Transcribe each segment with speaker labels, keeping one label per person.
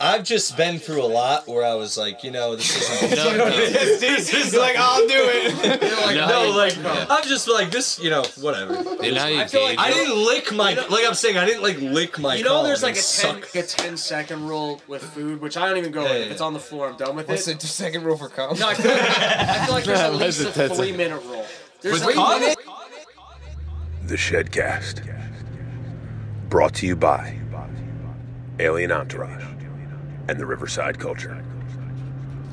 Speaker 1: I've just been through a lot where I was like, you know, this isn't.
Speaker 2: No, no.
Speaker 3: He's like, I'll do it.
Speaker 1: like,
Speaker 2: No.
Speaker 1: no, like I'm just like this, you know, whatever.
Speaker 2: Then I
Speaker 3: I feel like
Speaker 1: I
Speaker 2: engage.
Speaker 1: didn't lick my like I'm saying I didn't like oh, lick my.
Speaker 4: You know,
Speaker 1: column.
Speaker 4: there's like
Speaker 1: It
Speaker 4: a 10,
Speaker 1: sucked.
Speaker 4: a 10 second rule with food, which I don't even go
Speaker 1: Yeah,
Speaker 4: with.
Speaker 1: yeah,
Speaker 4: If it's
Speaker 1: yeah.
Speaker 4: on the floor, I'm done with
Speaker 3: What's the
Speaker 4: it.
Speaker 3: t- second rule for cum?
Speaker 4: No, I feel like, I feel like there's at
Speaker 2: Yeah,
Speaker 4: least
Speaker 2: that's
Speaker 4: a
Speaker 2: a 10
Speaker 4: three minute rule. There's
Speaker 1: With
Speaker 4: a
Speaker 1: cum?
Speaker 4: minute.
Speaker 5: The Shedcast. Brought to you by Alien Entourage and the Riverside Culture.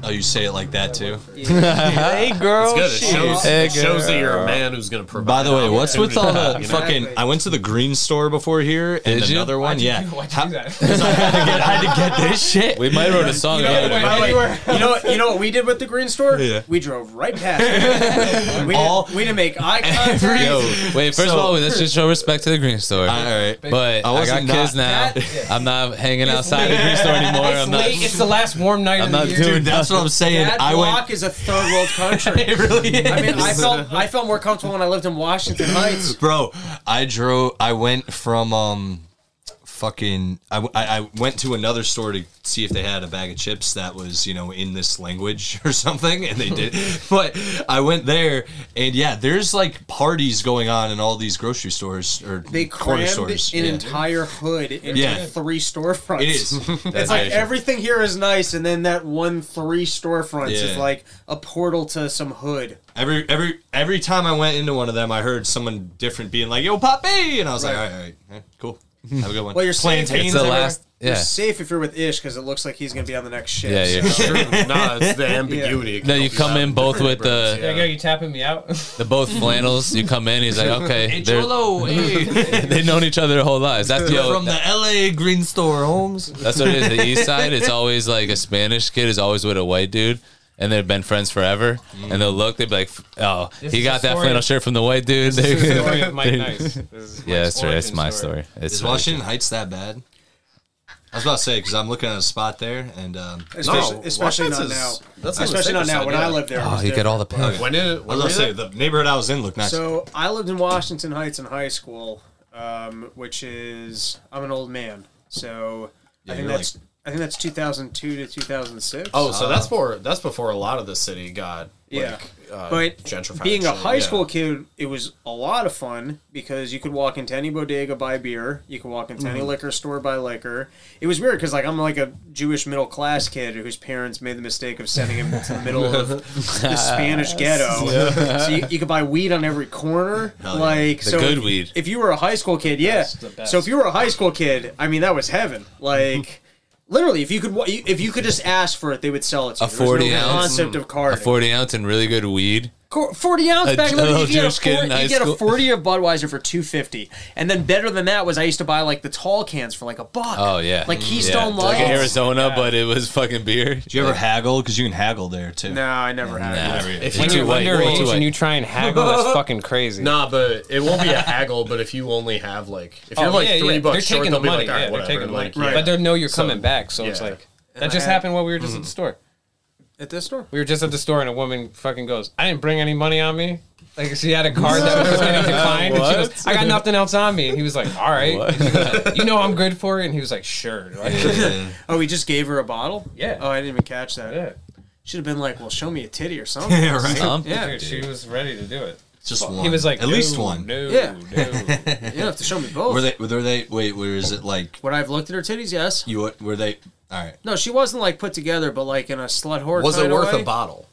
Speaker 1: Oh, you say it like that too.
Speaker 6: hey, girl.
Speaker 2: Good. It shows,
Speaker 6: Hey,
Speaker 2: it shows that you're
Speaker 6: girl.
Speaker 2: a man who's gonna provide.
Speaker 1: By the way, what's with all the
Speaker 2: opportunity, you know?
Speaker 1: fucking? I went to the green store before here and
Speaker 6: Did you?
Speaker 1: another one. Yeah,
Speaker 3: Why'd
Speaker 1: How-
Speaker 3: you do that?
Speaker 1: I had to get- I had to get this shit.
Speaker 6: We might have wrote a song about it.
Speaker 3: By the way,
Speaker 4: You know, what, you know what we did with the green store?
Speaker 1: Yeah.
Speaker 4: We drove right past it. We,
Speaker 1: All-
Speaker 4: didn't, we didn't make eye contact.
Speaker 1: Yo,
Speaker 6: Wait, first
Speaker 1: So-
Speaker 6: of all, let's just show respect to the green store.
Speaker 1: all right.
Speaker 6: But
Speaker 1: I
Speaker 6: I, got
Speaker 1: wasn't not-
Speaker 6: kids now. I'm not hanging outside the green store anymore.
Speaker 3: It's
Speaker 6: I'm not.
Speaker 3: late. It's the last warm night
Speaker 6: I'm
Speaker 3: of the
Speaker 6: not
Speaker 3: year.
Speaker 6: doing
Speaker 1: Dude, that's what I'm saying.
Speaker 4: That
Speaker 1: I
Speaker 4: block
Speaker 1: went.
Speaker 4: is a third world country.
Speaker 1: It really is.
Speaker 4: I mean, I felt I felt more comfortable when I lived in Washington Heights.
Speaker 1: bro i drove i went from um fucking I, I I went to another store to see if they had a bag of chips that was you know in this language or something and they did but i went there and yeah there's like parties going on in all these grocery stores or
Speaker 4: They
Speaker 1: corner
Speaker 4: crammed
Speaker 1: stores
Speaker 4: an
Speaker 1: yeah.
Speaker 4: entire hood into
Speaker 1: Yeah.
Speaker 4: three storefronts.
Speaker 1: it is
Speaker 4: It's like everything here is nice, and then that one three storefronts is
Speaker 1: Yeah.
Speaker 4: like a portal to some hood.
Speaker 1: every every every time i went into one of them i heard someone different being like yo poppy and i was like all
Speaker 4: Right.
Speaker 1: right all right eh, cool have a good one
Speaker 4: Well, you're saying
Speaker 1: plantains
Speaker 6: It's the
Speaker 1: everywhere.
Speaker 6: last.
Speaker 4: You're
Speaker 6: Yeah.
Speaker 4: safe if you're with Ish because it looks like he's gonna be on the next ship.
Speaker 6: Yeah, yeah.
Speaker 4: so-
Speaker 2: True. Nah, it's the ambiguity. It can
Speaker 6: No, you
Speaker 2: help
Speaker 6: come
Speaker 2: out
Speaker 6: in both
Speaker 2: different
Speaker 6: with the-
Speaker 2: brands,
Speaker 3: There you go. You tapping me out?
Speaker 6: The both flannels. You come in. He's like, okay.
Speaker 3: Hey,
Speaker 6: they're-
Speaker 3: Cholo. Hey.
Speaker 6: They've known each other their whole lives. That's yo,
Speaker 1: from the LA Green Store, Holmes.
Speaker 6: That's what it is. The East Side, it's always like a Spanish kid is always with a white dude, and they've been friends forever. And they'll look, they'll be like, "Oh,
Speaker 3: Mm. This
Speaker 6: he
Speaker 3: is
Speaker 6: got
Speaker 3: a
Speaker 6: that
Speaker 3: story.
Speaker 6: flannel shirt from the white dude."
Speaker 3: This is the story of Mike Nice. This is
Speaker 6: yeah,
Speaker 3: Mike's
Speaker 6: that's right. It's
Speaker 3: origin
Speaker 6: my story. It's
Speaker 1: Is
Speaker 6: my-
Speaker 1: Washington Heights that bad? I was about to say because I'm looking at a spot there, and um,
Speaker 4: especially,
Speaker 2: No,
Speaker 4: especially not
Speaker 2: Washington's
Speaker 4: now.
Speaker 2: is- that's on the
Speaker 4: especially not
Speaker 2: safer
Speaker 4: now.
Speaker 2: side,
Speaker 4: When
Speaker 2: yeah.
Speaker 4: I lived there, it
Speaker 6: Oh,
Speaker 4: was
Speaker 6: you get all the
Speaker 4: different.
Speaker 6: power.
Speaker 2: When did?
Speaker 1: I
Speaker 2: When
Speaker 1: was about to say
Speaker 2: did?
Speaker 1: the neighborhood I was in looked nice.
Speaker 4: So I lived in Washington Heights in high school, um, which is I'm an old man, so I think
Speaker 1: you're
Speaker 4: that's I think that's 2002 to 2006.
Speaker 2: Oh,
Speaker 3: uh,
Speaker 2: so that's before. That's before a lot of the city got.
Speaker 4: yeah.
Speaker 2: Like, uh,
Speaker 4: but
Speaker 2: gentrified
Speaker 4: being a
Speaker 2: shit,
Speaker 4: high
Speaker 2: yeah.
Speaker 4: school kid, it was a lot of fun because you could walk into any bodega buy beer. You could walk into any liquor store buy liquor. It was weird because like I'm like a Jewish middle class kid whose parents made the mistake of sending him to the middle of the Spanish ghetto. So you, you could buy weed on every corner.
Speaker 1: yeah.
Speaker 4: Like
Speaker 6: The
Speaker 4: so
Speaker 6: good
Speaker 4: if-
Speaker 6: weed.
Speaker 4: If you were a high school kid, yeah.
Speaker 3: the best.
Speaker 4: So if you were a high school kid, I mean that was heaven. Like. Literally, if you could, wa- if you could just ask for it, they would sell it to you.
Speaker 6: A
Speaker 4: There was no
Speaker 6: 40 ounce-
Speaker 4: concept of card.
Speaker 6: a forty ounce and really good weed.
Speaker 4: Cor- Forty ounce
Speaker 6: A
Speaker 4: back in the day, you
Speaker 6: little
Speaker 4: could get a
Speaker 6: Jewish kid
Speaker 4: four-
Speaker 6: in
Speaker 4: you
Speaker 6: high
Speaker 4: could get a
Speaker 6: school.
Speaker 4: forty of Budweiser for two fifty, and then better than that was I used to buy like the tall cans for like a buck.
Speaker 6: Oh yeah,
Speaker 4: like
Speaker 6: Mm,
Speaker 4: Keystone
Speaker 6: yeah. like in
Speaker 4: Lights.
Speaker 6: Arizona, but it was fucking beer.
Speaker 1: Did you ever haggle? Because you can haggle there too.
Speaker 4: no, I never had. it.
Speaker 6: If
Speaker 3: When
Speaker 6: you
Speaker 3: you're
Speaker 6: white, you're too
Speaker 3: underage
Speaker 6: white.
Speaker 3: and you try and haggle, that's fucking crazy.
Speaker 2: Nah, but it won't be a haggle. But if you only have like, if
Speaker 3: Oh,
Speaker 2: you're like
Speaker 3: yeah,
Speaker 2: three
Speaker 3: yeah.
Speaker 2: bucks
Speaker 3: they're
Speaker 2: short,
Speaker 3: taking
Speaker 2: they'll
Speaker 3: the
Speaker 2: be
Speaker 3: money.
Speaker 2: like, all right,
Speaker 3: yeah,
Speaker 2: whatever.
Speaker 3: They're taking the money.
Speaker 2: like,
Speaker 3: But they know you're
Speaker 2: So-
Speaker 3: coming back, so it's
Speaker 2: yeah. Mm-hmm.
Speaker 3: like
Speaker 4: I
Speaker 3: that just
Speaker 4: had-
Speaker 3: happened while we were just at the store.
Speaker 4: At this store,
Speaker 3: We were just at the store and a woman fucking goes, I didn't bring any money on me. Like she had a card that was getting declined and she goes, I got nothing else on me. And he was like, All right. You know I'm good for it. And he was like, Sure. Like,
Speaker 4: oh, we just gave her a bottle.
Speaker 3: Yeah.
Speaker 4: Oh, I didn't even catch that.
Speaker 3: yeah.
Speaker 4: Should have been like, well, show me a titty or something.
Speaker 1: Yeah, right.
Speaker 6: Some-
Speaker 4: Yeah,
Speaker 3: Dude, she was ready to do it.
Speaker 1: Just one.
Speaker 3: He was like,
Speaker 1: at least
Speaker 3: "No,
Speaker 1: one.
Speaker 3: No,
Speaker 4: Yeah.
Speaker 3: no.
Speaker 4: you don't have to show me both.
Speaker 1: Were they? Were they? Wait, where is it? Like
Speaker 4: Would I have looked at her titties? Yes.
Speaker 1: you? What were they? All right.
Speaker 4: No, she wasn't like put together, but like in a slut whore.
Speaker 2: was it
Speaker 4: kinda
Speaker 2: worth
Speaker 4: way.
Speaker 2: a bottle?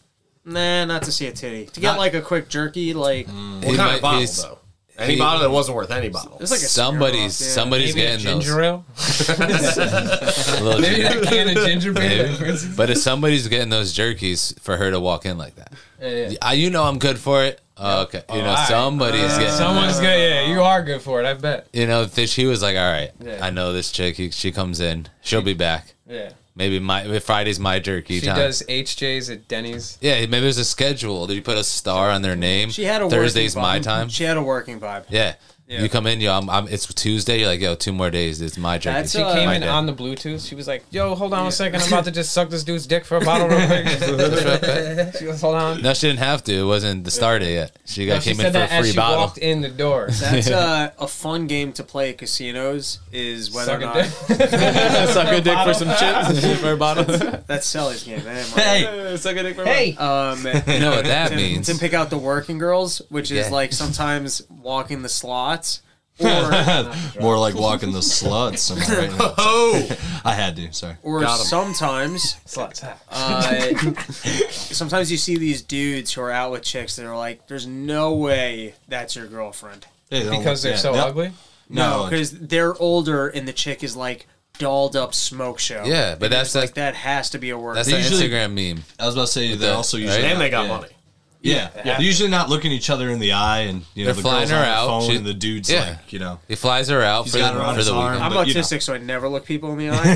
Speaker 4: Nah, not to see a titty. To get
Speaker 2: Not-
Speaker 4: like a quick jerky, like
Speaker 2: What
Speaker 6: Mm,
Speaker 2: kind
Speaker 6: might-
Speaker 2: of bottle
Speaker 6: he's-
Speaker 2: though? Any bottle that wasn't worth any bottle.
Speaker 4: it's like a
Speaker 6: somebody's
Speaker 4: Smirnoff, yeah.
Speaker 6: somebody's
Speaker 3: Maybe a
Speaker 6: getting those.
Speaker 3: ginger ale.
Speaker 6: A little
Speaker 3: Maybe
Speaker 6: ginger-
Speaker 3: that can of ginger beer.
Speaker 6: Maybe. But if somebody's getting those jerkies for her to walk in like that, I, you know I'm good for it. Oh, okay, you know
Speaker 3: all right.
Speaker 6: somebody's getting
Speaker 3: Someone's good. Yeah, you are good for it. I bet.
Speaker 6: you know, th- she was like, "All right,
Speaker 3: Yeah.
Speaker 6: I know this chick. He, she comes in, she'll be back.
Speaker 3: Yeah.
Speaker 6: Maybe my if Friday's my jerky
Speaker 3: She
Speaker 6: time.
Speaker 3: does HJs at Denny's.
Speaker 6: Yeah, maybe there's a schedule. Did you put a star on their name?
Speaker 4: She had a
Speaker 6: Thursday's
Speaker 4: working
Speaker 6: my
Speaker 4: vibe.
Speaker 6: time.
Speaker 4: She had a working vibe.
Speaker 6: yeah, You come in, yo, I'm, I'm, it's Tuesday. You're like, yo, two more days. It's my jerky.
Speaker 4: That's
Speaker 6: That's
Speaker 3: She
Speaker 4: Uh,
Speaker 3: came
Speaker 4: my
Speaker 3: in
Speaker 6: dad.
Speaker 3: on the Bluetooth. She was like, "Yo, hold on a second. I'm about to just suck this dude's dick for a bottle real quick." she goes, "Hold on."
Speaker 6: no, she didn't have to. It wasn't the start date yet. She got
Speaker 3: No, she
Speaker 6: came in
Speaker 3: said
Speaker 6: for a
Speaker 3: that as
Speaker 6: free
Speaker 3: she
Speaker 6: bottle.
Speaker 3: walked in the door.
Speaker 4: That's uh, a fun game to play at casinos. Is whether
Speaker 3: Suck
Speaker 4: or
Speaker 3: a
Speaker 4: not
Speaker 3: dick.
Speaker 6: Suck a dick for some chips. for a bottle.
Speaker 4: that's Sally's game. Man,
Speaker 6: Suck a dick for
Speaker 3: hey,
Speaker 4: um,
Speaker 6: You know what that
Speaker 4: to,
Speaker 6: means.
Speaker 4: to pick out the working girls, which is
Speaker 6: Yeah.
Speaker 4: like sometimes walking the slots. Or,
Speaker 1: More like walking the sluts. Am I right? oh, I had to. Sorry.
Speaker 4: or sometimes,
Speaker 3: sluts.
Speaker 4: uh, sometimes you see these dudes who are out with chicks that are like, "There's no way that's your girlfriend."
Speaker 1: Hey, they don't
Speaker 3: because
Speaker 1: look-
Speaker 3: they're
Speaker 1: yeah,
Speaker 3: so
Speaker 1: no-
Speaker 3: ugly.
Speaker 4: No,
Speaker 1: No,
Speaker 4: because they're older, and the chick is like dolled up smoke show.
Speaker 6: Yeah, but that's like
Speaker 4: that has to be a word.
Speaker 6: that's
Speaker 1: They
Speaker 6: an
Speaker 1: usually-
Speaker 6: Instagram meme.
Speaker 1: I was about to say they
Speaker 6: the-
Speaker 1: also
Speaker 6: right?
Speaker 1: usually
Speaker 2: And they got
Speaker 1: yeah.
Speaker 2: money.
Speaker 1: Yeah. they're usually not looking each other in the eye, and you know
Speaker 6: They're
Speaker 1: the
Speaker 6: flying
Speaker 1: girls
Speaker 6: her
Speaker 1: on the
Speaker 6: out.
Speaker 1: phone
Speaker 6: She-
Speaker 1: and the dudes
Speaker 6: yeah.
Speaker 1: like you know.
Speaker 6: He flies her out for the,
Speaker 1: got her on
Speaker 6: for
Speaker 1: his
Speaker 6: the
Speaker 1: arm.
Speaker 6: weekend.
Speaker 4: I'm
Speaker 1: but, you know.
Speaker 4: autistic, so I never look people in the eye.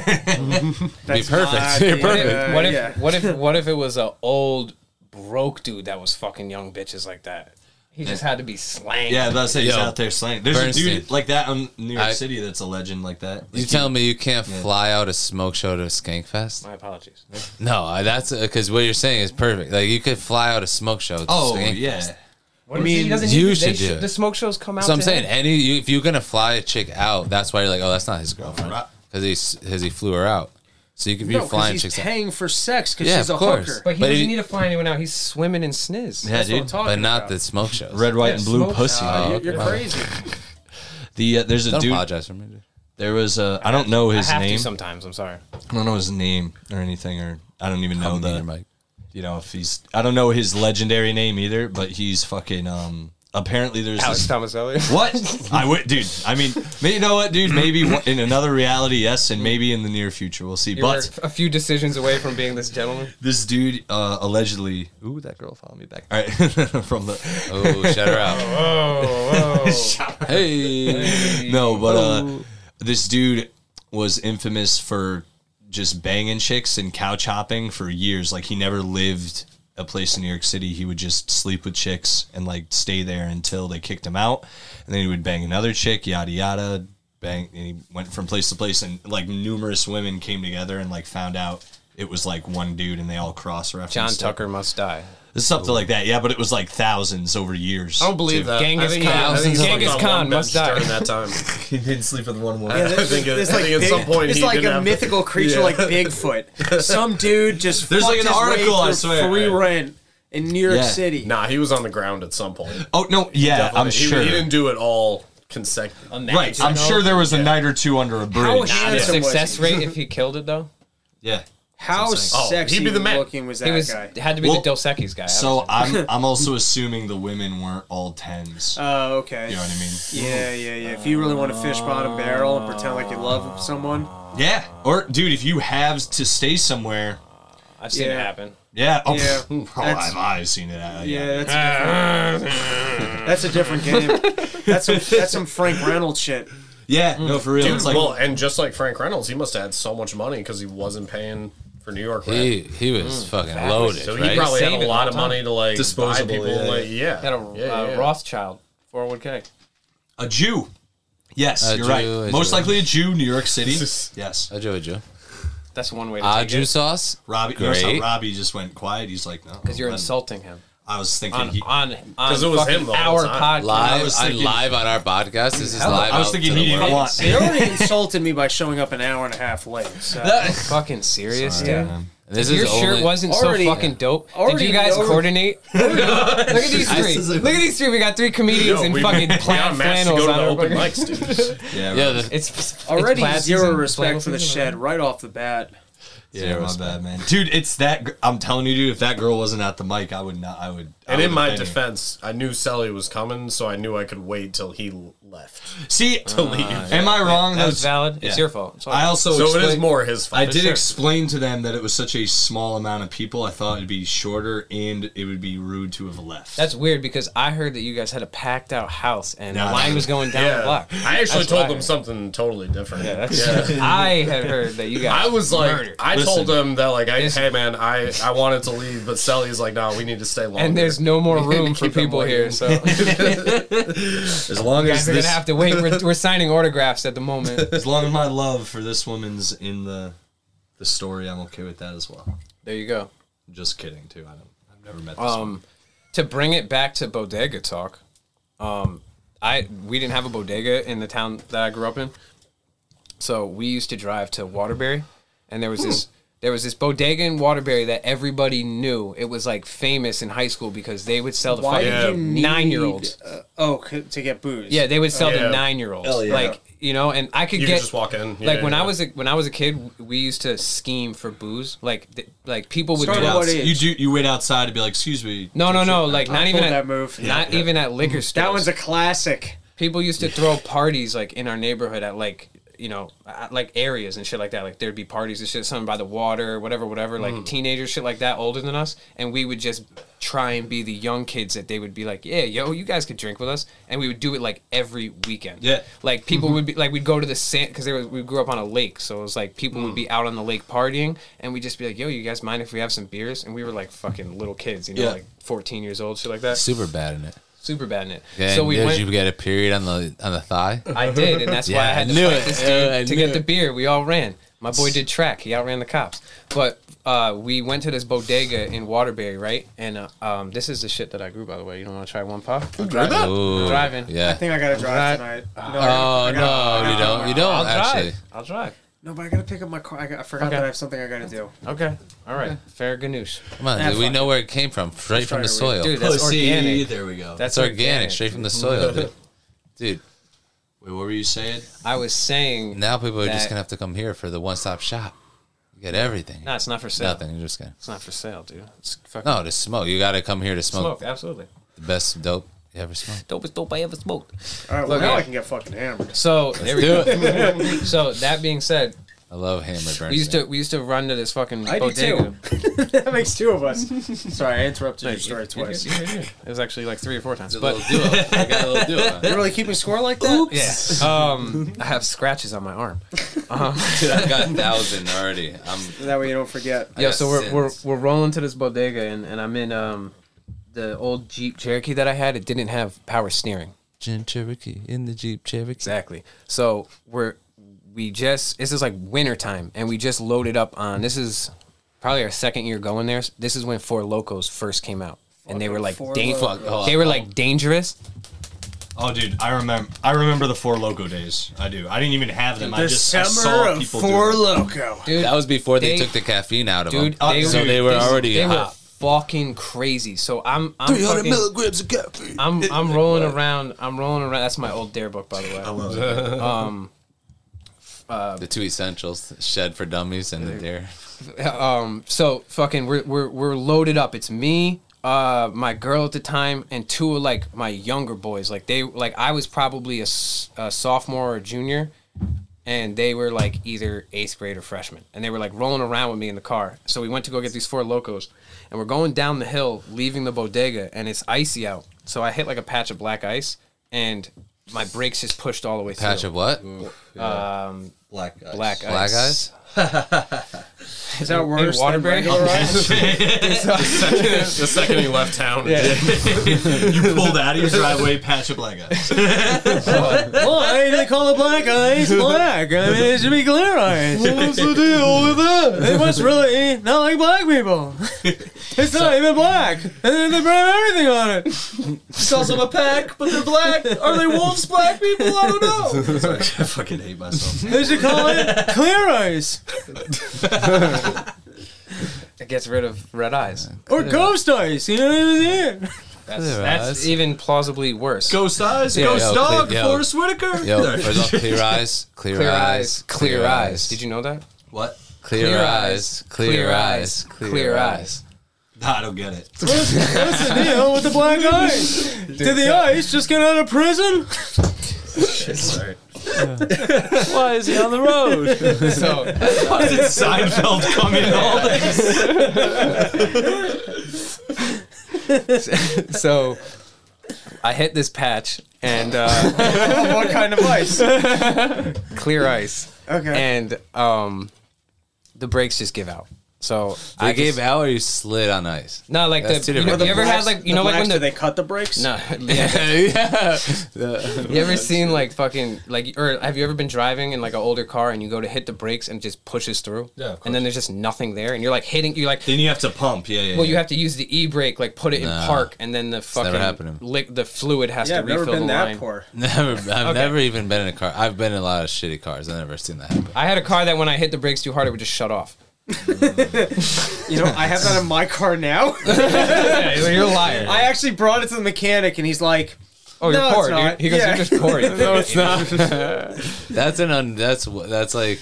Speaker 4: That's
Speaker 6: perfect.
Speaker 4: not
Speaker 6: You're
Speaker 4: the-
Speaker 6: perfect.
Speaker 4: uh,
Speaker 3: What if
Speaker 4: yeah.
Speaker 3: what if what if it was a old broke dude that was fucking young bitches like that? He just had to be slang.
Speaker 1: Yeah, I was about to say he's
Speaker 6: Yo,
Speaker 1: out there slaying. There's a
Speaker 6: Bernstein.
Speaker 1: dude like that in New York
Speaker 6: I-
Speaker 1: City that's a legend like that.
Speaker 6: You
Speaker 1: Like,
Speaker 6: telling me you can't fly out a smoke show to a skank fest?
Speaker 3: My apologies.
Speaker 6: No, I- that's because what you're saying is perfect. Like you could fly out a smoke show. To
Speaker 1: Oh
Speaker 6: skank
Speaker 1: yeah.
Speaker 6: Fest.
Speaker 3: What I mean, doesn't
Speaker 6: you
Speaker 3: need to- they
Speaker 6: should do it.
Speaker 3: The smoke shows come out.
Speaker 6: So I'm
Speaker 3: to
Speaker 6: saying
Speaker 3: him.
Speaker 6: any you, if you're gonna fly a chick out, that's why you're like, oh, that's not his girlfriend
Speaker 1: Right.
Speaker 6: because he's because he flew her out. So you could be
Speaker 4: No, 'cause
Speaker 6: flying
Speaker 4: he's
Speaker 6: chicks out,
Speaker 4: paying for sex because
Speaker 6: Yeah,
Speaker 4: she's
Speaker 6: of
Speaker 4: a
Speaker 6: course.
Speaker 4: hooker.
Speaker 3: but he
Speaker 6: but
Speaker 3: doesn't
Speaker 6: he-
Speaker 3: need to fly anyone out. He's swimming in sniz.
Speaker 1: Yeah,
Speaker 4: That's what I'm
Speaker 1: dude.
Speaker 4: talking
Speaker 6: but not
Speaker 4: about.
Speaker 6: the smoke shows.
Speaker 1: Red, white, and blue
Speaker 3: smoke-
Speaker 1: pussy.
Speaker 4: Uh,
Speaker 1: dude.
Speaker 4: you're- you're crazy.
Speaker 1: The uh, there's a
Speaker 6: Don't
Speaker 1: dude.
Speaker 6: apologize for me. dude.
Speaker 1: There was a I don't know
Speaker 3: I
Speaker 1: his
Speaker 3: have
Speaker 1: name.
Speaker 3: to sometimes. I'm sorry.
Speaker 1: I don't know his name or anything, or I don't even know
Speaker 6: I'm mean,
Speaker 1: the.
Speaker 6: Mike.
Speaker 1: you know if he's I don't know his legendary name either, but he's fucking um. Apparently, there's this
Speaker 3: Alex Tomaselli.
Speaker 1: What? I would, dude. I mean, ma- you know what, dude? Maybe one- in another reality, yes, and maybe in the near future, we'll see.
Speaker 3: You were
Speaker 1: but
Speaker 3: a few decisions away from being this gentleman.
Speaker 1: this dude uh, allegedly, ooh, that girl followed me back. All right, from the
Speaker 6: Oh, shut her out.
Speaker 3: Oh,
Speaker 6: Hey,
Speaker 1: no, but uh, this dude was infamous for just banging chicks and couch hopping for years. Like he never lived a place in New York City. He would just sleep with chicks and like stay there until they kicked him out, and then he would bang another chick. Yada yada. Bang, and he went from place to place, and like numerous women came together and like found out it was like one dude, and they all cross referenced.
Speaker 3: John Tucker must die.
Speaker 1: something like that. Yeah, but it was like thousands over years.
Speaker 2: I don't believe that.
Speaker 3: Genghis
Speaker 2: I think he- I
Speaker 3: Khan-
Speaker 2: think he's
Speaker 3: Genghis
Speaker 2: slept on one bench
Speaker 3: Khan must die.
Speaker 2: during that time.
Speaker 1: he didn't sleep with one woman.
Speaker 2: I think, it-
Speaker 4: It's
Speaker 2: I
Speaker 4: like,
Speaker 2: think at
Speaker 4: big-
Speaker 2: some point
Speaker 4: it's
Speaker 2: he
Speaker 4: like
Speaker 2: didn't
Speaker 4: a
Speaker 2: have
Speaker 4: mythical creature like Bigfoot. Some dude just
Speaker 1: There's
Speaker 4: fucked
Speaker 1: like an
Speaker 4: his way
Speaker 1: article, I
Speaker 4: through
Speaker 1: swear.
Speaker 4: free rent in New York
Speaker 1: Yeah.
Speaker 4: City.
Speaker 2: To, nah, he was on the ground at some point.
Speaker 1: Oh no, yeah, I'm
Speaker 2: He-
Speaker 1: sure.
Speaker 2: he, didn't do it all consecutive.
Speaker 1: Right, I'm sure there was a night or two under a
Speaker 4: How
Speaker 1: bridge.
Speaker 3: The
Speaker 4: handsome
Speaker 3: success
Speaker 4: was he?
Speaker 3: rate if he killed it though.
Speaker 1: yeah.
Speaker 4: How
Speaker 1: That's
Speaker 2: saying.
Speaker 1: what I'm
Speaker 2: Oh,
Speaker 4: sexy
Speaker 2: he'd be the man.
Speaker 4: looking was that
Speaker 3: He was
Speaker 4: guy?
Speaker 3: had to be
Speaker 1: Well,
Speaker 3: the Dos Equis guy.
Speaker 1: So I'm I'm also assuming the women weren't all tens.
Speaker 4: Oh, okay.
Speaker 1: you know what I mean?
Speaker 4: Yeah, yeah, yeah. If you really want to fish bottom barrel and pretend like you love someone,
Speaker 1: Yeah. Or dude, if you have to stay somewhere,
Speaker 3: I've seen it
Speaker 4: yeah.
Speaker 3: happen.
Speaker 1: yeah. Oh,
Speaker 4: Yeah,
Speaker 1: oh,
Speaker 4: that's-
Speaker 1: I've, I've seen it. uh,
Speaker 4: yeah,
Speaker 1: yeah.
Speaker 4: that's that's a different game. That's some, that's some Frank Reynolds shit.
Speaker 1: Yeah. No, for real. it's like
Speaker 2: well, and just like Frank Reynolds, he must have had so much money because he wasn't paying for New York rent.
Speaker 6: he he was fucking loaded,
Speaker 2: so he
Speaker 6: right?
Speaker 2: probably had
Speaker 3: Save it
Speaker 2: a lot
Speaker 3: all
Speaker 2: of
Speaker 3: the time.
Speaker 2: money to like
Speaker 1: Disposable,
Speaker 2: buy people.
Speaker 1: yeah,
Speaker 2: like, yeah,
Speaker 3: Had a
Speaker 2: yeah,
Speaker 3: uh,
Speaker 2: yeah.
Speaker 3: Rothschild 401k.
Speaker 1: a Jew. Yes,
Speaker 6: A
Speaker 1: you're
Speaker 6: Jew,
Speaker 1: right.
Speaker 6: a
Speaker 1: Most
Speaker 6: Jew.
Speaker 1: likely a Jew, New York City. yes.
Speaker 6: I do, I do.
Speaker 3: That's one way to take
Speaker 6: Aju
Speaker 3: it.
Speaker 6: sauce.
Speaker 1: Robbie, notice how
Speaker 6: Great.
Speaker 1: Robbie just went quiet. He's like, no.
Speaker 3: Because you're
Speaker 1: I'm-
Speaker 3: insulting him
Speaker 1: I was thinking.
Speaker 3: on
Speaker 1: He,
Speaker 3: on on
Speaker 2: 'Cause it was
Speaker 3: fucking
Speaker 2: him the whole
Speaker 3: our
Speaker 2: time.
Speaker 3: podcast.
Speaker 1: I
Speaker 6: Live,
Speaker 1: was
Speaker 6: on-
Speaker 1: thinking-
Speaker 6: live on our podcast. This is live.
Speaker 1: I was
Speaker 6: out
Speaker 1: thinking
Speaker 6: to the
Speaker 1: he didn't
Speaker 6: world.
Speaker 1: want.
Speaker 4: They already insulted me by showing up an hour and a half late. So.
Speaker 3: Are you fucking serious, dude.
Speaker 1: Yeah.
Speaker 6: This
Speaker 3: Your
Speaker 6: is
Speaker 3: shirt
Speaker 6: only-
Speaker 3: wasn't
Speaker 4: Already-
Speaker 3: so fucking dope. Did
Speaker 4: already
Speaker 3: you guys
Speaker 4: know-
Speaker 3: coordinate? Look at these three. Look at these three. We got three comedians
Speaker 2: Yo,
Speaker 3: in
Speaker 2: we-
Speaker 3: fucking
Speaker 2: we
Speaker 3: plaid
Speaker 2: got masks to
Speaker 3: flannels
Speaker 2: go to
Speaker 3: on
Speaker 2: the
Speaker 3: our
Speaker 2: open
Speaker 3: fucking-
Speaker 2: mics, dude.
Speaker 1: Yeah.
Speaker 6: Yeah,
Speaker 1: right.
Speaker 6: the,
Speaker 3: It's it's
Speaker 4: already
Speaker 3: plaid
Speaker 4: zero
Speaker 3: season, flannel
Speaker 4: respect for the
Speaker 3: season,
Speaker 4: shed right off the bat.
Speaker 1: Yeah, my bad, man. Dude, it's that. gr- I'm telling you, dude. If that girl wasn't at the mic, I would not. I would. I
Speaker 2: And in
Speaker 1: would've
Speaker 2: my
Speaker 1: been here.
Speaker 2: defense, I knew Sally was coming, so I knew I could wait till he l- left.
Speaker 1: see,
Speaker 2: To leave.
Speaker 1: am I wrong?
Speaker 3: That was
Speaker 1: Those-
Speaker 3: valid.
Speaker 1: yeah.
Speaker 3: It's your fault. It's all
Speaker 1: I also
Speaker 2: so it is
Speaker 1: explained-
Speaker 2: more his fault.
Speaker 1: I did
Speaker 3: sure.
Speaker 1: explain to them that it was such a small amount of people. I thought it'd be shorter and it would be rude to have left.
Speaker 3: That's weird because I heard that you guys had a packed out house and
Speaker 1: No.
Speaker 3: the line was going down the block.
Speaker 2: I actually
Speaker 3: That's
Speaker 2: told
Speaker 3: what I
Speaker 2: them
Speaker 3: heard.
Speaker 2: something totally different. Yeah,
Speaker 3: I had heard that you guys.
Speaker 2: I was like,
Speaker 3: murdered.
Speaker 2: I told him that like, I,
Speaker 3: Is-
Speaker 2: hey man, I, I wanted to leave, but Sally's like, no, we need to stay longer.
Speaker 3: and there's no more room for
Speaker 2: Keep him
Speaker 3: people
Speaker 2: waiting.
Speaker 3: here, so you
Speaker 1: As long as
Speaker 3: guys are gonna
Speaker 1: this,
Speaker 3: have to wait. We're, we're signing autographs at the moment.
Speaker 1: as long as my love for this woman's in the the story, I'm okay with that as well.
Speaker 3: There you go.
Speaker 1: Just kidding too. I don't. I've never met this. one.
Speaker 3: Um, to bring it back to bodega talk, um, I we didn't have a bodega in the town that I grew up in, so we used to drive to Waterbury, and there was this
Speaker 4: Hmm.
Speaker 3: there was this bodega in Waterbury that everybody knew. It was like famous in high school because they would sell the
Speaker 4: Why
Speaker 3: fucking
Speaker 4: did you need
Speaker 3: nine year olds.
Speaker 4: Uh, oh, c- to get booze.
Speaker 3: Yeah, they would sell
Speaker 2: Yeah.
Speaker 3: the nine year olds.
Speaker 1: Hell yeah.
Speaker 3: Like you know, and I could
Speaker 2: You
Speaker 3: get
Speaker 2: can just walk in.
Speaker 3: Like
Speaker 2: Yeah,
Speaker 3: when
Speaker 2: yeah.
Speaker 3: I was a, when I was a kid, we used to scheme for booze. Like th- like people would
Speaker 4: Started
Speaker 3: do-
Speaker 1: Wait
Speaker 4: what
Speaker 1: outs-
Speaker 4: age?
Speaker 1: you do. You wait outside and be like, "Excuse me."
Speaker 3: No, no, no. Like not
Speaker 4: I
Speaker 3: even
Speaker 4: pulled
Speaker 3: at,
Speaker 4: that move.
Speaker 3: Not even at liquor stores.
Speaker 4: That one's a classic.
Speaker 3: people used to throw parties like in our neighborhood at like you know at, like areas and shit like that. Like there'd be parties and shit, something by the water, whatever, whatever. Like teenagers, shit like that, older than us, and we would just try and be the young kids that they would be like, yeah, yo, you guys could drink with us, and we would do it like every weekend.
Speaker 1: Yeah.
Speaker 3: like people would be like we'd go to the sand because there was we grew up on a lake, so it was like people would be out on the lake partying, and we'd just be like, yo, you guys mind if we have some beers? And we were like fucking little kids, you know,
Speaker 1: Yeah.
Speaker 3: like fourteen years old, shit like that.
Speaker 6: Super bad in it.
Speaker 3: Super bad in it.
Speaker 6: Yeah,
Speaker 3: so
Speaker 6: and
Speaker 3: we
Speaker 6: did
Speaker 3: went.
Speaker 6: you get a period on the on the thigh?
Speaker 3: I did, and that's why I
Speaker 6: Yeah,
Speaker 3: had
Speaker 6: I
Speaker 3: to
Speaker 6: knew
Speaker 3: fight
Speaker 6: it.
Speaker 3: this
Speaker 6: Yeah, I
Speaker 3: dude to
Speaker 6: knew
Speaker 3: get the
Speaker 6: it.
Speaker 3: beer. We all ran. My boy did track. He outran the cops. But uh, we went to this bodega in Waterbury, right? And uh, um, this is the shit that I grew, by the way. You don't want to try one pop?
Speaker 6: Ooh,
Speaker 3: Driving.
Speaker 4: I
Speaker 6: Yeah.
Speaker 4: think I gotta drive tonight. No,
Speaker 6: Oh
Speaker 4: I
Speaker 6: no,
Speaker 4: gotta-
Speaker 6: you don't. You don't
Speaker 3: I'll
Speaker 6: actually.
Speaker 3: drive. I'll drive.
Speaker 4: No, but I gotta pick up my car. I, got, I forgot
Speaker 3: Okay.
Speaker 4: that I have something I gotta do.
Speaker 3: Okay. All right. Fair ganoush.
Speaker 6: Come on,
Speaker 4: That's
Speaker 6: dude, we
Speaker 4: fine.
Speaker 6: know where it came from. Straight from the
Speaker 4: try to
Speaker 6: soil.
Speaker 3: Dude,
Speaker 6: It's
Speaker 3: that's
Speaker 1: Pussy.
Speaker 3: organic.
Speaker 1: There we go.
Speaker 3: That's
Speaker 6: organic, straight from the soil, dude. Dude,
Speaker 1: Wait, what were you saying?
Speaker 3: I was saying.
Speaker 6: now people are just
Speaker 3: That-
Speaker 6: gonna have to come here for the one stop shop. You get everything.
Speaker 3: Nah, it's not for sale.
Speaker 6: Nothing. You're just gonna.
Speaker 3: It's not for sale, dude. It's fucking
Speaker 6: No, to smoke. You gotta come here to smoke.
Speaker 3: smoke. Absolutely.
Speaker 6: The best dope you ever smoked.
Speaker 3: Dopest dope I ever smoked.
Speaker 4: All right, well
Speaker 3: Look,
Speaker 4: now
Speaker 3: yeah.
Speaker 4: I can get fucking hammered.
Speaker 3: So there we
Speaker 6: Do
Speaker 3: go.
Speaker 6: it.
Speaker 3: So that being said,
Speaker 6: I love Hammer Burns.
Speaker 3: we used to we used to run to this fucking
Speaker 4: I do
Speaker 3: bodega.
Speaker 4: too. that makes two of us. Sorry, I interrupted your story
Speaker 3: You're
Speaker 4: twice.
Speaker 3: good, you're good, you're good. It was actually like three or four times.
Speaker 6: a
Speaker 3: But
Speaker 6: little duo. I got a little duo.
Speaker 4: You're really keeping score like that?
Speaker 3: yeah, um, I have scratches on my arm.
Speaker 6: Dude, I got a thousand already. I'm
Speaker 4: That way you don't forget.
Speaker 3: Yeah,
Speaker 6: got
Speaker 3: so we're, we're
Speaker 6: sins.
Speaker 3: we're rolling to this bodega, and, and I'm in um, the old Jeep Cherokee that I had. It didn't have power steering.
Speaker 6: Jim Cherokee in the Jeep Cherokee.
Speaker 3: Exactly. So we're we just this is like winter time, and we just loaded up on this is probably our second year going there. This is when Four Locos first came out, and they were like
Speaker 4: Four
Speaker 3: dan-
Speaker 6: Fuck. hold
Speaker 3: they
Speaker 6: on.
Speaker 3: were like dangerous.
Speaker 1: Oh, dude, I remember. I remember the four loco days. I do. I didn't even have them. I
Speaker 4: The
Speaker 1: just I
Speaker 4: summer
Speaker 1: saw
Speaker 4: of
Speaker 1: people
Speaker 4: Four
Speaker 1: do it.
Speaker 4: Loco.
Speaker 6: That was before they,
Speaker 3: They-
Speaker 6: took the caffeine out of
Speaker 3: dude.
Speaker 6: them.
Speaker 1: Oh,
Speaker 6: so
Speaker 1: dude,
Speaker 6: they were
Speaker 3: this-
Speaker 6: already
Speaker 3: they
Speaker 6: hot.
Speaker 3: were fucking crazy. So I'm I'm fucking,
Speaker 6: milligrams of caffeine.
Speaker 3: I'm I'm rolling around. I'm rolling around. That's my old dare book, by the way. I love
Speaker 6: the two essentials: shed for dummies and the dare.
Speaker 3: Um, so fucking, we're we're we're loaded up. It's me, uh, my girl at the time, and two of like my younger boys. Like they like I was probably a, s- a sophomore or junior, and they were like either eighth grade or freshman, and they were like rolling around with me in the car. So we went to go get these four locos, and we're going down the hill, leaving the bodega, and it's icy out. So I hit like a patch of black ice, and my brakes just pushed all the way
Speaker 6: Patch
Speaker 3: through.
Speaker 6: of what?
Speaker 1: Black. Ice.
Speaker 3: black ice.
Speaker 6: Black eyes.
Speaker 4: Is that worse than
Speaker 3: Waterbury?
Speaker 4: regular ice?
Speaker 2: the second he left town.
Speaker 1: you pulled out of your driveway, patch of black ice.
Speaker 4: Why do they call it black ice black? I mean, it should be clear ice. What's the deal with that? They must really not like black people. It's not even black. And then they brand everything on it.
Speaker 1: Calls them a pack, but they're black. Are they wolves, black people? I don't know. I fucking hate myself.
Speaker 4: They should call it clear ice
Speaker 3: It gets rid of red eyes.
Speaker 4: or ghost ice. You know what I'm saying?
Speaker 3: That's,
Speaker 6: Clear
Speaker 3: that's
Speaker 6: eyes.
Speaker 3: even plausibly worse.
Speaker 1: Ghost eyes,
Speaker 6: Yeah,
Speaker 1: ghost
Speaker 6: yo,
Speaker 1: dog,
Speaker 6: yo.
Speaker 1: Forrest Whitaker.
Speaker 6: Yo,
Speaker 1: No.
Speaker 6: first off, clear eyes, clear,
Speaker 3: clear
Speaker 6: eyes,
Speaker 3: eyes, clear eyes. Did you know that?
Speaker 1: What?
Speaker 6: Clear,
Speaker 3: Clear
Speaker 6: eyes,
Speaker 3: eyes,
Speaker 6: clear
Speaker 3: clear
Speaker 6: eyes,
Speaker 3: eyes, clear eyes.
Speaker 1: Nah, I don't get it.
Speaker 4: What's the deal with the black ice? Did the ice just get out of prison?
Speaker 1: Sorry.
Speaker 6: Why is he on the road?
Speaker 3: So
Speaker 1: Why did Seinfeld come in all this?
Speaker 3: so I hit this patch and uh,
Speaker 4: What kind of ice?
Speaker 3: clear ice
Speaker 4: Okay.
Speaker 3: and um the brakes just give out. So
Speaker 6: I
Speaker 3: I
Speaker 6: gave
Speaker 3: just-
Speaker 6: out or you slid on ice?
Speaker 3: No, like
Speaker 6: That's
Speaker 3: the
Speaker 6: two
Speaker 3: you,
Speaker 6: different
Speaker 3: you ever
Speaker 4: Blacks-
Speaker 3: had like you know
Speaker 4: the
Speaker 3: like when
Speaker 4: blacks, do they
Speaker 3: the
Speaker 4: cut the brakes?
Speaker 3: no
Speaker 6: yeah.
Speaker 3: you ever seen like fucking like or have you ever been driving in like an older car and you go to hit the brakes and it just pushes through
Speaker 1: Yeah, of
Speaker 3: and then there's just nothing there and you're like hitting you're like
Speaker 1: Then you have to pump. Yeah, yeah.
Speaker 3: well you
Speaker 1: yeah.
Speaker 3: have to use the e brake like put it in park and then the
Speaker 6: never
Speaker 3: fucking
Speaker 6: happened to me.
Speaker 3: lick the fluid has
Speaker 4: Yeah,
Speaker 3: to
Speaker 4: I've never
Speaker 3: refill
Speaker 4: been
Speaker 3: the
Speaker 4: that
Speaker 3: line.
Speaker 4: poor.
Speaker 6: Never, I've never even been in a car. I've been in a lot of shitty cars. I've never seen that happen.
Speaker 3: I had a car that when I hit the brakes too hard it would just shut off.
Speaker 4: You know, I have that in my car now.
Speaker 3: you're a liar.
Speaker 4: I actually brought it to the mechanic, and he's like,
Speaker 3: oh, you're
Speaker 4: No,
Speaker 3: poor.
Speaker 4: it's
Speaker 3: dude.
Speaker 4: not.
Speaker 3: He goes,
Speaker 4: Yeah.
Speaker 3: you're just poor. no, it's not.
Speaker 6: That's an un, that's wh- that's like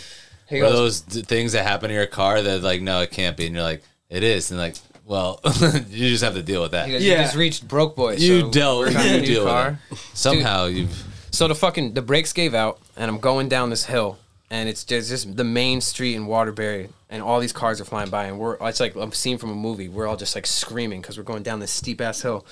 Speaker 3: He
Speaker 6: one of
Speaker 3: goes,
Speaker 6: those d- things that happen to your car that like no, it can't be, and you're like it is, and like well, you just have to deal with that.
Speaker 3: he goes,
Speaker 4: Yeah.
Speaker 3: you just reached broke boy.
Speaker 6: You
Speaker 3: so
Speaker 6: dealt
Speaker 3: we're
Speaker 6: with
Speaker 3: buying a
Speaker 6: you
Speaker 3: new
Speaker 6: deal
Speaker 3: car."
Speaker 6: with it. Somehow you've
Speaker 3: So the fucking the brakes gave out, and I'm going down this hill, and it's just, just the main street in Waterbury, and all these cars are flying by, and we're it's like a scene from a movie. We're all just like screaming because we're going down this steep ass hill,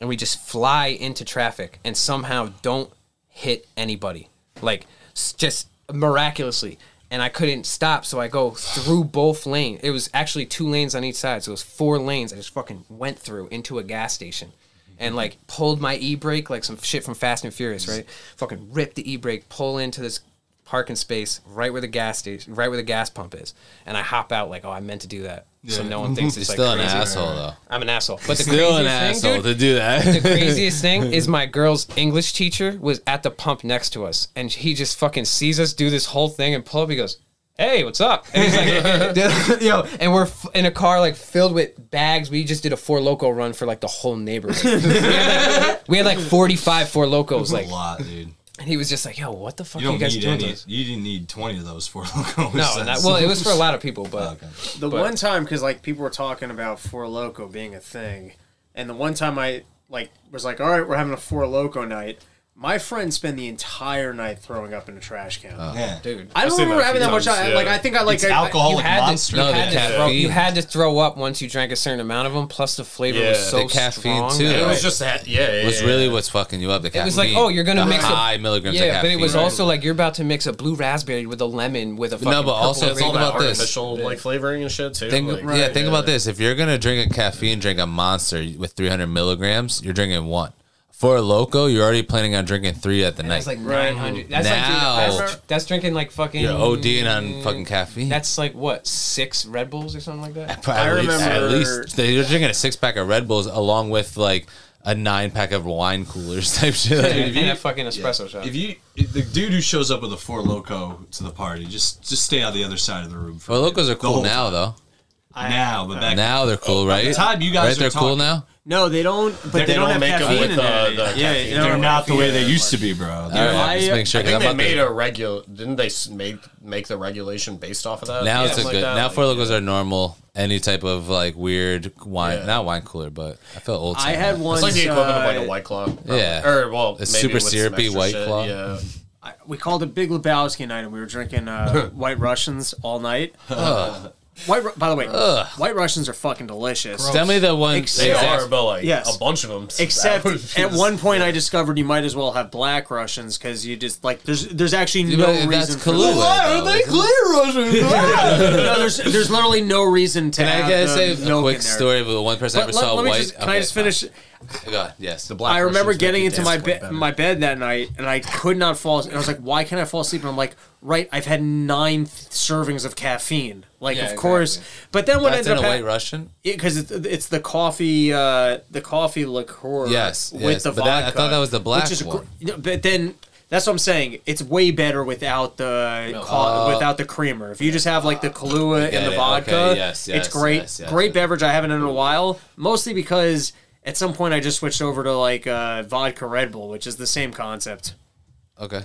Speaker 3: and we just fly into traffic, and somehow don't hit anybody, like s- just miraculously. And I couldn't stop, so I go through both lanes. It was actually two lanes on each side, so it was four lanes. I just fucking went through into a gas station and like pulled my e brake like some shit from Fast and Furious, right? Fucking rip the e brake, pull into this parking space right where the gas station, right where the gas pump is, and I hop out like, oh, I meant to do that, so no one thinks it's like
Speaker 6: still an
Speaker 3: crazy.
Speaker 6: asshole, though.
Speaker 3: I'm an asshole, but the
Speaker 6: still an
Speaker 3: craziest
Speaker 6: asshole
Speaker 3: thing, dude,
Speaker 6: to do that.
Speaker 3: the craziest thing is my girl's English teacher was at the pump next to us, and he just fucking sees us do this whole thing and pull up. He goes, "Hey, what's up?" And he's like, "Yo," and we're f- in a car like filled with bags. We just did a four loco run for like the whole neighborhood. we, had, like, we had like forty-five four locos, like,
Speaker 1: a lot, dude.
Speaker 3: and he was just like, "Yo, what the fuck
Speaker 1: You
Speaker 3: are
Speaker 1: don't
Speaker 3: you guys
Speaker 1: need
Speaker 3: doing?" to
Speaker 1: any.
Speaker 3: us?"
Speaker 1: You didn't need twenty of those for locos.
Speaker 3: No, not, well, it was for a lot of people, but
Speaker 1: okay.
Speaker 4: The one time, because like people were talking about Four Loco being a thing, and the one time I like was like, all right, we're having a Four Loco night. My friend spent the entire night throwing up in a trash can.
Speaker 1: yeah.
Speaker 3: dude.
Speaker 4: I don't
Speaker 2: seen that
Speaker 4: remember
Speaker 2: a
Speaker 4: having
Speaker 2: few
Speaker 4: that much.
Speaker 2: times,
Speaker 4: I,
Speaker 2: yeah.
Speaker 4: Like I think I like
Speaker 1: It's
Speaker 4: I- I-
Speaker 1: alcohol.
Speaker 3: you
Speaker 1: Alcohol and
Speaker 3: had, to,
Speaker 1: monster.
Speaker 3: you,
Speaker 1: No,
Speaker 3: had
Speaker 6: the
Speaker 3: to throw, you
Speaker 6: caffeine.
Speaker 3: had to throw up once you drank a certain amount of them. Plus, the flavor
Speaker 2: Yeah,
Speaker 3: was so
Speaker 6: the caffeine,
Speaker 3: strong.
Speaker 6: too.
Speaker 2: It
Speaker 6: Right.
Speaker 2: was just that. Yeah, yeah,
Speaker 6: was
Speaker 2: yeah,
Speaker 6: really
Speaker 2: yeah.
Speaker 6: what's fucking you up. The caffeine.
Speaker 3: It was like, oh, you're gonna
Speaker 6: the
Speaker 3: mix
Speaker 6: high
Speaker 3: a,
Speaker 6: milligrams.
Speaker 3: Yeah,
Speaker 6: of caffeine.
Speaker 3: but it was also like you're about to mix a blue raspberry with a lemon with a fucking
Speaker 6: but
Speaker 3: purple
Speaker 6: also
Speaker 3: grape.
Speaker 2: It's all
Speaker 6: Think
Speaker 2: that
Speaker 6: about this.
Speaker 2: artificial like flavoring and shit too.
Speaker 6: Think,
Speaker 2: like,
Speaker 6: yeah, think about this. If you're gonna drink a caffeine drink, a monster with 300 milligrams, you're drinking one. For a loco, you're already planning on drinking three at the night.
Speaker 3: that's like 900. That's
Speaker 6: Now-
Speaker 3: like dude, that's, that's drinking like fucking.
Speaker 6: you're ODing on fucking caffeine.
Speaker 3: That's like what six Red Bulls or something like that.
Speaker 6: At
Speaker 2: I
Speaker 6: least-
Speaker 2: remember-
Speaker 6: At least they- you're drinking a six pack of Red Bulls along with like a nine pack of wine coolers type shit. Like,
Speaker 3: And, and a fucking espresso shot.
Speaker 1: If you if the dude who shows up with a four loco to the party, just just stay on the other side of the room. For
Speaker 6: Well, locos are
Speaker 1: the
Speaker 6: cool
Speaker 1: whole
Speaker 6: now, though.
Speaker 1: time. Now, but back
Speaker 6: Now they're cool, right?
Speaker 1: time you guys
Speaker 6: right,
Speaker 1: are
Speaker 6: they're cool
Speaker 1: talking.
Speaker 6: now.
Speaker 4: No, they don't. But they,
Speaker 2: they
Speaker 4: don't,
Speaker 2: don't
Speaker 4: have
Speaker 2: make 'em
Speaker 4: caffeine
Speaker 2: with
Speaker 4: in
Speaker 2: the-
Speaker 4: it.
Speaker 2: the
Speaker 4: yeah,
Speaker 2: caffeine.
Speaker 4: they don't
Speaker 1: they're
Speaker 4: have
Speaker 1: not the way
Speaker 4: caffeine
Speaker 1: they
Speaker 4: in it
Speaker 1: used to
Speaker 4: anymore.
Speaker 1: be, bro.
Speaker 6: All right,
Speaker 1: They're-
Speaker 6: I'm just
Speaker 4: I-
Speaker 6: making sure.
Speaker 2: I
Speaker 6: 'cause
Speaker 2: think
Speaker 6: I'm
Speaker 2: they
Speaker 6: up there.
Speaker 2: made a regu- Didn't they s- make make the regulation based off of that?
Speaker 6: Now
Speaker 2: Yeah,
Speaker 6: it's a
Speaker 2: something
Speaker 6: good.
Speaker 7: uh,
Speaker 2: like that,
Speaker 6: now
Speaker 2: like-
Speaker 6: four locos are normal. Any type of like weird wine,
Speaker 2: Yeah.
Speaker 6: not wine cooler, but I feel old.
Speaker 4: I
Speaker 6: time.
Speaker 4: had one.
Speaker 2: It's like the equivalent of
Speaker 4: uh,
Speaker 2: like a white claw. probably.
Speaker 6: Yeah.
Speaker 2: Or well,
Speaker 6: A
Speaker 2: maybe
Speaker 6: super
Speaker 2: with some
Speaker 6: syrupy
Speaker 2: extra
Speaker 6: White
Speaker 2: shit,
Speaker 6: Claw.
Speaker 2: Yeah.
Speaker 4: I- we called it Big Lebowski night, and we were drinking uh, White Russians all night. Uh, White, Ru- by the way, White Russians are fucking delicious.
Speaker 6: Tell me the one.
Speaker 4: Except-
Speaker 2: They
Speaker 6: exact-
Speaker 2: are, but like
Speaker 4: Yes.
Speaker 2: a bunch of them.
Speaker 4: Except at one point, I discovered you might as well have Black Russians because you just like there's there's actually no
Speaker 6: but that's
Speaker 4: reason. for
Speaker 6: Kahlua.
Speaker 4: that.
Speaker 6: though, isn't it?
Speaker 4: no, there's there's literally no reason to.
Speaker 6: Can I
Speaker 4: have
Speaker 6: get
Speaker 4: the
Speaker 6: say
Speaker 4: milk
Speaker 6: a quick
Speaker 4: in there.
Speaker 6: story of the one person I
Speaker 4: But
Speaker 6: ever
Speaker 4: let-
Speaker 6: saw
Speaker 4: let me
Speaker 6: white?
Speaker 4: just- can I
Speaker 6: Okay,
Speaker 4: just finish?
Speaker 6: fine. Go ahead. Yes, the
Speaker 2: black
Speaker 4: I remember
Speaker 2: Russians
Speaker 4: getting
Speaker 2: make you
Speaker 4: into my
Speaker 2: dance way
Speaker 4: bed,
Speaker 2: better.
Speaker 4: my bed that night, and I could not fall. And I was like, "Why can't I fall asleep?" And I'm like, "Right, I've had nine th- servings of caffeine. Like, of course." But then what
Speaker 6: That's in
Speaker 4: ended
Speaker 6: a
Speaker 4: up
Speaker 6: white
Speaker 4: happening
Speaker 6: Russian.
Speaker 4: because it's, it's the coffee, uh, the coffee liqueur.
Speaker 6: Yes,
Speaker 4: with
Speaker 6: yes,
Speaker 4: the
Speaker 6: but
Speaker 4: vodka.
Speaker 6: that- I thought that was the black
Speaker 4: which is gr-
Speaker 6: one.
Speaker 4: no, but then that's what I'm saying. It's way better without the co- without the creamer. If you just have like the Kahlua
Speaker 6: uh, get
Speaker 4: and the
Speaker 6: it.
Speaker 4: vodka,
Speaker 6: Okay, yes, yes,
Speaker 4: it's great.
Speaker 6: yes, yes,
Speaker 4: great
Speaker 6: yes.
Speaker 4: beverage. I haven't in a while, mostly because. At some point, I just switched over to like uh, vodka Red Bull, which is the same concept.
Speaker 6: Okay.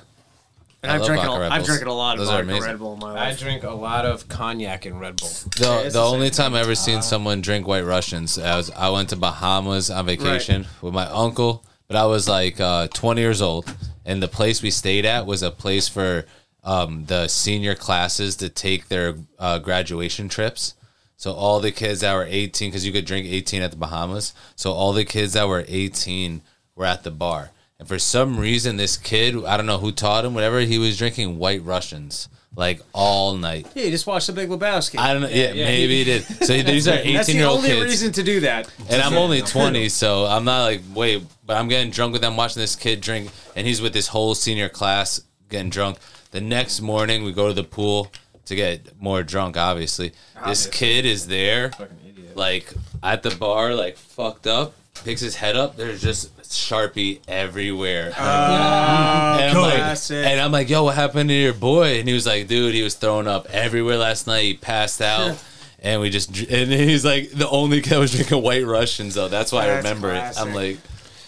Speaker 4: And
Speaker 6: I
Speaker 4: I've
Speaker 6: love
Speaker 4: drinking,
Speaker 6: vodka
Speaker 4: a,
Speaker 6: Red
Speaker 4: I've
Speaker 6: Bulls.
Speaker 4: drinking a lot of
Speaker 6: Those are
Speaker 4: vodka
Speaker 6: amazing.
Speaker 4: Red Bull in my
Speaker 3: I
Speaker 4: life.
Speaker 3: drink a lot of cognac and Red Bull.
Speaker 6: The,
Speaker 4: it's
Speaker 6: the
Speaker 4: the
Speaker 6: only time I ever seen someone drink White Russians, I was I went to Bahamas on vacation with my uncle, but I was like uh, 20 years old, and the place we stayed at was a place for um, the senior classes to take their uh, graduation trips. So all the kids that were 18, because you could drink 18 at the Bahamas, so all the kids that were 18 were at the bar, And for some reason, this kid, I don't know who taught him, whatever, he was drinking white Russians like all night.
Speaker 4: Yeah, you just watch The Big Lebowski.
Speaker 6: I don't know. Yeah, maybe it is. So these are
Speaker 4: That's
Speaker 6: 18
Speaker 4: the
Speaker 6: year old
Speaker 4: only
Speaker 6: kids.
Speaker 4: reason to do that.
Speaker 6: and I'm only 20, so I'm not like, wait, but I'm getting drunk with them, watching this kid drink, and he's with this whole senior class getting drunk. The next morning, we go to the pool to get more drunk, obviously. This kid is there, like at the bar, like fucked up, picks his head up. There's just Sharpie everywhere. and, I'm like,
Speaker 4: Uh, Classic.
Speaker 6: and I'm like, yo, what happened to your boy? And he was like, dude, he was throwing up everywhere last night. He passed out. And we just, dr- and he's like the only guy that was drinking White Russians though. That's why I
Speaker 4: That's
Speaker 6: remember it. I'm
Speaker 4: classic.
Speaker 6: like,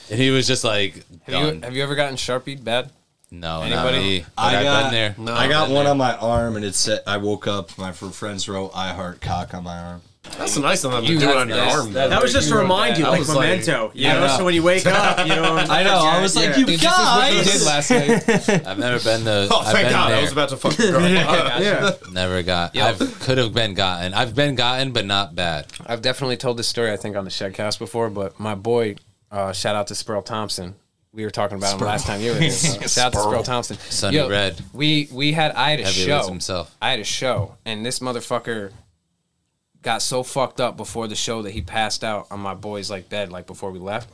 Speaker 6: and he was just like,
Speaker 3: Have you,
Speaker 6: done.
Speaker 3: have you ever gotten sharpie bad?
Speaker 6: no,
Speaker 3: Anybody?
Speaker 6: not me.
Speaker 1: I
Speaker 6: But I've
Speaker 1: got-
Speaker 6: been there.
Speaker 1: I got one on my arm, and it said I woke up. My fr- friends wrote "I heart cock" on my arm.
Speaker 2: That's nice of them to
Speaker 3: You-
Speaker 2: do it
Speaker 3: that's
Speaker 2: on your
Speaker 3: nice.
Speaker 2: arm.
Speaker 3: That-
Speaker 2: though.
Speaker 4: That was just to remind you,
Speaker 2: I
Speaker 4: like
Speaker 2: was like-
Speaker 4: memento. you
Speaker 3: Yeah,
Speaker 4: know,
Speaker 3: I know.
Speaker 4: so when you wake up, you know.
Speaker 1: I know. I was like,
Speaker 4: yeah.
Speaker 1: "You
Speaker 3: Dude, this is what you
Speaker 1: guys."
Speaker 3: did last night.
Speaker 6: I've never been the.
Speaker 2: Oh,
Speaker 6: I've
Speaker 2: thank
Speaker 6: been
Speaker 2: God!
Speaker 6: There.
Speaker 2: I was about to fucking throw up.
Speaker 4: Yeah.
Speaker 6: never got. I could have been gotten. I've been gotten, but not bad.
Speaker 3: I've definitely told this story, I think, on the Shedcast before, but my boy, uh, shout out to Spurl Thompson. We were talking about him last time you were here. so shout out to Spurl Thompson.
Speaker 6: Sonny Red.
Speaker 3: We we had I had a
Speaker 6: Heavyweights
Speaker 3: show.
Speaker 6: himself.
Speaker 3: I had a show, and this motherfucker got so fucked up before the show that he passed out on my boy's like bed, like before we left.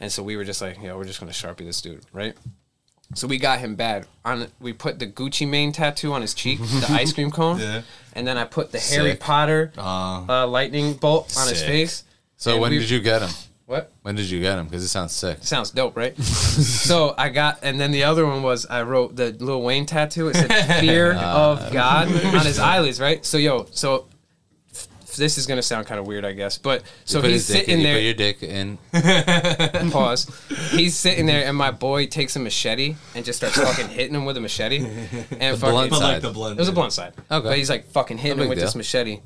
Speaker 3: And so we were just like, yo, we're just gonna sharpie this dude, right? So we got him bad. On we put the Gucci Mane tattoo on his cheek, the ice cream cone,
Speaker 1: Yeah.
Speaker 3: and then I put the Harry
Speaker 6: Sick.
Speaker 3: Potter uh, lightning bolt on his
Speaker 6: Sick.
Speaker 3: face.
Speaker 6: So
Speaker 3: And
Speaker 6: when
Speaker 3: we-
Speaker 6: did you get him?
Speaker 3: What?
Speaker 6: When did you get him? Because it sounds sick.
Speaker 3: Sounds dope, right? so I got, and then the other one was I wrote the Lil Wayne tattoo. It said "Fear of God" on his eyelids, right? So yo, so f- this is gonna sound kind of weird, I guess, but so
Speaker 6: Put
Speaker 3: he's
Speaker 6: his dick in.
Speaker 3: sitting
Speaker 6: You
Speaker 3: there.
Speaker 6: put your dick in.
Speaker 3: Pause. He's sitting there, and my boy takes a machete and just starts fucking hitting him with a machete. And fucking,
Speaker 6: blunt
Speaker 1: But
Speaker 6: side.
Speaker 1: like the blunt.
Speaker 3: it was a blunt side.
Speaker 6: Okay.
Speaker 3: But he's like fucking hitting
Speaker 6: No
Speaker 3: him
Speaker 6: big
Speaker 3: with this
Speaker 6: deal.
Speaker 3: machete.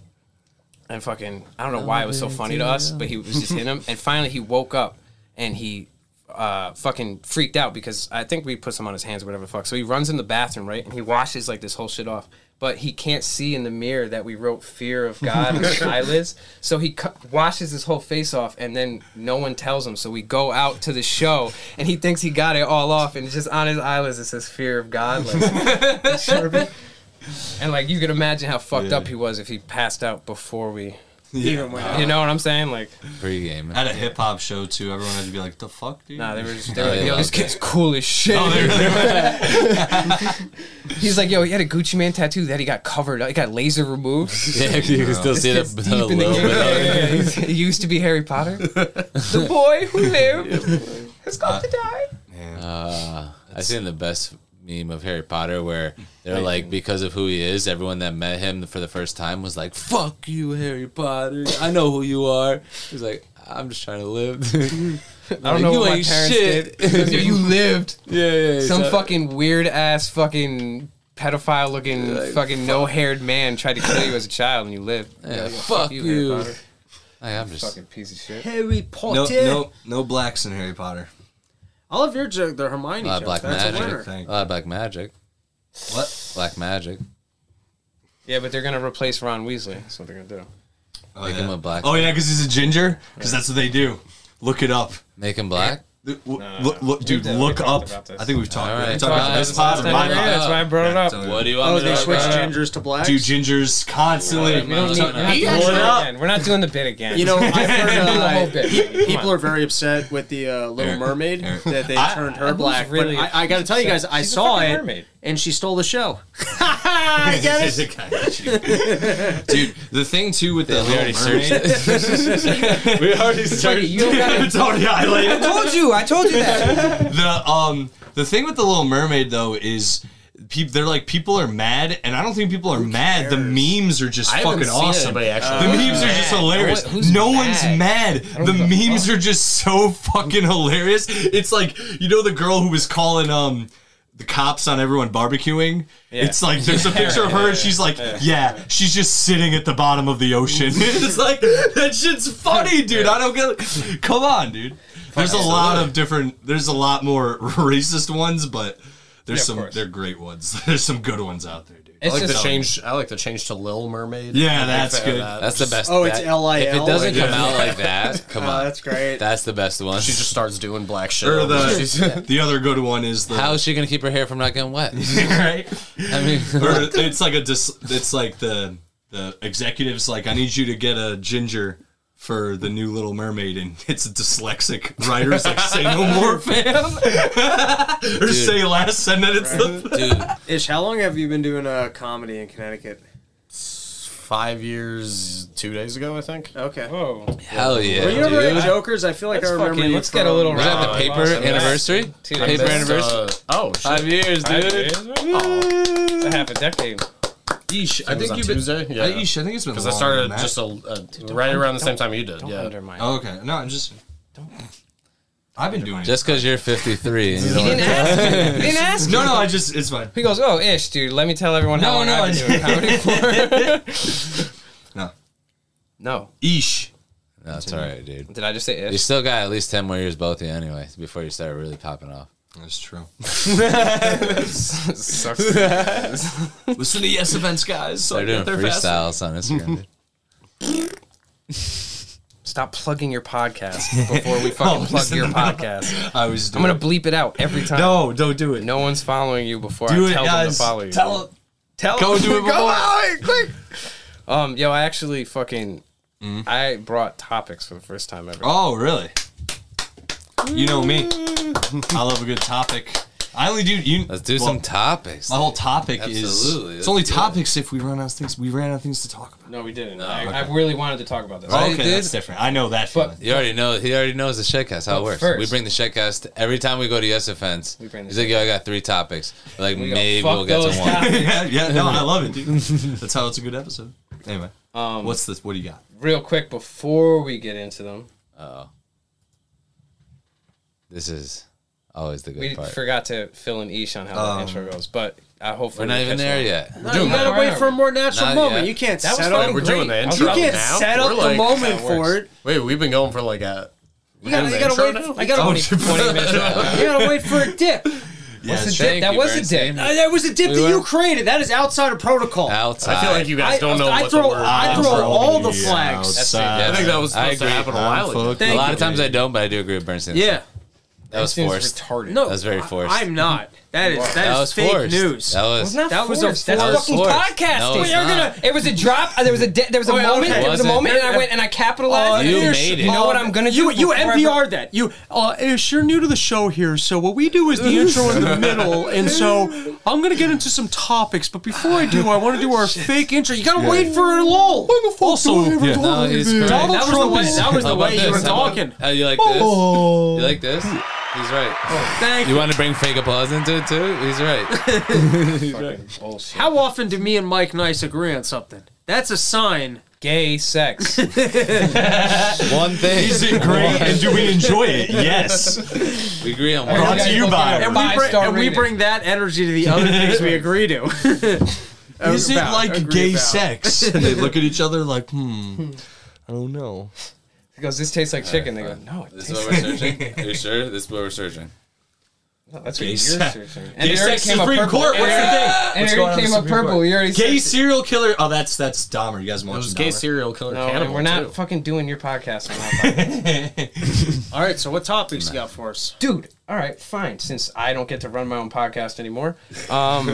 Speaker 3: And fucking, I don't know why it was so funny to us, but he was just hitting him. And finally, he woke up and he uh, fucking freaked out because I think we put some on his hands or whatever the fuck. So he runs in the bathroom, right? And he washes like this whole shit off. But he can't see in the mirror that we wrote fear of God on his eyelids. So he cu- washes his whole face off and then no one tells him. So we go out to the show and he thinks he got it all off and it's just on his eyelids it says fear of God. Like, Sharpie. And like you can imagine how fucked
Speaker 1: Yeah.
Speaker 3: up he was if he passed out before we.
Speaker 4: Even when
Speaker 3: You know what I'm saying? Like,
Speaker 6: Pre-game.
Speaker 1: At a hip hop show too, everyone had to be like, "The fuck, dude."
Speaker 3: nah, they were just they were
Speaker 6: Oh,
Speaker 3: like,
Speaker 6: they
Speaker 3: yo, this
Speaker 6: loved it.
Speaker 3: kid's cool as shit. He's like, yo, he had a Gucci Man tattoo that he got covered. up. He got laser removed.
Speaker 6: Yeah, you can still see the,
Speaker 3: It's
Speaker 6: the
Speaker 3: deep in the
Speaker 6: little
Speaker 3: game.
Speaker 6: bit.
Speaker 3: Yeah,
Speaker 6: of-
Speaker 3: yeah, yeah. He's- He used to be Harry Potter. the boy who lived has got to die.
Speaker 6: Uh, I seen the best meme of Harry Potter where they're like, because of who he is, everyone that met him for the first time was like, "Fuck you, Harry Potter! I know who you are." He's like, "I'm just trying to live."
Speaker 3: I don't know
Speaker 6: you
Speaker 3: what my
Speaker 6: ain't
Speaker 3: parents
Speaker 6: shit.
Speaker 3: did. Yo, you lived.
Speaker 6: yeah, yeah. yeah.
Speaker 3: Some
Speaker 6: So-
Speaker 3: fucking weird ass fucking pedophile looking fucking no haired man tried to kill you as a child and you lived.
Speaker 6: Yeah, fuck you.
Speaker 3: Harry Potter.
Speaker 6: Like, I'm just.
Speaker 3: piece of shit.
Speaker 4: Harry
Speaker 1: no,
Speaker 4: Potter.
Speaker 1: no, no blacks in Harry Potter.
Speaker 4: I love your joke, the Hermione
Speaker 6: Uh,
Speaker 4: joke.
Speaker 6: black
Speaker 4: That's a
Speaker 6: magic.
Speaker 4: winner.
Speaker 1: Thank-
Speaker 6: Uh, black magic.
Speaker 1: What?
Speaker 6: Black magic.
Speaker 3: Yeah, but they're gonna replace Ron Weasley. That's what they're gonna do.
Speaker 1: Oh,
Speaker 6: Make
Speaker 1: yeah.
Speaker 6: him a black.
Speaker 1: Oh yeah, because he's a ginger. Because that's what they do. Look it up.
Speaker 6: Make him black.
Speaker 1: Th- w- look, look, dude,
Speaker 3: did- we
Speaker 1: look
Speaker 3: talked
Speaker 1: up.
Speaker 3: about this.
Speaker 1: I think we've talked.
Speaker 6: All right.
Speaker 1: we talked about this
Speaker 6: Guys,
Speaker 1: pod.
Speaker 6: it's
Speaker 1: or
Speaker 6: time
Speaker 1: my
Speaker 6: to
Speaker 1: pod.
Speaker 6: wrap
Speaker 3: that's why I brought it up.
Speaker 1: Yeah,
Speaker 6: What do you want
Speaker 4: Oh,
Speaker 6: me
Speaker 4: they
Speaker 6: to
Speaker 4: switched
Speaker 6: do?
Speaker 4: gingers to blacks.
Speaker 1: Dude, gingers constantly.
Speaker 3: We don't need- we're not doing
Speaker 4: Pull it
Speaker 3: the bit
Speaker 4: up.
Speaker 3: again. We're not doing the bit again.
Speaker 4: You know, I've heard
Speaker 3: Do the whole
Speaker 4: uh,
Speaker 3: bit.
Speaker 4: pe-
Speaker 3: Come
Speaker 4: people
Speaker 3: on.
Speaker 4: are very upset with the uh, Little
Speaker 1: Eric,
Speaker 4: Mermaid
Speaker 1: Eric.
Speaker 4: that they
Speaker 1: I-
Speaker 4: turned
Speaker 3: I
Speaker 4: her
Speaker 3: was
Speaker 4: black.
Speaker 3: really
Speaker 4: but I, I got to tell you guys, I
Speaker 3: She's a
Speaker 4: saw
Speaker 3: fucking
Speaker 4: it,
Speaker 3: mermaid.
Speaker 4: and she stole the show. I get it.
Speaker 1: Dude, the thing too with the
Speaker 6: We
Speaker 1: Little
Speaker 6: already searched
Speaker 1: Mermaid.
Speaker 6: it. we already
Speaker 3: Fuck it,
Speaker 6: searched.
Speaker 3: you don't gotta-
Speaker 1: It's already highlighted.
Speaker 3: I told you. I told you that.
Speaker 1: the um the thing with the Little Mermaid though is. peop they're like people are mad, and I don't think people are mad. The memes are just
Speaker 2: haven't
Speaker 1: fucking
Speaker 2: seen
Speaker 1: awesome.
Speaker 2: anybody actually
Speaker 1: the
Speaker 2: who's
Speaker 1: memes are just hilarious.
Speaker 3: No one- who's
Speaker 1: No
Speaker 3: mad?
Speaker 1: one's mad. The memes are just so fucking hilarious. It's like you know the girl who was calling um the cops on everyone barbecuing. It's like there's a picture of her, and she's like, yeah. she's just sitting at the bottom of the ocean. it's like that shit's funny, dude. I don't get. it. Come on, dude. There's a lot of different. There's a lot more racist ones, but There's
Speaker 3: Yeah, of
Speaker 1: some.
Speaker 3: course.
Speaker 1: There's greir great ones. There's some good ones out there, dude.
Speaker 2: I
Speaker 3: It's
Speaker 2: like the
Speaker 3: just-
Speaker 2: change. I like the change to Lil Mermaid.
Speaker 1: Yeah,
Speaker 2: I'm a big
Speaker 1: that's
Speaker 2: fan of
Speaker 1: good.
Speaker 6: That's the best.
Speaker 4: Oh, it's
Speaker 6: that-
Speaker 4: LIL?
Speaker 6: If it doesn't come
Speaker 1: Yeah.
Speaker 6: out like that,
Speaker 3: Uh,
Speaker 6: come
Speaker 4: Oh,
Speaker 6: on.
Speaker 4: that's great.
Speaker 6: That's the best one.
Speaker 2: She just starts doing black shit.
Speaker 1: Or
Speaker 2: over she's-
Speaker 1: the the other good one is the
Speaker 6: How is she gonna keep her hair from not getting wet?
Speaker 1: right.
Speaker 6: I mean,
Speaker 1: Or it's like a dis, it's like the the executives like I need you to get a ginger for the new Little Mermaid, and it's a dyslexic writers like say no more fam or say less, and then it's the
Speaker 6: dude,
Speaker 4: Ish, how long have you been doing uh, comedy in Connecticut?
Speaker 2: five years, two days ago, I think.
Speaker 4: Okay.
Speaker 3: Whoa.
Speaker 6: hell yeah,
Speaker 4: Were you
Speaker 6: dude.
Speaker 4: ever at Jokers? I feel like
Speaker 3: Let's
Speaker 4: I remember
Speaker 3: fucking-
Speaker 4: you
Speaker 3: let's get a little
Speaker 6: Was that
Speaker 2: Wow,
Speaker 6: the
Speaker 2: I
Speaker 6: paper
Speaker 2: lost- I missed-
Speaker 6: anniversary?
Speaker 3: Two
Speaker 6: paper
Speaker 3: days.
Speaker 6: anniversary.
Speaker 2: Uh, oh, shit.
Speaker 6: Five years, dude.
Speaker 3: It's a half a decade.
Speaker 1: Yeesh, I
Speaker 2: It was on Tuesday. Yeah,
Speaker 1: I,
Speaker 2: because
Speaker 1: yeesh, I think it's been
Speaker 2: I
Speaker 1: longer
Speaker 2: started
Speaker 1: than that.
Speaker 2: just a, a, right around the same time you did.
Speaker 3: Don't
Speaker 2: Yeah.
Speaker 3: undermine.
Speaker 1: Oh, okay, no, I'm just. I've been doing it.
Speaker 6: Just because you're 53 and you don't.
Speaker 3: He didn't ask me. He didn't ask
Speaker 1: no,
Speaker 3: me.
Speaker 1: no, I just it's fine.
Speaker 3: He goes, oh, ish, dude. Let me tell everyone how
Speaker 1: No,
Speaker 3: long
Speaker 1: no,
Speaker 3: I've been doing comedy for.
Speaker 1: No,
Speaker 3: no.
Speaker 1: Ish.
Speaker 6: No, it's all right, dude.
Speaker 3: Did I just say
Speaker 6: You
Speaker 3: ish?
Speaker 6: still got at least 10 more years both of you anyway before you start really popping off.
Speaker 1: That's true.
Speaker 3: Sucks.
Speaker 1: Listen to Yes Events, guys. So
Speaker 6: They're doing freestyles on Instagram. dude.
Speaker 3: Stop plugging your podcast before we fucking
Speaker 1: Oh,
Speaker 3: plug
Speaker 1: listen,
Speaker 3: your
Speaker 1: no.
Speaker 3: podcast.
Speaker 1: I was. Doing
Speaker 3: I'm gonna bleep it out every time.
Speaker 1: No, don't do it.
Speaker 3: No one's following you before
Speaker 1: do
Speaker 3: I
Speaker 1: it,
Speaker 3: tell them
Speaker 1: guys.
Speaker 3: to follow you.
Speaker 1: Tell them.
Speaker 3: Tell
Speaker 1: Go do it
Speaker 3: Go
Speaker 1: before-
Speaker 3: out, quick. Um, yo, I actually fucking I brought topics for the first time ever.
Speaker 1: Oh, really? You know me. I love a good topic. I only do you.
Speaker 6: Let's do
Speaker 1: well,
Speaker 6: some topics.
Speaker 1: My whole topic
Speaker 6: Absolutely,
Speaker 1: is
Speaker 6: let's
Speaker 1: it's only
Speaker 6: do it.
Speaker 1: topics if we run out of things. We ran out of things to talk about.
Speaker 3: No, we didn't. I, I really wanted to talk about this.
Speaker 6: Right,
Speaker 1: okay,
Speaker 6: dude?
Speaker 1: that's different. I know that
Speaker 3: But-
Speaker 1: feeling.
Speaker 6: You already know. He already knows the shedcast how
Speaker 3: But
Speaker 6: it works.
Speaker 3: first-
Speaker 6: we bring the shedcast every time we go to Yes Offense.
Speaker 3: We bring the
Speaker 6: He's like, "Yo, I got three topics. We're like,
Speaker 3: go,
Speaker 6: maybe
Speaker 3: "Fuck
Speaker 6: we'll get
Speaker 3: those
Speaker 6: to one."
Speaker 3: guys.
Speaker 1: yeah, yeah, no, I love it, dude. That's how it's a good episode. Anyway,
Speaker 3: Um,
Speaker 1: what's this? What do you got?
Speaker 3: Real quick before we get into them,
Speaker 6: This is always the good
Speaker 3: we
Speaker 6: part.
Speaker 3: forgot to fill in Ish on how the intro goes, but I
Speaker 6: We're
Speaker 3: hopefully
Speaker 6: not
Speaker 3: we
Speaker 6: even
Speaker 3: catch
Speaker 6: there
Speaker 3: one.
Speaker 6: yet.
Speaker 4: No, you gotta
Speaker 3: Why
Speaker 4: wait
Speaker 3: are
Speaker 4: for a
Speaker 3: we?
Speaker 4: more natural
Speaker 6: Not
Speaker 4: moment.
Speaker 6: yet.
Speaker 4: You can't
Speaker 3: That was
Speaker 4: set
Speaker 3: fucking
Speaker 4: up.
Speaker 2: We're doing the
Speaker 3: Great.
Speaker 2: intro
Speaker 4: You can't
Speaker 2: now.
Speaker 4: set up
Speaker 2: We're like,
Speaker 4: the moment
Speaker 3: That works.
Speaker 4: for it.
Speaker 2: Wait, we've been going for like a.
Speaker 4: You gotta, you
Speaker 2: the
Speaker 4: gotta
Speaker 2: intro
Speaker 4: wait.
Speaker 2: now?
Speaker 4: You gotta,
Speaker 1: Oh,
Speaker 4: wait-
Speaker 1: funny.
Speaker 3: 20 minutes. left.
Speaker 4: you gotta wait for a dip.
Speaker 1: Yeah,
Speaker 3: That's a
Speaker 1: sure.
Speaker 3: dip.
Speaker 6: Thank
Speaker 3: That
Speaker 6: you,
Speaker 3: was a
Speaker 6: Bernstein.
Speaker 3: dip.
Speaker 4: Uh, that was a dip that
Speaker 6: were-
Speaker 4: you created. That is outside of protocol.
Speaker 6: Outside.
Speaker 2: I feel like you guys don't know
Speaker 4: I,
Speaker 2: what
Speaker 4: throw,
Speaker 2: the word.
Speaker 4: I
Speaker 2: is.
Speaker 4: throw all the
Speaker 1: Yeah,
Speaker 4: flags.
Speaker 1: outside.
Speaker 6: That's it.
Speaker 2: I think that was
Speaker 6: I
Speaker 2: supposed to
Speaker 6: agree.
Speaker 2: happen a while
Speaker 1: I'm
Speaker 2: ago.
Speaker 1: fucked.
Speaker 6: a
Speaker 4: Thank
Speaker 6: lot
Speaker 4: you.
Speaker 6: of times I don't, but I do agree with Bernstein.
Speaker 4: Yeah.
Speaker 6: that was
Speaker 3: Seems
Speaker 6: forced.
Speaker 3: retarded.
Speaker 4: No,
Speaker 6: That was very forced.
Speaker 4: I, am not. That is that,
Speaker 6: that
Speaker 4: is
Speaker 6: was
Speaker 4: fake
Speaker 6: forced.
Speaker 4: news.
Speaker 6: That
Speaker 3: It was
Speaker 6: was.
Speaker 3: not
Speaker 4: That was a
Speaker 3: forced. That's
Speaker 4: forced-
Speaker 3: fucking
Speaker 6: That was forced.
Speaker 3: podcasting.
Speaker 6: No, it's
Speaker 3: We are
Speaker 6: not.
Speaker 3: gonna- It was a drop. There was a di- there was a
Speaker 4: Oh, yeah,
Speaker 3: moment.
Speaker 4: okay.
Speaker 3: There was a
Speaker 6: Wasn't.
Speaker 3: moment, and I went and I
Speaker 4: Uh,
Speaker 3: capitalized.
Speaker 6: You
Speaker 3: Leadership.
Speaker 6: made it.
Speaker 3: You know what I'm gonna do?
Speaker 4: You you
Speaker 3: before I-
Speaker 4: NPR that. You uh Ish, you're new to the show here, so what we do is the intro in the middle, and so I'm gonna get into some topics, but before I do, I wanna do our fake intro. You gotta wait for a lull.
Speaker 1: Also, yeah,
Speaker 6: No, he's correct.
Speaker 4: Donald
Speaker 6: How
Speaker 4: Trump
Speaker 6: about
Speaker 4: is-
Speaker 6: this?
Speaker 4: that was the
Speaker 6: How about
Speaker 4: way you
Speaker 6: this?
Speaker 4: were
Speaker 6: How about-
Speaker 4: talking. Oh.
Speaker 6: How you like this? You like this? He's right.
Speaker 4: Thank
Speaker 6: You want to bring fake applause into it too? He's right.
Speaker 3: Fucking bullshit.
Speaker 4: How often do me and Mike Nice agree on something? That's a sign.
Speaker 3: Gay sex.
Speaker 6: One thing.
Speaker 1: is it great and do we enjoy it? Yes.
Speaker 6: We agree on
Speaker 1: Brought
Speaker 6: one.
Speaker 1: to
Speaker 6: thing.
Speaker 1: you by.
Speaker 4: And we,
Speaker 3: Five
Speaker 4: bring,
Speaker 3: star
Speaker 4: and we
Speaker 3: rating.
Speaker 4: bring that energy to the other things we agree to.
Speaker 1: Is it
Speaker 4: About-
Speaker 1: like
Speaker 4: agree
Speaker 1: gay
Speaker 4: about.
Speaker 1: sex? And they look at each other like, hmm, I don't know.
Speaker 3: He goes, "This tastes like chicken." They go, "No, it
Speaker 6: This
Speaker 3: tastes
Speaker 6: is what
Speaker 3: like
Speaker 6: we're searching. Are you sure? This is what we're searching.
Speaker 3: that's what you're
Speaker 1: sex.
Speaker 3: searching." And
Speaker 1: Gay
Speaker 3: it already
Speaker 1: sex,
Speaker 3: came up
Speaker 1: Supreme
Speaker 3: purple.
Speaker 1: Court,
Speaker 3: And
Speaker 1: what's
Speaker 3: it
Speaker 1: the
Speaker 3: already-
Speaker 1: thing?
Speaker 3: And
Speaker 1: What's
Speaker 3: it
Speaker 1: going on
Speaker 3: already
Speaker 1: in
Speaker 3: came
Speaker 1: the
Speaker 3: up
Speaker 1: Supreme
Speaker 3: purple.
Speaker 1: Court?
Speaker 3: You already
Speaker 1: Gay
Speaker 3: searched it.
Speaker 1: serial killer. Oh, that's that's Dahmer. You guys watching
Speaker 2: It was
Speaker 1: Dahmer?
Speaker 2: gay serial killer
Speaker 3: No, and
Speaker 2: cannibal.
Speaker 3: we're not
Speaker 2: too.
Speaker 3: fucking doing your podcast on that. podcast.
Speaker 4: All right, so what topics you got for us?
Speaker 3: Dude, all right, fine. Since I don't get to run my own podcast anymore, um,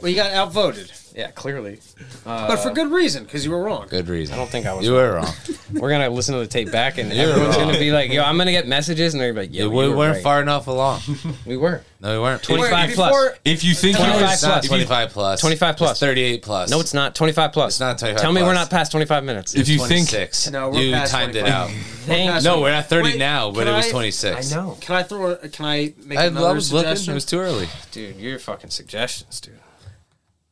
Speaker 4: Well, you got outvoted,
Speaker 3: yeah, clearly,
Speaker 4: but for good reason, because you were wrong.
Speaker 6: Good reason.
Speaker 3: I don't think I was.
Speaker 6: You were wrong.
Speaker 3: We're gonna listen to the tape back, and everyone's
Speaker 6: wrong.
Speaker 3: gonna be like, "Yo, I'm gonna get messages," and they're gonna be like, "Yo,
Speaker 6: we
Speaker 3: you
Speaker 6: weren't
Speaker 3: were right.
Speaker 6: far enough along.
Speaker 3: We were
Speaker 6: No, we weren't.
Speaker 3: Twenty- 25
Speaker 4: Before-
Speaker 3: plus.
Speaker 1: If you think you
Speaker 3: 25
Speaker 1: was,
Speaker 3: plus.
Speaker 1: if you,
Speaker 6: 25 plus.
Speaker 3: 25 plus.
Speaker 6: It's 38 plus.
Speaker 3: No, it's not 25 plus.
Speaker 6: It's not 25
Speaker 3: Tell me we're
Speaker 6: plus.
Speaker 3: not past 25 minutes.
Speaker 1: if you think
Speaker 6: 26.
Speaker 4: No, we're
Speaker 6: You
Speaker 4: past
Speaker 6: timed it out.
Speaker 4: 25.
Speaker 3: Thank
Speaker 4: past
Speaker 6: No, we're at 30
Speaker 4: Wait,
Speaker 6: now, but
Speaker 4: can
Speaker 6: it was
Speaker 4: I-
Speaker 6: 26.
Speaker 3: I know,
Speaker 4: Can I throw? A, can I make
Speaker 6: I, I
Speaker 4: another
Speaker 6: was looking.
Speaker 4: suggestion?
Speaker 6: It was too early.
Speaker 3: dude. Your fucking suggestions, dude.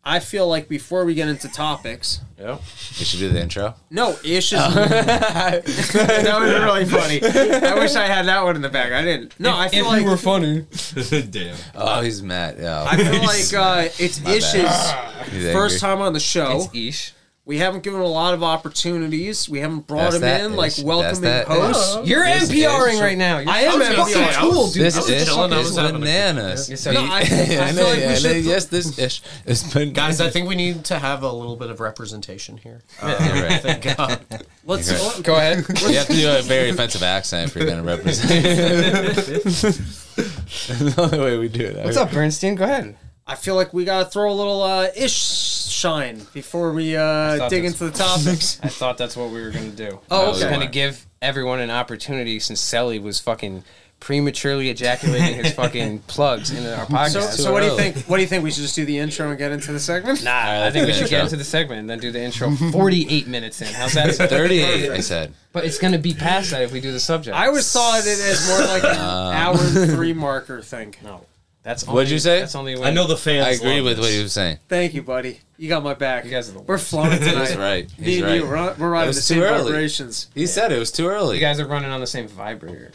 Speaker 4: I feel like before we get into topics,
Speaker 3: Yep.
Speaker 6: We should do the intro.
Speaker 4: no, Ish is.
Speaker 6: Oh.
Speaker 4: that was really funny. I wish I had that one in the back. I didn't. No, I feel like
Speaker 3: funny.
Speaker 1: damn,
Speaker 6: Oh, he's mad. Yeah.
Speaker 4: I feel like uh, it's Ish's
Speaker 6: He's angry.
Speaker 3: Oh.
Speaker 2: e-
Speaker 4: first time on the show.
Speaker 3: It's Ish.
Speaker 4: We haven't given him a lot of opportunities. We haven't brought
Speaker 6: That's
Speaker 4: him
Speaker 6: that
Speaker 4: in like
Speaker 6: ish.
Speaker 4: welcome
Speaker 6: That's that
Speaker 4: in post.
Speaker 6: ish.
Speaker 3: You're
Speaker 6: This
Speaker 3: NPRing
Speaker 6: is-
Speaker 3: right now. You're
Speaker 4: I am
Speaker 2: I was
Speaker 4: fucking
Speaker 2: gonna say, I was-
Speaker 4: cool, dude.
Speaker 6: This
Speaker 4: I'm
Speaker 6: ish
Speaker 2: chilling, I was
Speaker 6: is
Speaker 2: having a good-
Speaker 6: bananas.
Speaker 3: Yes,
Speaker 6: So
Speaker 3: sir.
Speaker 6: you-
Speaker 4: No, I- I feel
Speaker 6: I know,
Speaker 4: like we
Speaker 6: yeah, I know,
Speaker 4: should-
Speaker 6: yes, this ish is bananas.
Speaker 2: Guys, I think we need to have a little bit of representation here.
Speaker 6: You're right.
Speaker 2: Thank God.
Speaker 4: Let's
Speaker 6: You're
Speaker 3: Go ahead.
Speaker 6: You have to do a very offensive accent if you're going to represent. That's the only way we do it.
Speaker 3: What's up, Bernstein? Go ahead.
Speaker 4: I feel like we gotta throw a little uh, ish shine before we uh,
Speaker 3: thought
Speaker 4: dig
Speaker 3: that's-
Speaker 4: into the topics.
Speaker 3: I thought that's what we were gonna do.
Speaker 4: Oh,
Speaker 3: I was
Speaker 4: okay.
Speaker 3: gonna give everyone an opportunity since Sally was fucking prematurely ejaculating his fucking plugs in our podcast.
Speaker 4: so, so what do you think? What do you think? We should just do the intro and get into the segment?
Speaker 3: Nah,
Speaker 6: right,
Speaker 3: I
Speaker 6: let's
Speaker 3: think
Speaker 6: do
Speaker 3: we
Speaker 6: the
Speaker 3: should get
Speaker 6: intro.
Speaker 3: into the segment and then do the intro. Forty-eight minutes in. How's that? sound?
Speaker 6: 38, I said.
Speaker 3: But it's gonna be past that if we do the subject.
Speaker 4: I always saw it as more like an
Speaker 6: Uh.
Speaker 4: hour and three marker thing.
Speaker 3: no. That's only,
Speaker 6: What'd you say?
Speaker 3: That's only. When,
Speaker 1: I know the fans.
Speaker 6: I agree
Speaker 1: love
Speaker 6: with what
Speaker 1: this.
Speaker 6: he was saying.
Speaker 4: Thank you, buddy. You got my back.
Speaker 3: You guys are the
Speaker 4: We're flowing tonight.
Speaker 6: He's right.
Speaker 4: Me
Speaker 6: He's
Speaker 4: and you, we're,
Speaker 6: right.
Speaker 4: on- we're riding
Speaker 6: was
Speaker 4: the
Speaker 6: too
Speaker 4: same
Speaker 6: early.
Speaker 4: vibrations.
Speaker 6: He said it was too early.
Speaker 3: You guys are running on the same vibrator.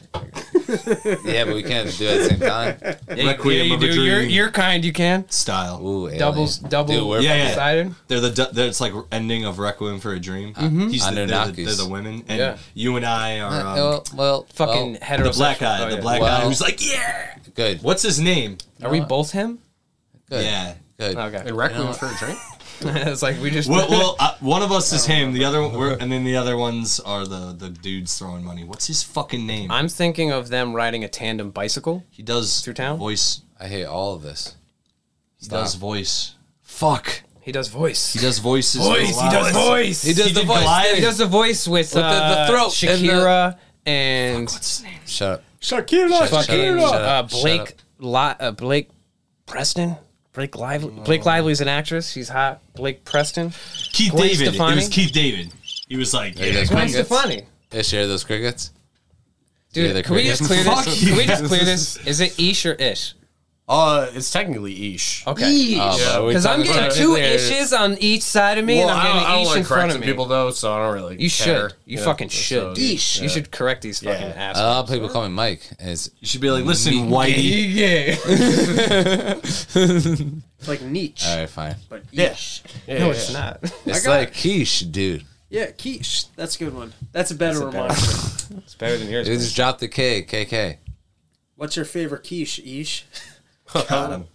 Speaker 6: Yeah, but we can't do it at the same time.
Speaker 1: Requiem of a
Speaker 3: do. You're,
Speaker 1: Dream.
Speaker 3: you're kind. You can.
Speaker 1: style.
Speaker 6: Ooh, alien.
Speaker 3: Doubles, double,
Speaker 6: Dude, we're
Speaker 1: Yeah,
Speaker 6: fucking-
Speaker 1: yeah.
Speaker 3: sided.
Speaker 1: They're the du- they're, it's like ending of Requiem for a Dream. He's the, they're, the,
Speaker 6: Anunnakis.
Speaker 1: they're the women, and
Speaker 3: Yeah.
Speaker 1: you and I are um,
Speaker 3: Oh,
Speaker 6: Well, well,
Speaker 3: Fucking
Speaker 6: well,
Speaker 3: heterosexual.
Speaker 1: the black guy.
Speaker 3: Oh,
Speaker 1: the
Speaker 3: yeah.
Speaker 1: black guy
Speaker 6: Well-
Speaker 1: who's like, yeah.
Speaker 3: oh.
Speaker 6: good.
Speaker 1: What's his name?
Speaker 3: Are we both him?
Speaker 6: Good.
Speaker 1: Yeah.
Speaker 6: Good.
Speaker 3: Okay.
Speaker 2: And Requiem for a drink?
Speaker 3: it's like we just.
Speaker 1: Well, well uh, one of us is him. The other, we're, and then the other ones are the the dudes throwing money. What's his fucking name?
Speaker 3: I'm thinking of them riding a tandem bicycle.
Speaker 1: He does
Speaker 3: Through town?
Speaker 1: voice.
Speaker 6: I hate all of this.
Speaker 1: He does voice. Fuck.
Speaker 3: He does voice.
Speaker 1: He does voices.
Speaker 3: voice. He does voice. He
Speaker 6: does the
Speaker 1: did
Speaker 6: voice.
Speaker 1: Goliath.
Speaker 3: He does the voice with,
Speaker 6: the- the
Speaker 3: uh,
Speaker 6: throat and the-
Speaker 3: Shakira and
Speaker 6: Shut up.
Speaker 2: Shakira!
Speaker 3: fucking
Speaker 6: Shut up,
Speaker 3: uh,
Speaker 6: shut
Speaker 3: Blake Li- uh, Blake Preston. Blake Lively. Blake Lively's an actress. She's hot. Blake Preston.
Speaker 1: Keith
Speaker 3: Gwen
Speaker 1: David. It was
Speaker 3: Stefani?
Speaker 1: Keith David. He was like,
Speaker 6: you
Speaker 1: yeah.
Speaker 6: guys-
Speaker 3: Gwen
Speaker 6: Crickets.
Speaker 3: Stefani.
Speaker 6: Yeah, share those crickets.
Speaker 3: Dude,
Speaker 6: Yeah, the
Speaker 3: can we just clear
Speaker 6: crickets.
Speaker 3: this?
Speaker 1: Fuck
Speaker 3: Can we
Speaker 1: you.
Speaker 3: just clear this? Is it ish or ish?
Speaker 2: Uh, it's technically Ish.
Speaker 3: Okay.
Speaker 6: Oh,
Speaker 3: Because I'm getting two
Speaker 6: issues.
Speaker 3: ishes on each side of me,
Speaker 2: Well,
Speaker 3: and
Speaker 2: I don't, I
Speaker 3: I'm
Speaker 2: don't
Speaker 3: getting an ish
Speaker 2: like
Speaker 3: in front of
Speaker 2: correcting
Speaker 3: me.
Speaker 2: people though, so I don't really.
Speaker 3: You
Speaker 2: care.
Speaker 3: should. You
Speaker 2: know,
Speaker 3: fucking
Speaker 2: so-
Speaker 3: should.
Speaker 2: yeah.
Speaker 3: You should correct these fucking
Speaker 2: Yeah. Uh,
Speaker 6: A
Speaker 3: assholes.
Speaker 6: lot of people call me Mike. Is
Speaker 1: You should be like, listen, Whitey.
Speaker 3: yeah.
Speaker 4: It's like niche,
Speaker 6: all right, fine.
Speaker 4: but
Speaker 2: Yeah.
Speaker 4: ish.
Speaker 2: Yeah,
Speaker 3: No,
Speaker 2: yeah,
Speaker 3: it's
Speaker 2: yeah.
Speaker 3: not.
Speaker 6: It's
Speaker 4: got
Speaker 6: like quiche, dude.
Speaker 4: Yeah, quiche. That's a good one. That's a better
Speaker 3: That's a
Speaker 4: reminder.
Speaker 3: better- It's better than yours.
Speaker 6: Dude, just drop the K, KK.
Speaker 4: What's your favorite quiche, Ish?
Speaker 1: Got him.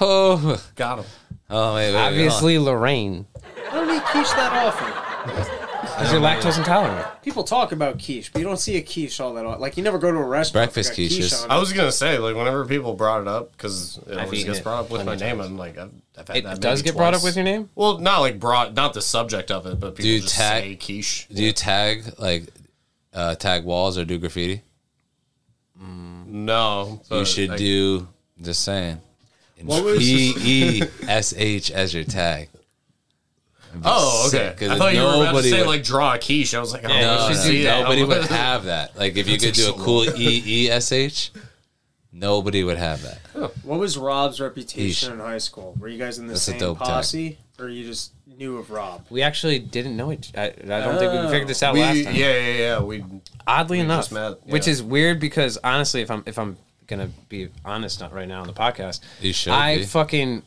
Speaker 6: Oh,
Speaker 2: Got him.
Speaker 6: oh wait, wait, wait, hold
Speaker 3: Obviously, Lorraine.
Speaker 4: I don't eat quiche that often.
Speaker 3: Because you're lactose intolerant.
Speaker 4: People talk about quiche, but you don't see a quiche all that often. Like you never go to a restaurant.
Speaker 6: Breakfast
Speaker 4: with a quiche
Speaker 6: quiches.
Speaker 4: on it.
Speaker 2: I was gonna say like whenever people brought it up because it always
Speaker 3: eaten
Speaker 2: gets
Speaker 3: it
Speaker 2: brought up with my
Speaker 3: plenty
Speaker 2: name, I'm like I've, I've had
Speaker 3: It
Speaker 2: that. maybe
Speaker 3: does get brought up
Speaker 2: twice.
Speaker 3: with your name?
Speaker 2: Well, not like brought, not the subject of it, but people
Speaker 6: you
Speaker 2: just
Speaker 6: tag-
Speaker 2: say quiche.
Speaker 6: on. Do you tag like uh, tag walls or do graffiti?
Speaker 2: No,
Speaker 6: You
Speaker 2: but
Speaker 6: should
Speaker 2: I-
Speaker 6: do. Just saying.
Speaker 4: What was-
Speaker 6: P E S H as your tag.
Speaker 2: Oh, okay.
Speaker 6: sick, 'cause
Speaker 2: I thought you were about to
Speaker 6: nobody
Speaker 2: say
Speaker 6: would-
Speaker 2: like draw a quiche. I was like, I don't
Speaker 6: No,
Speaker 2: know
Speaker 6: no,
Speaker 2: if you see that.
Speaker 6: nobody would have that. Like if you could do a cool E E S H, nobody would have that.
Speaker 4: What was Rob's reputation
Speaker 6: Yeesh.
Speaker 4: in high school? Were you guys in the
Speaker 6: That's a
Speaker 4: same
Speaker 6: dope tag.
Speaker 4: posse, or you just knew of Rob?
Speaker 3: We actually didn't know each I, I don't think we
Speaker 4: Oh.
Speaker 3: figured this out
Speaker 2: Uh, We,
Speaker 3: last
Speaker 2: yeah,
Speaker 3: time.
Speaker 2: yeah, yeah. We
Speaker 3: Oddly enough,
Speaker 2: just met, yeah.
Speaker 3: which is weird because honestly, if I'm if I'm gonna be honest not right now on the podcast,
Speaker 6: You should
Speaker 3: I
Speaker 6: be.
Speaker 3: fucking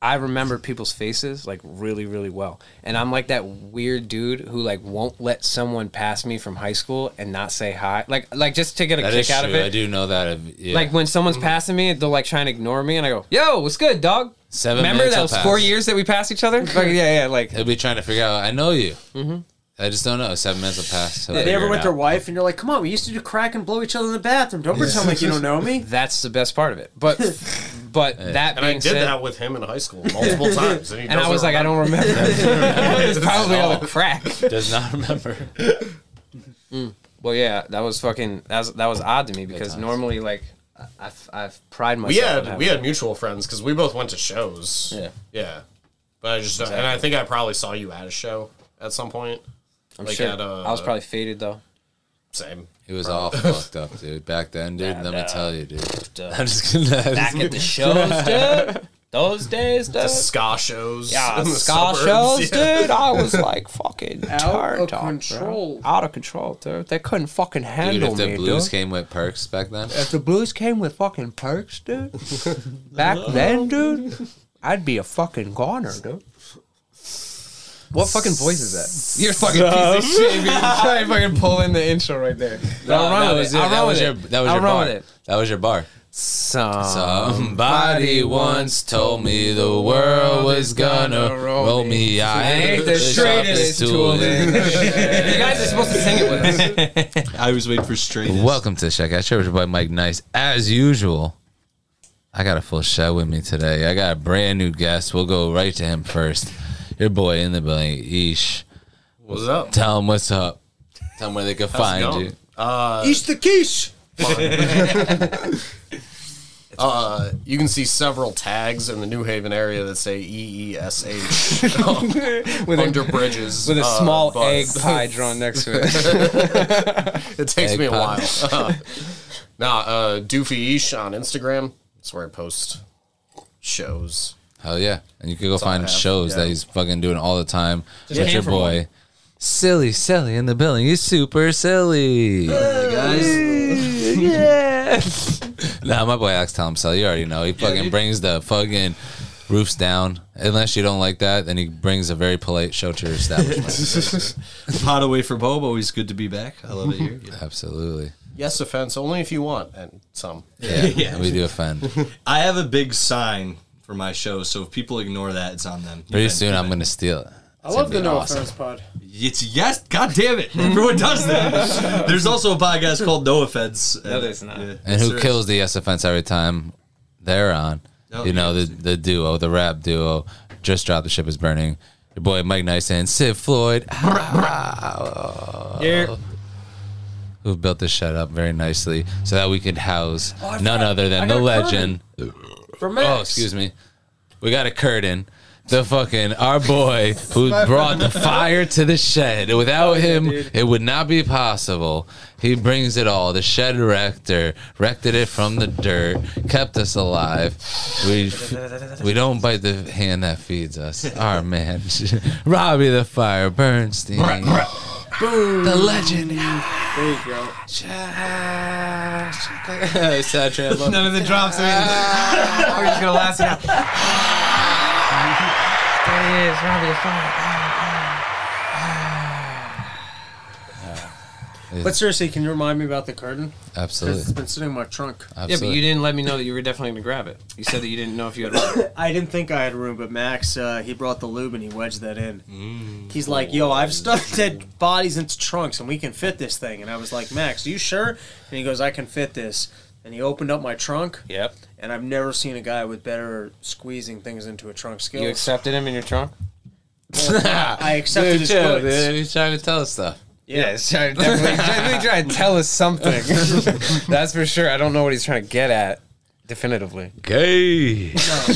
Speaker 3: I remember people's faces like really really well, and I'm like that weird dude who like won't let someone pass me from high school and not say hi, like like just to get a
Speaker 6: That is
Speaker 3: kick
Speaker 6: true.
Speaker 3: out of it.
Speaker 6: I do know that. Of, yeah.
Speaker 3: Like when someone's
Speaker 2: Mm-hmm.
Speaker 3: passing me, they'll like try and ignore me, and I go, "Yo, what's good, dog?"
Speaker 6: Seven
Speaker 3: Remember
Speaker 6: minutes
Speaker 3: that
Speaker 6: will
Speaker 3: was four
Speaker 6: pass.
Speaker 3: years that we passed each other. Like, yeah, yeah. Like
Speaker 6: They'll be trying to figure out. I know you. Mm-hmm. I just don't know. Seven minutes will pass. till I
Speaker 4: They ever
Speaker 6: figure it
Speaker 4: with their
Speaker 6: out.
Speaker 4: wife and you're like, come on, we used to do crack and blow each other in the bathroom. Don't pretend like you don't know me.
Speaker 3: that's the best part of it. But but that
Speaker 2: and I
Speaker 3: being
Speaker 2: did
Speaker 3: said,
Speaker 2: that with him in high school multiple times, and, he
Speaker 3: and I was like, I don't remember. it's probably all the crack.
Speaker 6: Does not remember.
Speaker 3: Well, yeah, that was fucking that was, that was odd to me because
Speaker 6: times.
Speaker 3: normally like I- I've I've pride
Speaker 2: We
Speaker 3: myself. on
Speaker 2: had
Speaker 3: having-
Speaker 2: we had mutual friends because we both went to shows.
Speaker 3: Yeah.
Speaker 2: yeah. But I just and I think I probably saw you at a show at some point.
Speaker 3: I'm
Speaker 2: like
Speaker 3: sure-
Speaker 2: at, uh,
Speaker 3: I was probably faded though.
Speaker 2: Same.
Speaker 6: It was all fucked up, dude. Back then, dude. let me tell you, dude. I'm just gonna.
Speaker 3: Back at the shows, dude. Those days, dude.
Speaker 2: The ska shows.
Speaker 3: Yeah,
Speaker 2: in the
Speaker 3: ska
Speaker 2: suburbs,
Speaker 3: shows,
Speaker 2: yeah.
Speaker 3: dude. I was like fucking
Speaker 4: Out of
Speaker 3: turned on,
Speaker 4: control.
Speaker 3: bro. Out of control, dude. They couldn't fucking
Speaker 6: Dude,
Speaker 3: handle
Speaker 6: if the
Speaker 3: me,
Speaker 6: blues
Speaker 3: dude.
Speaker 6: came with perks back then,
Speaker 3: if the blues came with fucking perks, dude. back then, dude, I'd be a fucking goner, dude. What fucking voice is that? You're a fucking piece of shit. man. You're trying to fucking pull in the intro right there. I'll run
Speaker 6: that
Speaker 3: with
Speaker 6: was
Speaker 3: it.
Speaker 6: it.
Speaker 3: I'll
Speaker 6: That
Speaker 3: run
Speaker 6: was
Speaker 3: with
Speaker 6: your.
Speaker 3: it.
Speaker 6: That was
Speaker 3: I'll
Speaker 6: your
Speaker 3: run
Speaker 6: bar.
Speaker 3: with it.
Speaker 6: That was your bar.
Speaker 3: Somebody
Speaker 6: Somebody once told me the world was gonna roll me. I ain't the straightest tool. in-
Speaker 3: you guys are supposed to sing it with us.
Speaker 1: I was waiting for straight.
Speaker 6: Welcome to the Shack. I sure was your boy Mike Nice. As usual, I got a full show with me today. I got a brand new guest. We'll go right to him first. Your boy in the building, Ish.
Speaker 7: What's up?
Speaker 6: Tell him what's up. Tell him where they can find
Speaker 7: going?
Speaker 6: you.
Speaker 4: East the quiche.
Speaker 7: Uh, you can see several tags in the New Haven area that say
Speaker 2: E
Speaker 7: EESH
Speaker 3: With
Speaker 7: under
Speaker 3: a,
Speaker 7: bridges.
Speaker 3: with a
Speaker 7: uh,
Speaker 3: small
Speaker 7: but
Speaker 3: egg pie drawn next to it.
Speaker 7: It takes
Speaker 6: Egg
Speaker 7: me a
Speaker 6: pie.
Speaker 7: while. Uh, nah, uh, Doofy Ish on Instagram. That's where I post shows.
Speaker 6: Hell yeah. And you can go
Speaker 7: all I
Speaker 6: find
Speaker 7: have.
Speaker 6: shows that
Speaker 7: Yeah.
Speaker 6: he's fucking doing all the time. Just
Speaker 7: came
Speaker 6: your
Speaker 7: from
Speaker 6: boy. Silly, silly in the building. He's super silly. guys. yeah. nah, my boy Alex Tom Silly, you already know. He fucking brings the fucking roofs down. Unless you don't like that, then he brings a very polite show to your establishment.
Speaker 1: Pot away for Bob. Always good to be back. I love it here.
Speaker 6: Absolutely.
Speaker 7: Yes, offense only if you want, and some.
Speaker 6: Yeah, we do offend.
Speaker 1: I have a big sign for my show, so if people ignore that, it's on them.
Speaker 6: Pretty soon, I'm going to steal it.
Speaker 4: I love the
Speaker 6: be
Speaker 4: no
Speaker 6: awesome.
Speaker 4: offense pod.
Speaker 1: It's yes. God damn it! Everyone does that. There's also a podcast called No Offense. No,
Speaker 3: there's not.
Speaker 6: And who kills the S offense every time they're on?
Speaker 1: Oh,
Speaker 6: you know, the, the duo, the rap duo, just drop the ship is burning. Your boy Mike Nice and Sid Floyd,
Speaker 4: Yeah.
Speaker 6: who built this shut up very nicely so that we could house none other than the
Speaker 3: got a
Speaker 6: legend. Oh, excuse me. We got a curtain. The fucking our boy who brought the fire to the shed.
Speaker 4: Oh,
Speaker 6: Without him, it would not be possible. He brings it all. The shed rector rected it from the dirt, kept us alive. We we don't bite the hand that feeds us. Our man, Robbie the fire, Bernstein, the legend.
Speaker 4: There you go.
Speaker 6: Sad Trambo.
Speaker 3: None of the drops. Are We're just gonna last it out. There it is, Robbie the Fire.
Speaker 4: But seriously, can you remind me about the curtain? Because it's
Speaker 6: Absolutely.
Speaker 4: been sitting in my trunk.
Speaker 3: Yeah, but
Speaker 6: Absolutely.
Speaker 3: you didn't let me know that you were definitely gonna grab it. You said that you didn't know if you had.
Speaker 4: I didn't think I had room, but Max, uh, he brought the lube and he wedged that in.
Speaker 6: Mm.
Speaker 4: He's like, yo, I've stuffed dead bodies into trunks and we can fit this thing. And I was like, Max, you sure? And he goes, I can fit this. And he opened up my trunk,
Speaker 3: Yep.
Speaker 4: and I've never seen a guy with better squeezing things into a trunk skill.
Speaker 3: You accepted him in your trunk.
Speaker 4: I accepted his
Speaker 6: chill,
Speaker 4: goods.
Speaker 6: dude. He's trying to tell us stuff.
Speaker 3: Yes, yeah, he's trying- definitely, definitely trying to tell us something. That's for sure. I don't know what he's trying to get at, definitively.
Speaker 6: Gay.
Speaker 4: No,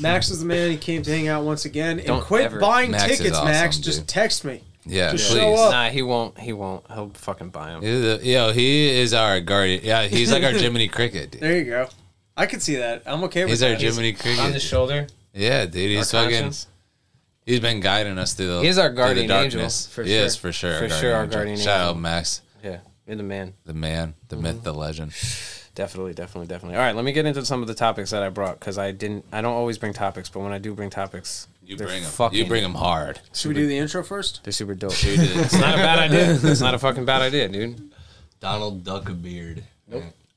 Speaker 4: Max is the man. He came to hang out once again. And
Speaker 3: Don't
Speaker 4: quit
Speaker 3: ever-
Speaker 4: buying
Speaker 6: Max is
Speaker 4: tickets,
Speaker 6: awesome,
Speaker 4: Max.
Speaker 6: dude.
Speaker 4: Just text me.
Speaker 6: Yeah,
Speaker 4: Just
Speaker 6: please.
Speaker 4: show up.
Speaker 3: Nah, he won't. He won't. He'll fucking buy him.
Speaker 6: He's a- Yo, he is our guardian. Yeah, he's like our Jiminy Cricket, dude.
Speaker 4: There you go. I could see that. I'm okay with
Speaker 6: He's
Speaker 4: that.
Speaker 6: our Jiminy
Speaker 3: On the
Speaker 6: Cricket.
Speaker 3: shoulder.
Speaker 6: Yeah, dude. He's
Speaker 3: our
Speaker 6: fucking.
Speaker 3: conscience.
Speaker 6: He's been guiding us through the.
Speaker 3: He's our
Speaker 6: through the
Speaker 3: guardian angel,
Speaker 6: darkness.
Speaker 3: for
Speaker 6: he
Speaker 3: sure.
Speaker 6: is for sure.
Speaker 3: For sure, our guardian
Speaker 6: Shout
Speaker 3: angel. Mm-hmm.
Speaker 6: out Max,
Speaker 3: Yeah, you're the man.
Speaker 6: the man, the myth, the legend.
Speaker 3: Definitely, definitely, definitely. All right, let me get into some of the topics that I brought because I didn't. I don't always bring topics, but when I do bring topics,
Speaker 6: You
Speaker 3: they're
Speaker 6: bring him.
Speaker 3: Fucking,
Speaker 6: You bring him hard.
Speaker 4: Should we do the intro first?
Speaker 3: They're super dope.
Speaker 6: Dude, it's
Speaker 3: It's
Speaker 6: not-
Speaker 3: not a bad idea. It's not a fucking bad idea, dude.
Speaker 1: Donald Duck a beard.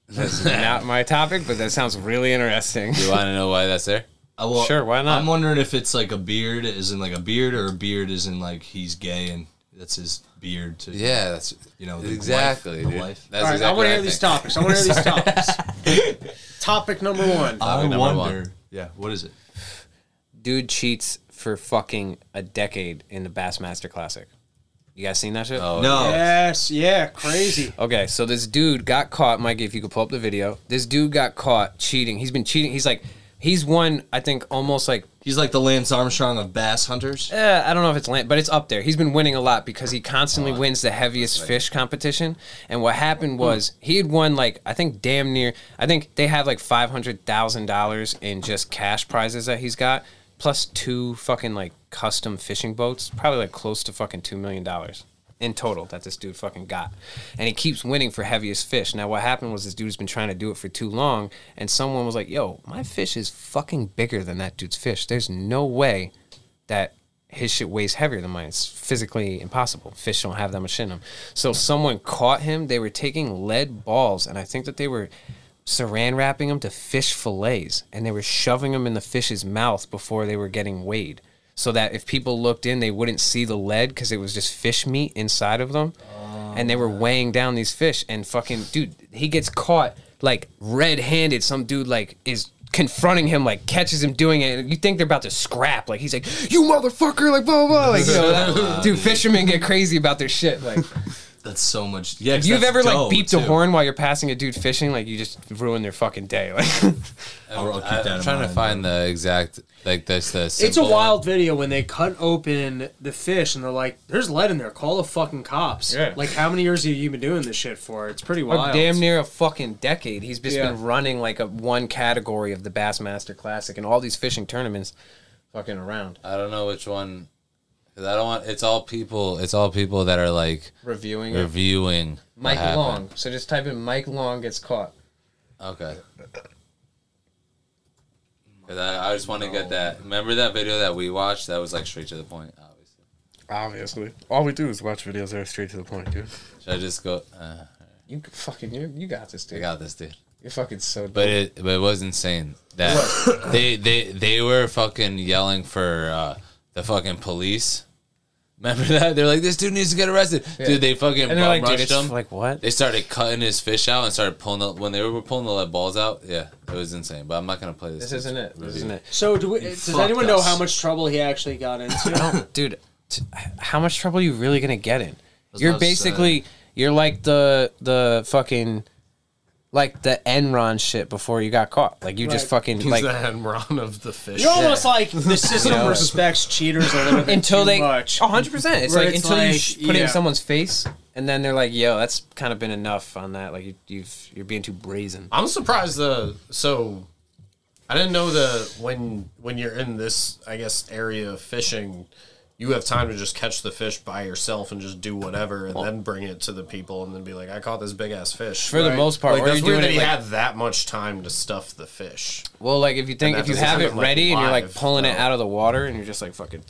Speaker 3: Not my topic, but that sounds really interesting.
Speaker 6: you want to know why that's there?
Speaker 1: I will-
Speaker 3: Sure, why not?
Speaker 1: I'm wondering if it's like a beard, is in like a beard, or a beard is in like he's gay and that's his beard. To,
Speaker 6: Yeah, that's
Speaker 1: you know the Wife,
Speaker 6: exactly.
Speaker 1: the
Speaker 6: dude.
Speaker 1: wife.
Speaker 6: That's
Speaker 4: All right,
Speaker 6: exactly.
Speaker 4: I want
Speaker 6: what
Speaker 4: to hear these
Speaker 6: think.
Speaker 4: topics. I want to hear these topics. Topic number one.
Speaker 1: I wonder.
Speaker 6: Topic number one.
Speaker 1: Yeah, what is it?
Speaker 3: Dude cheats for fucking a decade in the Bassmaster Classic. You guys seen that shit?
Speaker 6: Oh,
Speaker 1: No,
Speaker 4: yes, yeah, crazy.
Speaker 3: Okay, so this dude got caught, Mikey. If you could pull up the video, this dude got caught cheating. He's been cheating. He's like, he's won, I think, almost like
Speaker 1: he's like the Lance Armstrong of bass hunters.
Speaker 3: Eh, I don't know if it's land, but it's up there. He's been winning a lot because he constantly wins the heaviest fish competition. And what happened was he had won like I think damn near. I think they have like five hundred thousand dollars in just cash prizes that he's got, plus two fucking like custom fishing boats, probably like close to fucking two million dollars in total that this dude fucking got. And he keeps winning for heaviest fish. Now what happened was this dude's been trying to do it for too long and someone was like, "Yo, my fish is fucking bigger than that dude's fish. There's no way that his shit weighs heavier than mine. It's physically impossible. Fish don't have that much shit in them. So someone caught him. They were taking lead balls, and I think that they were saran wrapping them to fish fillets, and they were shoving them in the fish's mouth before they were getting weighed. So that if people looked in, they wouldn't see the lead because it was just fish meat inside of them, Oh, and they were weighing down these fish. And fucking dude, he gets caught like red-handed. Some dude like is confronting him, like catches him doing it. And you think they're about to scrap. Like he's like, "You motherfucker!" Like blah blah. Like you know, that- dude, fishermen get crazy about their shit. Like
Speaker 1: That's so much. Yeah, 'cause
Speaker 3: if you've
Speaker 1: that's
Speaker 3: ever like
Speaker 1: dough,
Speaker 3: beeped
Speaker 1: too.
Speaker 3: a horn while you're passing a dude fishing, like you just ruined their fucking day. Like
Speaker 1: I'll, I'll keep
Speaker 6: I,
Speaker 1: that
Speaker 6: am
Speaker 1: in
Speaker 6: trying
Speaker 1: mind.
Speaker 6: to find the exact like this. The
Speaker 4: It's a
Speaker 6: simple-
Speaker 4: wild video when they cut open the fish and they're like, "There's lead in there. Call the fucking cops."
Speaker 3: Yeah.
Speaker 4: Like, how many years have you been doing this shit for? It's pretty
Speaker 3: Or
Speaker 4: wild.
Speaker 3: damn near a fucking decade. He's just
Speaker 4: Yeah.
Speaker 3: been running like a one category of the Bassmaster Classic and all these fishing tournaments, fucking around
Speaker 6: I don't know which one. 'cause I don't want. It's all people. It's all people that are like
Speaker 3: reviewing it.
Speaker 6: reviewing. what
Speaker 3: Mike
Speaker 6: happened.
Speaker 3: Long. So just type in Mike Long gets caught.
Speaker 6: Okay. 'Cause I, I just want to get that. Remember that video that we watched? That was like straight to the point. Obviously.
Speaker 8: Obviously, all we do is watch videos that are straight to the point, dude.
Speaker 6: Should I just go? Uh,
Speaker 3: You fucking you, you got this
Speaker 6: I
Speaker 3: dude.
Speaker 6: got this, dude.
Speaker 3: You're fucking so dope.
Speaker 6: But it, but it was insane that they, they, they were fucking yelling for uh, the fucking police. Remember that? They're like, this dude needs to get arrested. Dude, they fucking
Speaker 3: and they're like, dude,
Speaker 6: rushed
Speaker 3: it's
Speaker 6: him.
Speaker 3: like what?
Speaker 6: They started cutting his fish out and started pulling the when they were pulling the lead balls out. Yeah, it was insane. But I'm not gonna play this.
Speaker 3: This isn't it. This isn't it.
Speaker 4: So, do we, does
Speaker 6: fucked
Speaker 4: anyone know
Speaker 6: us.
Speaker 4: how much trouble he actually got into?
Speaker 3: dude, t- how much trouble are you really gonna get in? You're
Speaker 1: what I was
Speaker 3: basically you're like the the fucking like the Enron shit before you got caught. Like you just fucking like
Speaker 7: Like the Enron of the fish.
Speaker 4: You're almost like the system
Speaker 3: Yeah.
Speaker 4: respects cheaters a little bit
Speaker 3: until
Speaker 4: too
Speaker 3: they
Speaker 4: much.
Speaker 3: 100 percent. It's
Speaker 4: Where
Speaker 3: like
Speaker 4: it's
Speaker 3: until you
Speaker 4: like,
Speaker 3: sh- put it in
Speaker 4: yeah.
Speaker 3: someone's face and then they're like, yo, that's kind of been enough on that. Like you, you've you're being too brazen.
Speaker 7: I'm surprised the so I didn't know the when when you're in this I guess area of fishing you have time to just catch the fish by yourself and just do whatever and then bring it to the people and then be like I caught this big ass fish.
Speaker 3: For the most part,
Speaker 7: like,
Speaker 3: where
Speaker 7: that's
Speaker 3: you're doing
Speaker 7: weird that
Speaker 3: it,
Speaker 7: he
Speaker 3: like-
Speaker 7: had that much time to stuff the fish.
Speaker 3: Well, like if you think
Speaker 7: that
Speaker 3: if you
Speaker 7: doesn't
Speaker 3: have it
Speaker 7: sound like
Speaker 3: ready and you're like
Speaker 7: live,
Speaker 3: pulling it
Speaker 7: though.
Speaker 3: out of the water and you're just like fucking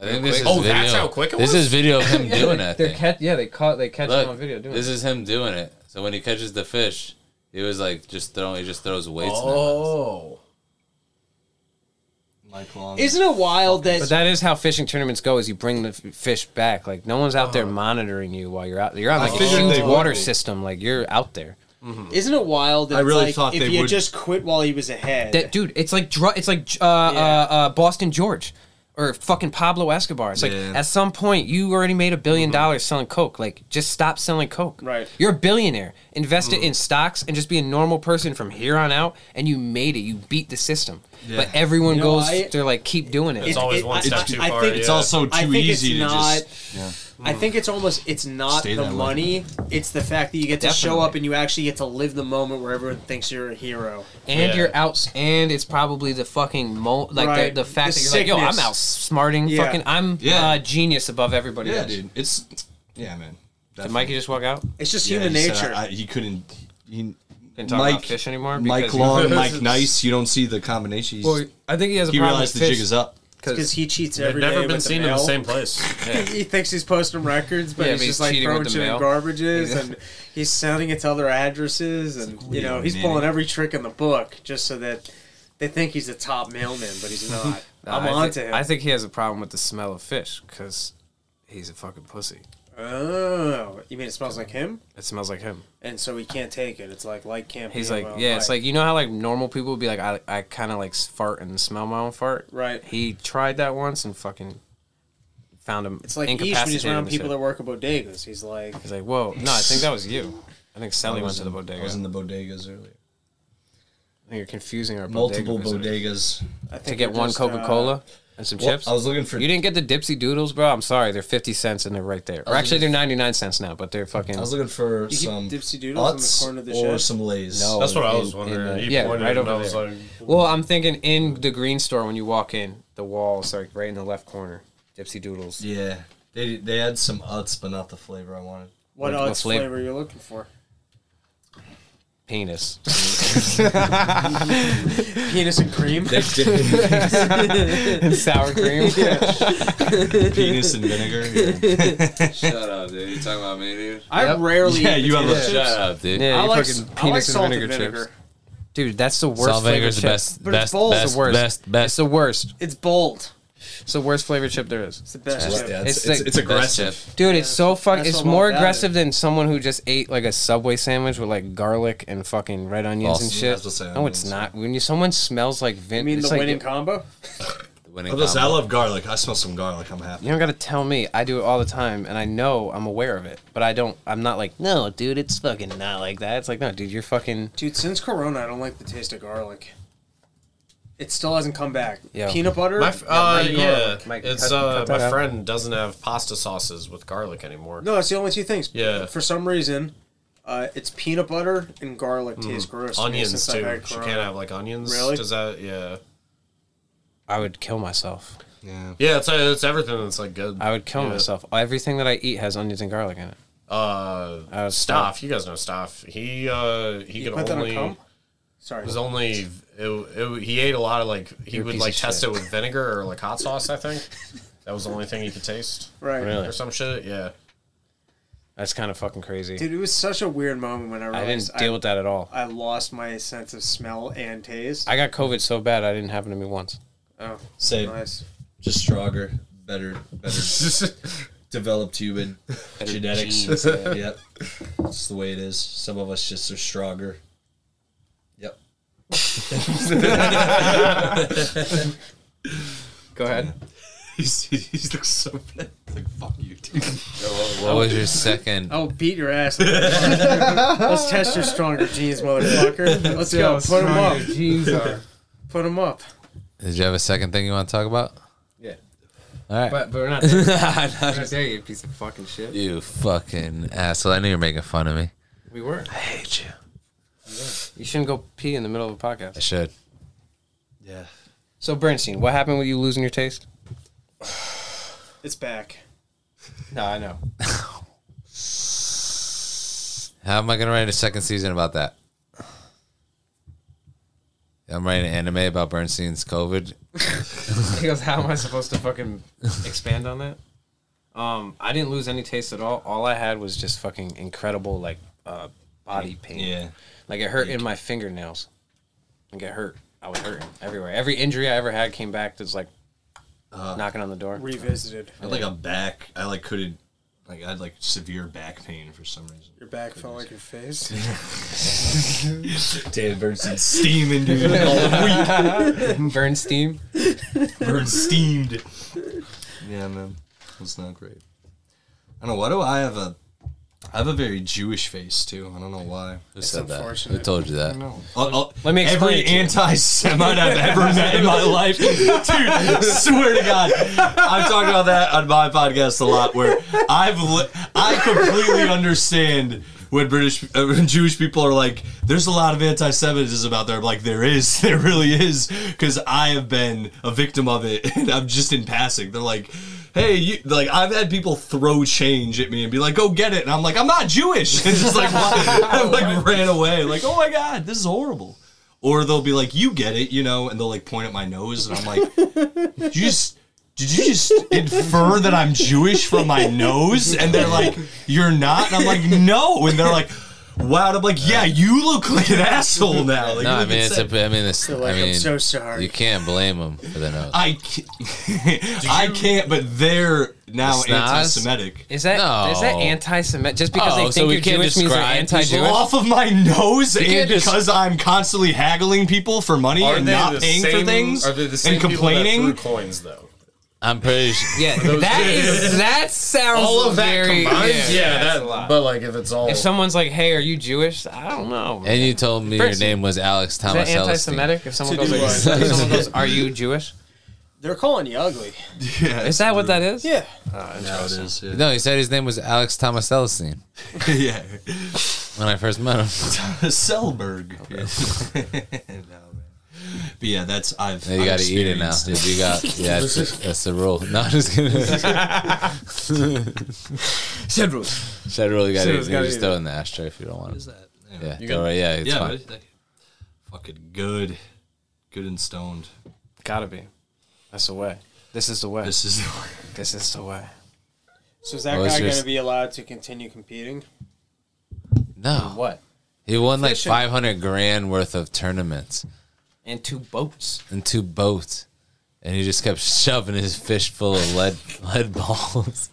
Speaker 6: I think this is
Speaker 7: Oh,
Speaker 6: video.
Speaker 7: that's how quick it
Speaker 6: this
Speaker 7: was?
Speaker 6: is video of him doing that
Speaker 3: They're
Speaker 6: thing.
Speaker 3: cat- yeah, they caught they catch
Speaker 6: Look,
Speaker 3: it on video doing
Speaker 6: this
Speaker 3: it.
Speaker 6: is him doing it. So when he catches the fish, he was like just throwing. He just throws weights. in it.
Speaker 7: Oh.
Speaker 1: Mike Long.
Speaker 4: Isn't it wild that
Speaker 3: But that is how fishing tournaments go: is you bring the f- fish back. Like no one's out there monitoring you while you're out. You're on like a
Speaker 1: figured
Speaker 3: huge
Speaker 1: they
Speaker 3: water
Speaker 1: would be.
Speaker 3: system. Like you're out there.
Speaker 4: Isn't it wild that
Speaker 1: I
Speaker 4: it's
Speaker 1: really
Speaker 4: like,
Speaker 1: thought
Speaker 4: if
Speaker 1: they
Speaker 4: you
Speaker 1: would-
Speaker 4: just quit while he was ahead?
Speaker 3: That dude, it's like dr- it's like uh, uh, uh, Boston George or fucking Pablo Escobar. It's like
Speaker 1: Yeah. Mm-hmm.
Speaker 3: at some point you already made a 1000000000 dollars selling coke. Like just stop selling coke.
Speaker 4: Right.
Speaker 3: You're a billionaire. Invest
Speaker 1: Mm-hmm.
Speaker 3: it in stocks and just be a normal person from here on out. And you made it. You beat the system. But everyone
Speaker 4: You know,
Speaker 3: goes.
Speaker 4: I-
Speaker 3: they're like, keep doing it.
Speaker 7: It's always one step too far,
Speaker 1: it's
Speaker 7: yeah.
Speaker 1: also too
Speaker 4: I think it's
Speaker 1: easy to
Speaker 4: not-
Speaker 1: just. Yeah.
Speaker 4: I think it's almost it's not
Speaker 1: Stay
Speaker 4: the
Speaker 1: that way.
Speaker 4: money, it's the fact that you get to show
Speaker 3: Definitely.
Speaker 4: up and you actually get to live the moment where everyone thinks you're a hero.
Speaker 3: and
Speaker 7: Yeah.
Speaker 3: you're out and it's probably the fucking mo like
Speaker 4: Right.
Speaker 3: the, the fact
Speaker 4: The
Speaker 3: that you're like yo i'm
Speaker 4: sickness.
Speaker 3: outsmarting
Speaker 4: Yeah.
Speaker 3: fucking i'm
Speaker 1: Yeah.
Speaker 3: uh, genius above everybody
Speaker 1: Yeah,
Speaker 3: else
Speaker 1: dude. It's. Yeah, man.
Speaker 3: did
Speaker 1: Definitely.
Speaker 3: mikey just walk out
Speaker 4: It's just
Speaker 1: Yeah,
Speaker 4: human
Speaker 1: he said,
Speaker 4: nature.
Speaker 1: I, I- he couldn't. He,
Speaker 3: and talk
Speaker 1: Mike,
Speaker 3: about fish anymore
Speaker 1: Mike
Speaker 3: Because-
Speaker 1: Long, Mike Nice. You don't see the combination. He's-
Speaker 3: well, i think he has a
Speaker 1: he
Speaker 3: problem
Speaker 1: realized
Speaker 3: with
Speaker 1: the
Speaker 3: fish
Speaker 1: jig is up.
Speaker 4: because he cheats
Speaker 7: They've
Speaker 4: every day.
Speaker 7: never been
Speaker 4: with
Speaker 7: seen
Speaker 4: the
Speaker 7: in the
Speaker 4: mail.
Speaker 7: same place.
Speaker 4: He thinks he's posting records, but
Speaker 3: Yeah,
Speaker 4: he's
Speaker 3: but he's
Speaker 4: just like
Speaker 3: cheating
Speaker 4: throwing
Speaker 3: with the
Speaker 4: shit in
Speaker 3: mail.
Speaker 4: garbages, and he's sending it to other addresses, and you know he's
Speaker 1: minute.
Speaker 4: pulling every trick in the book just so that they think he's a top mailman, but he's not.
Speaker 3: Nah,
Speaker 4: I'm
Speaker 3: I
Speaker 4: on
Speaker 3: thi-
Speaker 4: to him.
Speaker 3: i think he has a problem with the smell of fish because he's a fucking pussy
Speaker 4: Oh, you mean it smells like him,
Speaker 3: it smells like him
Speaker 4: and so he can't take it. It's like like can't.
Speaker 3: he's
Speaker 4: be
Speaker 3: like
Speaker 4: well,
Speaker 3: yeah it's like you know how like normal people would be like i, I kind of like fart and smell my own fart
Speaker 4: Right.
Speaker 3: he tried that once and fucking found him
Speaker 4: It's like Ish when he's
Speaker 3: incapacitated
Speaker 4: around
Speaker 3: him, so-
Speaker 4: people that work at bodegas. He's like,
Speaker 3: He's like, whoa, no, I think that was you. I think Sally went to the bodega.
Speaker 1: I was in the bodegas earlier.
Speaker 3: I think you're confusing our
Speaker 1: Multiple
Speaker 3: bodega visitors.
Speaker 1: bodegas.
Speaker 4: I think
Speaker 3: to get
Speaker 4: we're
Speaker 3: one
Speaker 4: just,
Speaker 3: Coca
Speaker 4: uh,
Speaker 3: Cola and some
Speaker 1: Well,
Speaker 3: chips.
Speaker 1: I was looking for.
Speaker 3: you didn't get the Dipsy Doodles, bro. I'm sorry, they're fifty cents and they're right there. Or actually, they're ninety nine cents now, but they're fucking.
Speaker 1: I was looking for
Speaker 4: keep
Speaker 1: some
Speaker 4: Dipsy Doodles in the
Speaker 1: Utz
Speaker 4: corner of the
Speaker 1: or
Speaker 4: shed?
Speaker 1: some Lays.
Speaker 3: No.
Speaker 7: That's what I
Speaker 3: in-
Speaker 7: was wondering.
Speaker 3: in the-
Speaker 7: He
Speaker 3: yeah,
Speaker 7: pointed
Speaker 3: right
Speaker 7: it and
Speaker 3: over
Speaker 7: I was
Speaker 3: there.
Speaker 7: like,
Speaker 3: well, I'm thinking in the green store when you walk in, the wall is like right in the left corner. Dipsy Doodles.
Speaker 1: Yeah, they they had some Utz, but not the flavor I wanted.
Speaker 4: What,
Speaker 3: What-
Speaker 4: odds
Speaker 3: what flavor?
Speaker 4: flavor are you looking for?
Speaker 3: penis.
Speaker 4: Penis and cream.
Speaker 1: They did
Speaker 3: Sour cream.
Speaker 1: penis and vinegar. Yeah.
Speaker 6: Shut up, dude. You talking about me, dude?
Speaker 4: I rarely.
Speaker 1: Yeah, you have a-
Speaker 6: Shut up, dude.
Speaker 3: Yeah,
Speaker 4: I
Speaker 3: you
Speaker 4: like,
Speaker 3: fucking
Speaker 4: I like
Speaker 3: penis
Speaker 4: salt
Speaker 3: and vinegar, chips.
Speaker 4: vinegar.
Speaker 3: Dude, that's the worst.
Speaker 6: Salt
Speaker 3: flavored
Speaker 6: vinegar's the
Speaker 3: chip.
Speaker 6: best,
Speaker 4: But it's
Speaker 6: best,
Speaker 4: bold.
Speaker 3: It's
Speaker 6: best,
Speaker 3: the worst.
Speaker 6: best, best.
Speaker 3: It's the worst.
Speaker 4: It's bold.
Speaker 3: It's the worst flavored chip there is.
Speaker 4: It's the best. chip.
Speaker 1: Yeah, it's,
Speaker 3: It's
Speaker 1: it's,
Speaker 3: like-
Speaker 1: it's, aggressive.
Speaker 6: Best
Speaker 3: Dude, it's so fuck.
Speaker 4: that's
Speaker 3: It's
Speaker 4: what
Speaker 3: more
Speaker 4: I'm about
Speaker 3: aggressive than someone who just ate like a Subway sandwich with like garlic and fucking red onions
Speaker 6: False.
Speaker 3: and
Speaker 1: I
Speaker 3: shit.
Speaker 1: was gonna say, I
Speaker 3: no, it's
Speaker 1: mean,
Speaker 3: not. When you, someone smells like
Speaker 4: I
Speaker 3: vin,
Speaker 4: mean,
Speaker 3: it's
Speaker 4: the
Speaker 3: like,
Speaker 4: winning combo.
Speaker 6: The winning
Speaker 1: I'm just- I
Speaker 6: combo.
Speaker 1: love garlic. I smell some garlic. I'm happy.
Speaker 3: You don't gotta tell me. I do it all the time, and I know I'm aware of it, but I don't. I'm not like, no, dude, it's fucking not like that. It's like, no, dude, you're fucking.
Speaker 4: Dude, since Corona, I don't like the taste of garlic. It still hasn't come back.
Speaker 3: Yeah.
Speaker 4: Peanut butter.
Speaker 7: My f- uh,
Speaker 3: Mike,
Speaker 7: yeah,
Speaker 3: Mike,
Speaker 7: it's
Speaker 3: cut-
Speaker 7: uh,
Speaker 3: cut that
Speaker 7: my
Speaker 3: out.
Speaker 7: friend doesn't have pasta sauces with garlic anymore.
Speaker 4: no, it's the only two things.
Speaker 7: Yeah.
Speaker 4: For some reason, uh, it's peanut butter and garlic
Speaker 3: Mm.
Speaker 4: taste gross. to me
Speaker 7: Onions
Speaker 4: since I've
Speaker 7: too.
Speaker 4: had
Speaker 7: She
Speaker 4: Corona.
Speaker 7: can't have like onions.
Speaker 4: Really?
Speaker 7: Does that? Yeah.
Speaker 3: I would kill myself.
Speaker 1: Yeah.
Speaker 7: Yeah, it's uh, it's everything that's like good.
Speaker 3: I would kill
Speaker 7: Yeah.
Speaker 3: myself. Everything that I eat has onions and garlic in it.
Speaker 7: Uh,
Speaker 3: I would stop.
Speaker 7: Staff, you guys know Staff. He uh, he
Speaker 4: You
Speaker 7: could
Speaker 4: put that on
Speaker 7: only
Speaker 4: cum? Sorry.
Speaker 7: It was only it, it, he ate a lot of like he
Speaker 3: You're a
Speaker 7: would
Speaker 3: piece
Speaker 7: like
Speaker 3: of
Speaker 7: test
Speaker 3: shit.
Speaker 7: it with vinegar or like hot sauce. I think that was the only thing he could taste
Speaker 4: Right.
Speaker 7: or some shit. Yeah,
Speaker 3: That's kind of fucking crazy.
Speaker 4: Dude, it was such a weird moment when I
Speaker 3: I
Speaker 4: realized
Speaker 3: didn't
Speaker 4: I,
Speaker 3: deal with that at all.
Speaker 4: I lost my sense of smell and taste.
Speaker 3: I got COVID so bad I didn't happen to me once.
Speaker 4: oh,
Speaker 1: Same.
Speaker 4: nice.
Speaker 1: Just stronger, better, better developed human genetics.
Speaker 3: genes,
Speaker 1: Yep. It's the way it is. Some of us just are stronger. Yep.
Speaker 3: Go ahead.
Speaker 1: He's, he looks so bad. Like, fuck you, dude.
Speaker 6: What was your second?
Speaker 3: Oh.
Speaker 4: I'll beat your ass. Let's test your stronger genes, motherfucker. Let's go. Put them up. Put them up.
Speaker 6: Did you have a second thing you want to talk about?
Speaker 3: Yeah.
Speaker 6: All right.
Speaker 3: But, but we're not there. we're not there, you piece of fucking shit.
Speaker 6: You fucking asshole! I knew you were making fun of me.
Speaker 3: We were.
Speaker 6: I hate you.
Speaker 3: You shouldn't go pee in the middle of a
Speaker 6: I
Speaker 3: podcast.
Speaker 6: should.
Speaker 1: Yeah.
Speaker 3: So, Bernstein, what happened with you losing your taste?
Speaker 4: It's back.
Speaker 3: No, I know.
Speaker 6: How am I gonna write a second season about that? I'm writing an anime about Bernstein's COVID.
Speaker 3: He goes, "How am I supposed to fucking expand on that?" Um, I didn't lose any taste at all. All I had was just fucking incredible like uh body pain.
Speaker 1: Yeah.
Speaker 3: like it hurt in my fingernails. Like it hurt. I was hurting everywhere. Every injury I ever had came back. That's like
Speaker 6: Uh-huh.
Speaker 3: knocking on the door.
Speaker 4: Revisited.
Speaker 1: I think I'm back. I like couldn't. Like I had like severe back pain for some reason.
Speaker 4: Your back felt like your face.
Speaker 1: Dan Bernstein steaming, dude. All week.
Speaker 3: Burn steam.
Speaker 1: Burn steamed. Yeah, man. That's not great. I don't know. Why do I have a? I have a very Jewish face too. I don't know why.
Speaker 6: Who said that? Who
Speaker 4: unfortunate.
Speaker 6: told you that?
Speaker 1: I'll- I'll-
Speaker 3: Let me explain
Speaker 1: Every
Speaker 3: it to you.
Speaker 1: anti-Semite I've ever met in my life, dude. Swear to God, I've talked about that on my podcast a lot. Where I've li- I completely understand when British uh, when Jewish people are like, "There's a lot of anti-Semitism out there." I'm like, "There is, there really is," because I have been a victim of it, and I'm just in passing. They're like. Hey, you, like I've had people throw change at me and be like, "Go get it," and I'm like, "I'm not Jewish." And just like, I like ran away. Like, oh my god, this is horrible or they'll be like, "You get it," you know, and they'll like point at my nose, and I'm like, "Did you just?" Did you just infer that I'm Jewish from my nose? And they're like, "You're not," and I'm like, "No," and they're like, "Wow," and I'm like, "Yeah, you look like an asshole now." Like,
Speaker 6: No,
Speaker 1: you
Speaker 6: I
Speaker 1: look
Speaker 6: mean it's. A,
Speaker 1: insane.
Speaker 6: I mean it's.
Speaker 4: like,
Speaker 6: I
Speaker 4: I'm
Speaker 6: mean,
Speaker 4: so sorry.
Speaker 6: you can't blame him for the nose.
Speaker 1: I can't, I can't, but they're now
Speaker 6: It's not us.
Speaker 1: anti-Semitic.
Speaker 3: Is that
Speaker 6: No.
Speaker 3: is that anti-Semitic? Just because
Speaker 6: Oh,
Speaker 3: they think
Speaker 6: so we
Speaker 3: you're
Speaker 6: can't
Speaker 3: Jewish means they're
Speaker 6: describe
Speaker 3: anti-Jewish.
Speaker 1: Off of my nose, and
Speaker 6: can't just-
Speaker 1: because I'm constantly haggling people for money and not paying for things
Speaker 7: Are they the same
Speaker 1: and complaining.
Speaker 7: people that threw coins though?
Speaker 6: I'm pretty. Sure.
Speaker 3: Yeah, that is that sounds
Speaker 7: All of that
Speaker 3: very,
Speaker 7: combined. Yeah,
Speaker 3: Yeah.
Speaker 7: that. But like if it's all
Speaker 3: If someone's like, "Hey, are you Jewish?" I don't know.
Speaker 6: And you told me your
Speaker 3: Bernstein.
Speaker 6: name was Alex
Speaker 3: Is that
Speaker 6: Thomas. Elstein.
Speaker 3: anti-Semitic? If someone goes,
Speaker 4: do
Speaker 3: like, if
Speaker 4: what?
Speaker 3: someone goes, "Are you Jewish?"
Speaker 4: They're calling you ugly.
Speaker 1: Yeah,
Speaker 3: Is that what that is?
Speaker 4: Yeah.
Speaker 1: now it is? Yeah.
Speaker 6: No, he said his name was Alex Thomas Elstein
Speaker 1: yeah.
Speaker 6: when I first met him.
Speaker 1: Selberg. no, man. But yeah, that's I've.
Speaker 6: You
Speaker 1: I've
Speaker 6: got to eat it now.
Speaker 1: experienced
Speaker 6: If you got, yeah, that's, that's the rule. No, I'm just kidding. Said rules. Said rule. You got to eat. it. You just throw it in the ashtray if you don't want it.
Speaker 1: That-
Speaker 6: Yeah, all right, yeah, it's
Speaker 1: yeah,
Speaker 6: fine.
Speaker 1: but that- fucking good, good and stoned.
Speaker 3: Gotta be. That's the way. This is the way. This,
Speaker 1: This is
Speaker 3: is the way.
Speaker 4: So is that
Speaker 6: Well, it's
Speaker 4: guy going
Speaker 6: just-
Speaker 4: to be allowed to continue competing?
Speaker 6: No,
Speaker 3: What?
Speaker 6: he won like
Speaker 4: Fishing.
Speaker 6: five hundred grand worth of tournaments
Speaker 3: And two boats.
Speaker 6: and two boats, and he just kept shoving his fish full of lead lead balls.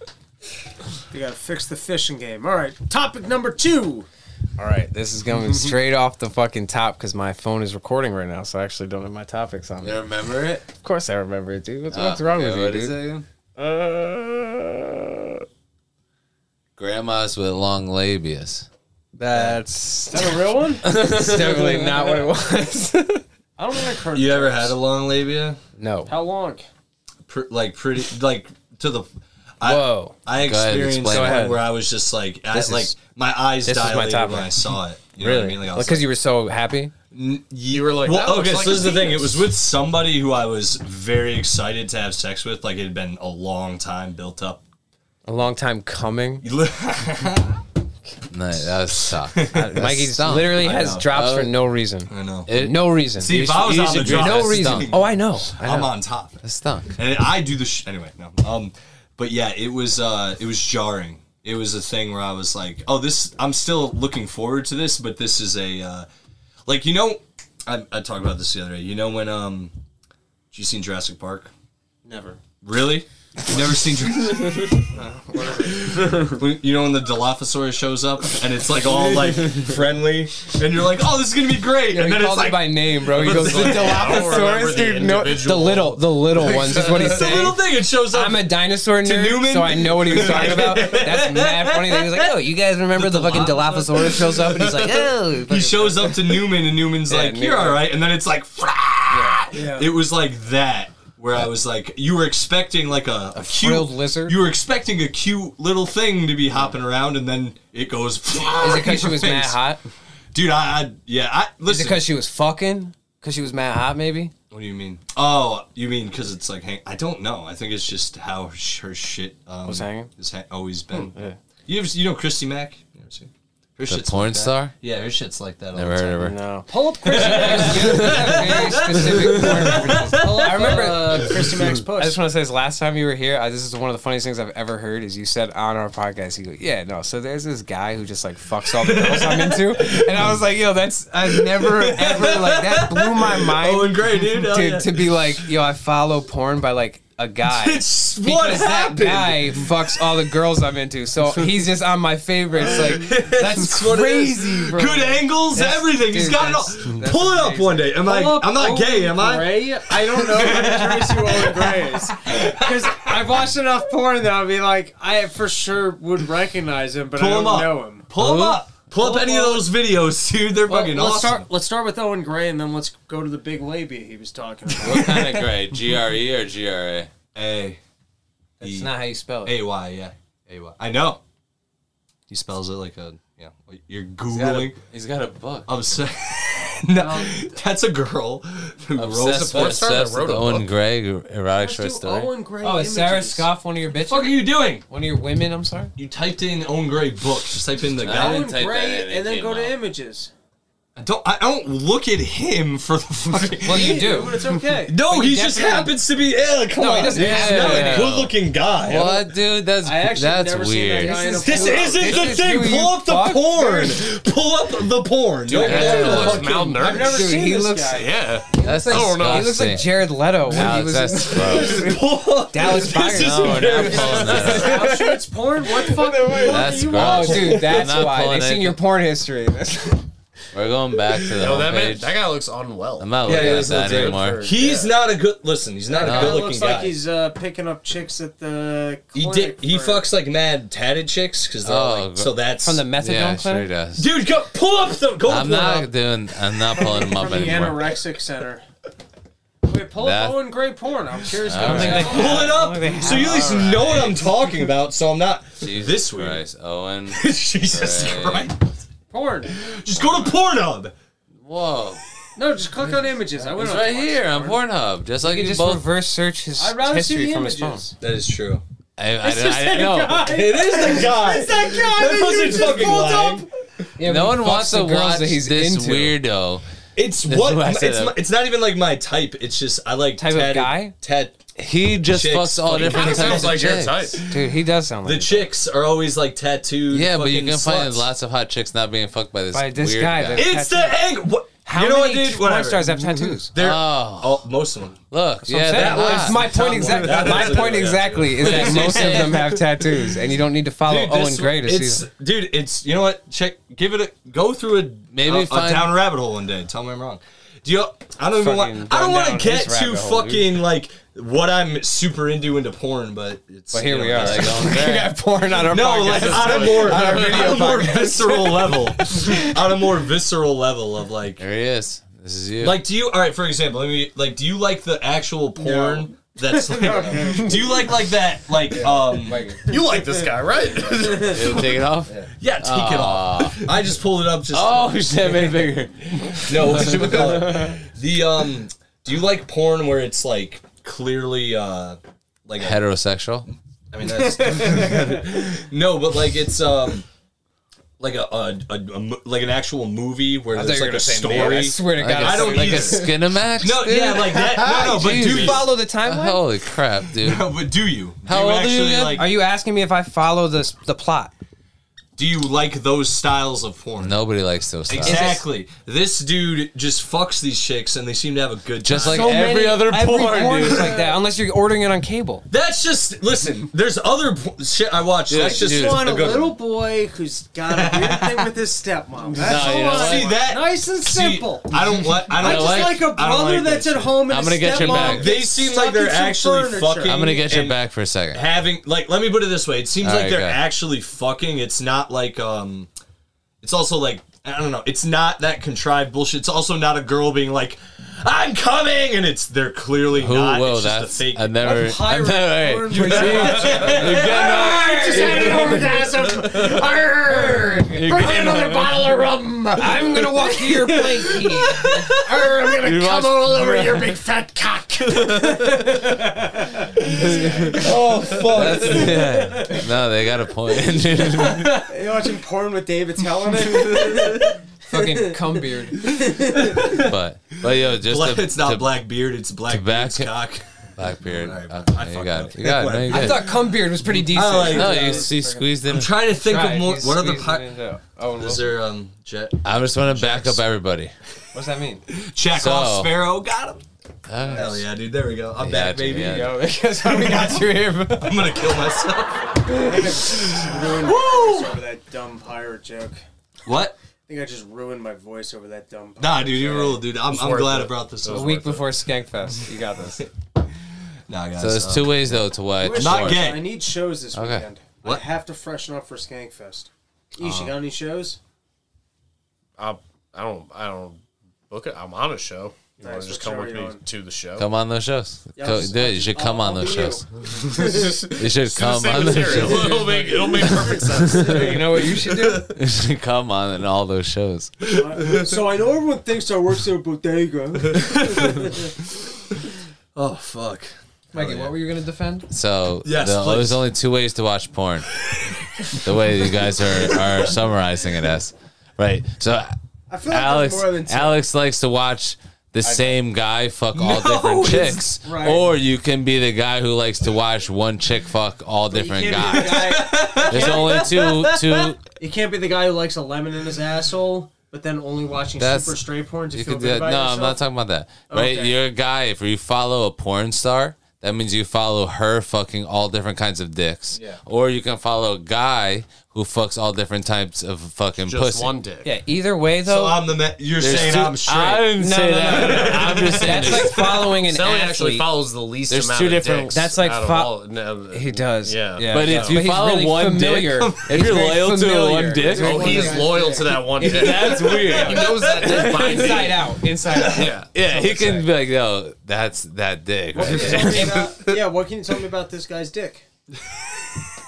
Speaker 4: We got to fix the fishing game. All right, topic number two.
Speaker 3: All right, this is going straight off the fucking top because my phone is recording right now, so I actually don't have my topics on. there.
Speaker 6: remember it?
Speaker 3: Of course, I remember it, dude. What's,
Speaker 4: Ah,
Speaker 3: what's wrong with you, dude? Uh,
Speaker 6: Grandmas with long labias.
Speaker 4: Is
Speaker 3: that's
Speaker 4: that a real one?
Speaker 3: definitely not what it was.
Speaker 4: I don't think I've heard
Speaker 1: You ever had a long labia?
Speaker 3: no.
Speaker 4: How long?
Speaker 1: Pr- like pretty, like to the. I,
Speaker 3: Whoa.
Speaker 1: I
Speaker 6: Go ahead,
Speaker 1: experienced
Speaker 6: explain. Go
Speaker 1: one
Speaker 3: ahead.
Speaker 1: where I was just like, I,
Speaker 3: This
Speaker 1: like
Speaker 3: is-
Speaker 1: my eyes
Speaker 3: this is my
Speaker 1: dilated
Speaker 3: topic.
Speaker 1: when I saw it. You know what I mean? Like I was
Speaker 3: Because you were so happy.
Speaker 1: You were like,
Speaker 7: "That
Speaker 1: well, okay.
Speaker 7: looks like
Speaker 1: so
Speaker 7: a
Speaker 1: this is the thing. It
Speaker 7: penis."
Speaker 1: was with somebody who I was very excited to have sex with. Like it had been a long time built up.
Speaker 3: A long time coming.
Speaker 1: I
Speaker 6: No, that was suck.
Speaker 3: Mikey
Speaker 6: Mikey's
Speaker 3: just literally
Speaker 1: I
Speaker 3: has
Speaker 1: know.
Speaker 3: drops for
Speaker 6: Uh,
Speaker 3: no reason.
Speaker 1: know.
Speaker 3: No reason.
Speaker 1: See,
Speaker 3: You
Speaker 1: if
Speaker 3: should-
Speaker 1: I was
Speaker 6: you
Speaker 1: on the
Speaker 6: should do
Speaker 1: drop,
Speaker 6: it.
Speaker 3: no
Speaker 6: it's
Speaker 3: reason.
Speaker 6: dumb.
Speaker 3: Oh, I know. I know.
Speaker 1: I'm on top,
Speaker 6: That stunk.
Speaker 1: and I do the sh- anyway. No, um, but yeah, it was uh, it was jarring. It was a thing where I was like, oh, this. I'm still looking forward to this, but this is a uh, like you know, I, I talked about this the other day. You know when um, you seen Jurassic Park?
Speaker 4: Never.
Speaker 1: Really? You've never seen Jurassic When- You know when the Dilophosaurus shows up and it's like all like friendly and you're like, oh, this is gonna be great, and
Speaker 3: He
Speaker 1: then it's
Speaker 3: called it
Speaker 1: like
Speaker 3: by name, bro. He
Speaker 1: But
Speaker 3: goes,
Speaker 1: it's
Speaker 3: the
Speaker 1: like-
Speaker 3: Dilophosaurus, dude. No, the little, the little ones is what he's
Speaker 1: it's a little
Speaker 3: saying.
Speaker 1: thing. It shows up.
Speaker 3: I'm a dinosaur nerd,
Speaker 1: Newman?
Speaker 3: so I know what he was talking about. That's mad funny. That he's like, oh, you guys remember the, fucking Dilophosaurus shows up, and he's like, oh,
Speaker 1: he shows up to Newman and Newman's like, you're
Speaker 3: Newman.
Speaker 1: all right, and then it's like,
Speaker 4: Yeah.
Speaker 1: it was like that. Where I was like, you were expecting like a, a cute
Speaker 3: frilled lizard?
Speaker 1: You were expecting a cute little thing to be hopping around, and then it goes. Is
Speaker 3: is it because she was mad hot?
Speaker 1: dude? I, I yeah. I,
Speaker 3: Is
Speaker 1: listen,
Speaker 3: it because she was fucking? Because she was mad hot, maybe?
Speaker 1: What do you mean? Oh, you mean because it's like hang? I don't know. I think it's just how sh- her shit um,
Speaker 3: Was hanging? Hmm,
Speaker 1: Has ha- always been. You ever, you know Christy Mack? You ever seen her
Speaker 6: The
Speaker 1: shit's
Speaker 6: porn
Speaker 1: like that.
Speaker 6: star?
Speaker 1: Yeah, her shit's like that. All
Speaker 6: Never
Speaker 1: the
Speaker 6: heard
Speaker 1: time.
Speaker 6: of her.
Speaker 3: No.
Speaker 4: Pull up Christy Mack's.
Speaker 3: Very specific porn references. I remember.
Speaker 4: Uh, Christy Mack's
Speaker 3: I just
Speaker 4: post.
Speaker 3: want to say this last time you were here, I, this is one of the funniest things I've ever heard is you said on our podcast, you go, yeah, no, so there's this guy who just like fucks all the girls I'm into. And I was like, yo, that's, I never, ever, like, that blew my mind
Speaker 1: Owen Gray, dude. Hell
Speaker 3: to,
Speaker 1: Oh, yeah.
Speaker 3: to be like, yo, I follow porn by like a guy.
Speaker 1: It's what
Speaker 3: Because that
Speaker 1: happened.
Speaker 3: guy fucks all the girls I'm into, so he's just on my favorites. Like that's
Speaker 1: That's what it is.
Speaker 3: crazy, bro.
Speaker 1: Good angles,
Speaker 3: That's-
Speaker 1: everything. He's
Speaker 3: dude,
Speaker 1: got it all.
Speaker 3: that's- that's
Speaker 1: Pull it up
Speaker 3: amazing.
Speaker 1: one day. Am I? I'm not gay, am I?
Speaker 4: Gray? I don't know if I'm Tracy Owen Gray is. Because I've watched enough porn that I'd be like, I for sure would recognize him, but I
Speaker 1: Pull
Speaker 4: don't
Speaker 1: him up.
Speaker 4: know him.
Speaker 1: Pull him up. Pull up
Speaker 4: Pull
Speaker 1: any
Speaker 4: him
Speaker 1: of
Speaker 4: up.
Speaker 1: those videos, dude. They're
Speaker 4: Well,
Speaker 1: fucking
Speaker 4: let's
Speaker 1: awesome.
Speaker 4: start. Let's start with Owen Gray, and then let's go to the big labia he was talking about.
Speaker 6: What kind of gray? GRE or GRA?
Speaker 1: A
Speaker 3: That's not how you spell it.
Speaker 1: A Y. Yeah. A Y. I know. He spells it like a yeah. You're googling.
Speaker 6: He's got a book.
Speaker 1: Obsessed. no, that's a girl who rolls the
Speaker 6: Obsessed
Speaker 1: porn
Speaker 6: with
Speaker 1: star. What
Speaker 6: obsessed with Owen Gray erotic short story.
Speaker 4: Gray.
Speaker 3: Oh, is Sarah Scoff one of your
Speaker 1: the fuck are
Speaker 3: bitches?
Speaker 1: you doing?
Speaker 3: One of your women? I'm sorry.
Speaker 1: You typed in Owen Gray books. Just type in the
Speaker 6: I
Speaker 1: guy.
Speaker 4: Owen
Speaker 6: didn't type that in,
Speaker 4: Gray,
Speaker 6: it
Speaker 4: and then
Speaker 6: came
Speaker 4: go to
Speaker 6: out.
Speaker 4: images.
Speaker 1: I don't I don't look at him for the fucking.
Speaker 3: Well, you
Speaker 4: but
Speaker 3: do.
Speaker 4: it's okay.
Speaker 1: no,
Speaker 3: you
Speaker 1: he just
Speaker 3: definitely-
Speaker 1: happens to be. Yeah, come
Speaker 3: No,
Speaker 1: on.
Speaker 3: he doesn't
Speaker 1: He's
Speaker 3: have to
Speaker 1: not
Speaker 3: be
Speaker 1: a
Speaker 3: that.
Speaker 1: good-looking guy.
Speaker 6: What, dude? That's
Speaker 4: I actually
Speaker 6: that's
Speaker 4: never seen that
Speaker 6: weird.
Speaker 4: guy in a
Speaker 3: This
Speaker 1: This
Speaker 4: porno.
Speaker 1: isn't
Speaker 3: This
Speaker 1: the
Speaker 3: is
Speaker 1: thing.
Speaker 3: who you
Speaker 1: Pull up the
Speaker 3: fuck
Speaker 1: porn. Pull up the porn. Don't
Speaker 6: that
Speaker 1: pull
Speaker 6: dude
Speaker 1: up the
Speaker 6: looks
Speaker 1: fucking-
Speaker 4: I've never
Speaker 3: Dude,
Speaker 4: seen
Speaker 3: he
Speaker 4: this
Speaker 3: looks-
Speaker 4: guy.
Speaker 7: Yeah.
Speaker 6: Oh, That's
Speaker 3: He looks
Speaker 6: disgusting.
Speaker 3: like- He looks like Jared Leto when he
Speaker 6: No,
Speaker 3: was in
Speaker 6: that's gross.
Speaker 1: Pull up.
Speaker 3: Dallas
Speaker 1: This
Speaker 3: Buyers.
Speaker 1: is
Speaker 3: No,
Speaker 1: embarrassing.
Speaker 6: Oh, no.
Speaker 4: It's porn. What the fuck?
Speaker 6: That's gross.
Speaker 3: Oh, dude, that's
Speaker 6: I'm not
Speaker 3: why
Speaker 6: pulling
Speaker 3: they've seen
Speaker 6: anything.
Speaker 3: your porn history. That's-
Speaker 6: We're going back to the
Speaker 7: No, that man,
Speaker 6: homepage.
Speaker 7: that guy looks unwell.
Speaker 6: I'm not looking
Speaker 1: he
Speaker 6: at
Speaker 1: looks
Speaker 6: that
Speaker 1: legit.
Speaker 6: anymore.
Speaker 1: He's not a good. Listen, he's not
Speaker 6: No.
Speaker 1: a
Speaker 4: It
Speaker 1: good-looking
Speaker 4: looks like
Speaker 1: guy.
Speaker 4: he's uh, picking up chicks at the.
Speaker 1: He
Speaker 4: clinic
Speaker 1: did. He
Speaker 4: for-
Speaker 1: fucks like mad tatted chicks because
Speaker 6: Oh,
Speaker 1: like, so that's
Speaker 3: From the methadone
Speaker 6: Yeah, sure
Speaker 3: clinic?
Speaker 6: does.
Speaker 1: Dude, go pull up the go
Speaker 6: I'm
Speaker 1: pull
Speaker 6: not
Speaker 1: up.
Speaker 6: doing. I'm not pulling him up
Speaker 4: from the
Speaker 6: anymore.
Speaker 4: anorexic center. Wait, pull
Speaker 6: That-
Speaker 4: up Owen Gray porn. I'm curious.
Speaker 6: I don't think
Speaker 4: about that.
Speaker 1: Pull it
Speaker 3: Oh, they
Speaker 1: up. So you at least know what I'm talking about. So I'm not
Speaker 6: Jesus
Speaker 1: this way.
Speaker 6: Christ, Owen.
Speaker 1: Jesus
Speaker 6: Right.
Speaker 1: Christ!
Speaker 4: porn.
Speaker 1: Just go to Pornhub.
Speaker 6: Whoa,
Speaker 4: No, just click on images. I went
Speaker 6: he's
Speaker 4: on
Speaker 6: right
Speaker 4: to watch
Speaker 6: here on
Speaker 4: porn.
Speaker 6: Pornhub, just like
Speaker 3: You
Speaker 6: you
Speaker 3: just
Speaker 6: both.
Speaker 3: reverse search his
Speaker 4: I'd rather see
Speaker 3: history
Speaker 4: the
Speaker 3: from his
Speaker 4: images.
Speaker 3: phone.
Speaker 1: That is true.
Speaker 6: I, I, I, I, no,
Speaker 1: It is the guy.
Speaker 4: That guy
Speaker 1: That
Speaker 4: that you
Speaker 1: pussy's
Speaker 4: just
Speaker 1: fucking
Speaker 4: pulled
Speaker 1: lying.
Speaker 4: up.
Speaker 3: Yeah,
Speaker 6: no
Speaker 3: but
Speaker 6: one
Speaker 3: he fucks
Speaker 6: wants
Speaker 3: the
Speaker 6: to
Speaker 3: girls
Speaker 6: watch
Speaker 3: that he's
Speaker 6: this
Speaker 3: into.
Speaker 6: weirdo.
Speaker 1: It's
Speaker 6: That's
Speaker 1: what
Speaker 6: why I said
Speaker 1: it's,
Speaker 6: that.
Speaker 1: my, it's not even like my type. It's just I like
Speaker 3: Type of
Speaker 1: tatted-
Speaker 3: guy?
Speaker 1: Tat,
Speaker 6: He just
Speaker 1: Chicks
Speaker 6: fucks all
Speaker 1: fucking-
Speaker 6: different
Speaker 1: Sounds
Speaker 6: types
Speaker 1: like
Speaker 6: of
Speaker 1: your
Speaker 6: chicks.
Speaker 1: type.
Speaker 3: dude, he does sound
Speaker 1: the
Speaker 3: like
Speaker 1: chicks are always like tattooed.
Speaker 6: Yeah, but you
Speaker 1: fucking
Speaker 6: can find
Speaker 1: sluts.
Speaker 6: lots of hot chicks not being fucked by this,
Speaker 3: By this
Speaker 6: weird
Speaker 3: guy
Speaker 6: guy.
Speaker 3: that-
Speaker 1: It's the angle. What?
Speaker 3: How
Speaker 1: you know what,
Speaker 3: many
Speaker 1: dude? Whatever.
Speaker 3: porn stars have tattoos?
Speaker 1: They're
Speaker 6: Oh.
Speaker 1: all, most of them.
Speaker 6: Look,
Speaker 3: I'm
Speaker 6: yeah,
Speaker 3: saying.
Speaker 6: that
Speaker 3: That's my point exactly.
Speaker 1: That
Speaker 3: My
Speaker 1: is a
Speaker 3: point
Speaker 1: good-
Speaker 3: exactly is that most of them have tattoos, and you don't need to follow Owen
Speaker 1: this-
Speaker 3: Gray to
Speaker 1: it's,
Speaker 3: see them.
Speaker 1: Dude, it's you know what? Check, give it a go through a
Speaker 6: Maybe
Speaker 1: a, a
Speaker 6: find-
Speaker 1: down rabbit hole one day. Tell me I'm wrong. Do you? I don't even
Speaker 3: Fucking
Speaker 1: want. I don't
Speaker 3: run
Speaker 1: want to
Speaker 3: down
Speaker 1: get
Speaker 3: his
Speaker 1: too
Speaker 3: rabbit hole, dude.
Speaker 1: fucking like what I'm super into into porn, but it's.
Speaker 3: But here
Speaker 1: you
Speaker 3: we
Speaker 1: know,
Speaker 3: are.
Speaker 1: that's-
Speaker 6: Like, on
Speaker 3: We
Speaker 6: there.
Speaker 3: got porn on our
Speaker 1: No,
Speaker 3: podcast.
Speaker 1: like on a more on a more visceral level, on a more visceral level of like
Speaker 6: There he is. This is you.
Speaker 1: Like, do you? All right, for example, let me. Like, do you like the actual porn? That's like, do you like like that like um
Speaker 7: You like this guy, right?
Speaker 6: It'll take it off.
Speaker 1: yeah take it
Speaker 3: Ah.
Speaker 1: off I just pulled it up just
Speaker 6: Oh shit, made it bigger.
Speaker 1: no what should we call it the um do you like porn where it's like clearly uh like a,
Speaker 6: Heterosexual.
Speaker 1: I mean that's no but like it's um like a, a, a, a mo- like an actual movie where
Speaker 3: I thought
Speaker 1: there's
Speaker 3: you
Speaker 1: like
Speaker 3: were gonna
Speaker 1: a
Speaker 3: say
Speaker 1: story
Speaker 3: man. I swear to God,
Speaker 6: Like a-
Speaker 1: I don't
Speaker 6: like a
Speaker 1: either.
Speaker 6: Skinamax.
Speaker 1: no
Speaker 6: dude?
Speaker 1: yeah like that no no but Oh,
Speaker 3: Do
Speaker 1: do
Speaker 3: you
Speaker 1: you
Speaker 3: follow the timeline?
Speaker 6: Holy crap, dude.
Speaker 1: no, but do you
Speaker 6: How
Speaker 1: do
Speaker 6: old are you again?
Speaker 3: Are you asking me if I follow the the plot?
Speaker 1: do you like those styles of porn?
Speaker 6: Nobody likes those styles.
Speaker 1: Exactly. This dude just fucks these chicks and they seem to have a good
Speaker 6: Just
Speaker 1: time.
Speaker 6: like every other
Speaker 3: Every
Speaker 6: porn,
Speaker 3: porn
Speaker 6: dude.
Speaker 3: is like that, unless you're ordering it on cable.
Speaker 1: that's just listen, there's other po- shit I watch. that's just
Speaker 6: dude.
Speaker 4: want
Speaker 1: a
Speaker 4: a
Speaker 1: good
Speaker 4: little
Speaker 1: one.
Speaker 4: boy who's got a weird thing with his stepmom. That's
Speaker 6: No,
Speaker 4: all
Speaker 6: Oh, you know
Speaker 4: I
Speaker 6: what?
Speaker 1: Oh, See
Speaker 4: want.
Speaker 1: that
Speaker 4: Nice and
Speaker 1: See,
Speaker 4: simple.
Speaker 1: I don't want I don't
Speaker 4: I just
Speaker 1: like,
Speaker 4: like, a
Speaker 1: I don't
Speaker 4: brother
Speaker 1: like
Speaker 4: that's
Speaker 1: that
Speaker 4: at home and
Speaker 6: I'm gonna
Speaker 4: his
Speaker 6: get your
Speaker 4: stepmom
Speaker 6: back.
Speaker 1: shit.
Speaker 4: gets
Speaker 1: They seem
Speaker 4: stuck
Speaker 1: like
Speaker 4: in
Speaker 1: they're
Speaker 4: some
Speaker 1: actually
Speaker 4: furniture.
Speaker 1: fucking
Speaker 6: I'm gonna get your
Speaker 1: and
Speaker 6: back for a second.
Speaker 1: Having like let me put it this way, it seems
Speaker 6: All
Speaker 1: like
Speaker 6: right,
Speaker 1: they're
Speaker 6: go.
Speaker 1: actually fucking. It's not like um it's also like I don't know, it's not that contrived bullshit. It's also not a girl being like I'm coming, and it's they're clearly
Speaker 6: Who
Speaker 1: not.
Speaker 6: will
Speaker 1: it's just a
Speaker 6: that's
Speaker 1: fake.
Speaker 6: I never I
Speaker 4: Pirate
Speaker 6: never
Speaker 4: porn
Speaker 6: hey,
Speaker 4: with-
Speaker 6: you're getting
Speaker 4: I just had an orgasm. Arr! Bring me another bottle of rum.
Speaker 3: I'm gonna walk to your plate.
Speaker 4: Arr, I'm gonna
Speaker 6: You
Speaker 4: come
Speaker 6: watch-
Speaker 4: all over your big fat cock.
Speaker 1: oh fuck!
Speaker 6: that's, yeah. No, they got a point. dude.
Speaker 4: you watching porn with David Tellen? it?
Speaker 3: Fucking cum beard.
Speaker 6: but but yo, just
Speaker 1: Black,
Speaker 6: to,
Speaker 1: it's not
Speaker 6: to
Speaker 1: black beard. It's black
Speaker 6: back-
Speaker 1: beard's cock.
Speaker 6: Blackbeard.
Speaker 1: Alright,
Speaker 6: Okay,
Speaker 1: I
Speaker 6: you
Speaker 1: fucked
Speaker 6: got
Speaker 1: up.
Speaker 6: it. You got it. No, you
Speaker 3: I
Speaker 6: good.
Speaker 3: thought cum beard was pretty decent.
Speaker 1: I like-
Speaker 6: No, you see, squeezed in.
Speaker 1: I'm trying to think of more. What are the pi-
Speaker 3: Oh,
Speaker 1: is there um jet
Speaker 6: I just want to back up everybody.
Speaker 3: what's that mean?
Speaker 1: check
Speaker 6: So-
Speaker 1: off Sparrow? Got him.
Speaker 6: Uh,
Speaker 1: Hell yeah, dude. There we go. I'm
Speaker 6: Yeah,
Speaker 1: back,
Speaker 6: dude,
Speaker 1: baby.
Speaker 6: yeah.
Speaker 3: Yo, because we got you here.
Speaker 1: I'm gonna kill myself.
Speaker 4: ruined my voice over that dumb pirate joke. I
Speaker 1: what?
Speaker 4: think I just ruined my voice over that dumb. Pirate
Speaker 1: Nah, dude, you rule, dude. I'm, I'm
Speaker 7: worth
Speaker 1: glad
Speaker 7: it.
Speaker 1: I brought this
Speaker 3: A
Speaker 1: up.
Speaker 3: week before Skankfest, you got this.
Speaker 1: Nah, guys.
Speaker 6: so there's
Speaker 1: uh,
Speaker 6: two ways though to why.
Speaker 4: Wish
Speaker 6: it's
Speaker 1: Not
Speaker 6: porn.
Speaker 1: gay.
Speaker 4: I need shows this
Speaker 6: Okay.
Speaker 4: weekend.
Speaker 1: What?
Speaker 4: I have to freshen up for Skankfest.
Speaker 6: Oh.
Speaker 4: Ish, you got any shows?
Speaker 7: I, I don't. I don't book it. I'm on a show. You want
Speaker 4: Nice,
Speaker 7: to
Speaker 4: what
Speaker 7: just come
Speaker 4: show
Speaker 7: with
Speaker 4: are
Speaker 7: me
Speaker 4: you on?
Speaker 7: to the show?
Speaker 6: Come on those shows.
Speaker 4: Yeah,
Speaker 6: Go,
Speaker 4: I'll-
Speaker 6: dude, you should come
Speaker 4: I'll-
Speaker 6: on
Speaker 4: I'll
Speaker 6: those
Speaker 4: do you.
Speaker 6: shows. You should come
Speaker 7: Same
Speaker 6: on those
Speaker 7: material.
Speaker 6: shows.
Speaker 7: it'll make it'll make perfect sense.
Speaker 3: You know what you should do?
Speaker 6: You should come on and all those shows.
Speaker 4: Uh, so I know everyone thinks I work at a bodega.
Speaker 1: oh fuck.
Speaker 4: Oh,
Speaker 3: Mikey, what were you gonna defend?
Speaker 6: So
Speaker 1: Yes,
Speaker 6: the-
Speaker 1: please.
Speaker 6: there's only two ways to watch porn. the way you guys are, are summarizing it as, right? So
Speaker 4: I feel like Alex,
Speaker 6: Alex
Speaker 4: more than two.
Speaker 6: Alex likes to watch the same guy fuck all different
Speaker 1: it's-
Speaker 6: chicks,
Speaker 4: right.
Speaker 6: or you can be the guy who likes to watch one chick fuck all
Speaker 4: You can't
Speaker 6: different
Speaker 4: be
Speaker 6: guys.
Speaker 4: the guy-
Speaker 6: There's only two two.
Speaker 4: You can't be the guy who likes a lemon in his asshole, but then only watching
Speaker 6: That's-
Speaker 4: super straight porn to
Speaker 6: You
Speaker 4: feel
Speaker 6: could do
Speaker 4: good
Speaker 6: that. No,
Speaker 4: about
Speaker 6: I'm not
Speaker 4: yourself.
Speaker 6: talking about that. Right?
Speaker 4: Okay.
Speaker 6: You're a guy. If you follow a porn star, that means you follow her fucking all different kinds of dicks.
Speaker 7: Yeah.
Speaker 6: Or you can follow a guy who fucks all different types of fucking
Speaker 7: Just
Speaker 6: pussy.
Speaker 7: one dick.
Speaker 3: Yeah, either way
Speaker 1: So
Speaker 3: though.
Speaker 1: I'm the ma- you're saying
Speaker 6: two-
Speaker 1: I'm straight.
Speaker 6: I didn't
Speaker 3: No,
Speaker 6: say
Speaker 3: no, no,
Speaker 6: that.
Speaker 3: no,
Speaker 6: I'm just saying
Speaker 3: that's like
Speaker 6: there's-
Speaker 3: following an
Speaker 7: Sally
Speaker 3: athlete.
Speaker 7: actually follows the least
Speaker 6: There's
Speaker 7: amount
Speaker 6: two
Speaker 7: of
Speaker 6: different-
Speaker 7: dicks.
Speaker 3: that's like
Speaker 7: out of
Speaker 3: fo-
Speaker 7: all- no,
Speaker 3: He does.
Speaker 7: Yeah.
Speaker 6: But if
Speaker 3: so-
Speaker 6: you
Speaker 3: he's
Speaker 6: follow one
Speaker 3: familiar.
Speaker 6: dick, if
Speaker 3: He's
Speaker 6: you're
Speaker 3: very
Speaker 6: loyal to
Speaker 3: familiar.
Speaker 6: one dick-
Speaker 3: He's very
Speaker 7: Oh, he is
Speaker 3: familiar.
Speaker 7: loyal to that one dick.
Speaker 6: That's
Speaker 7: he
Speaker 6: weird.
Speaker 7: knows that dick by name.
Speaker 3: inside out, inside out.
Speaker 7: Yeah.
Speaker 6: Yeah, he can be like, yo, that's that dick. right
Speaker 4: Can
Speaker 6: there."
Speaker 4: you tell me about- yeah, what can you tell me about this guy's dick?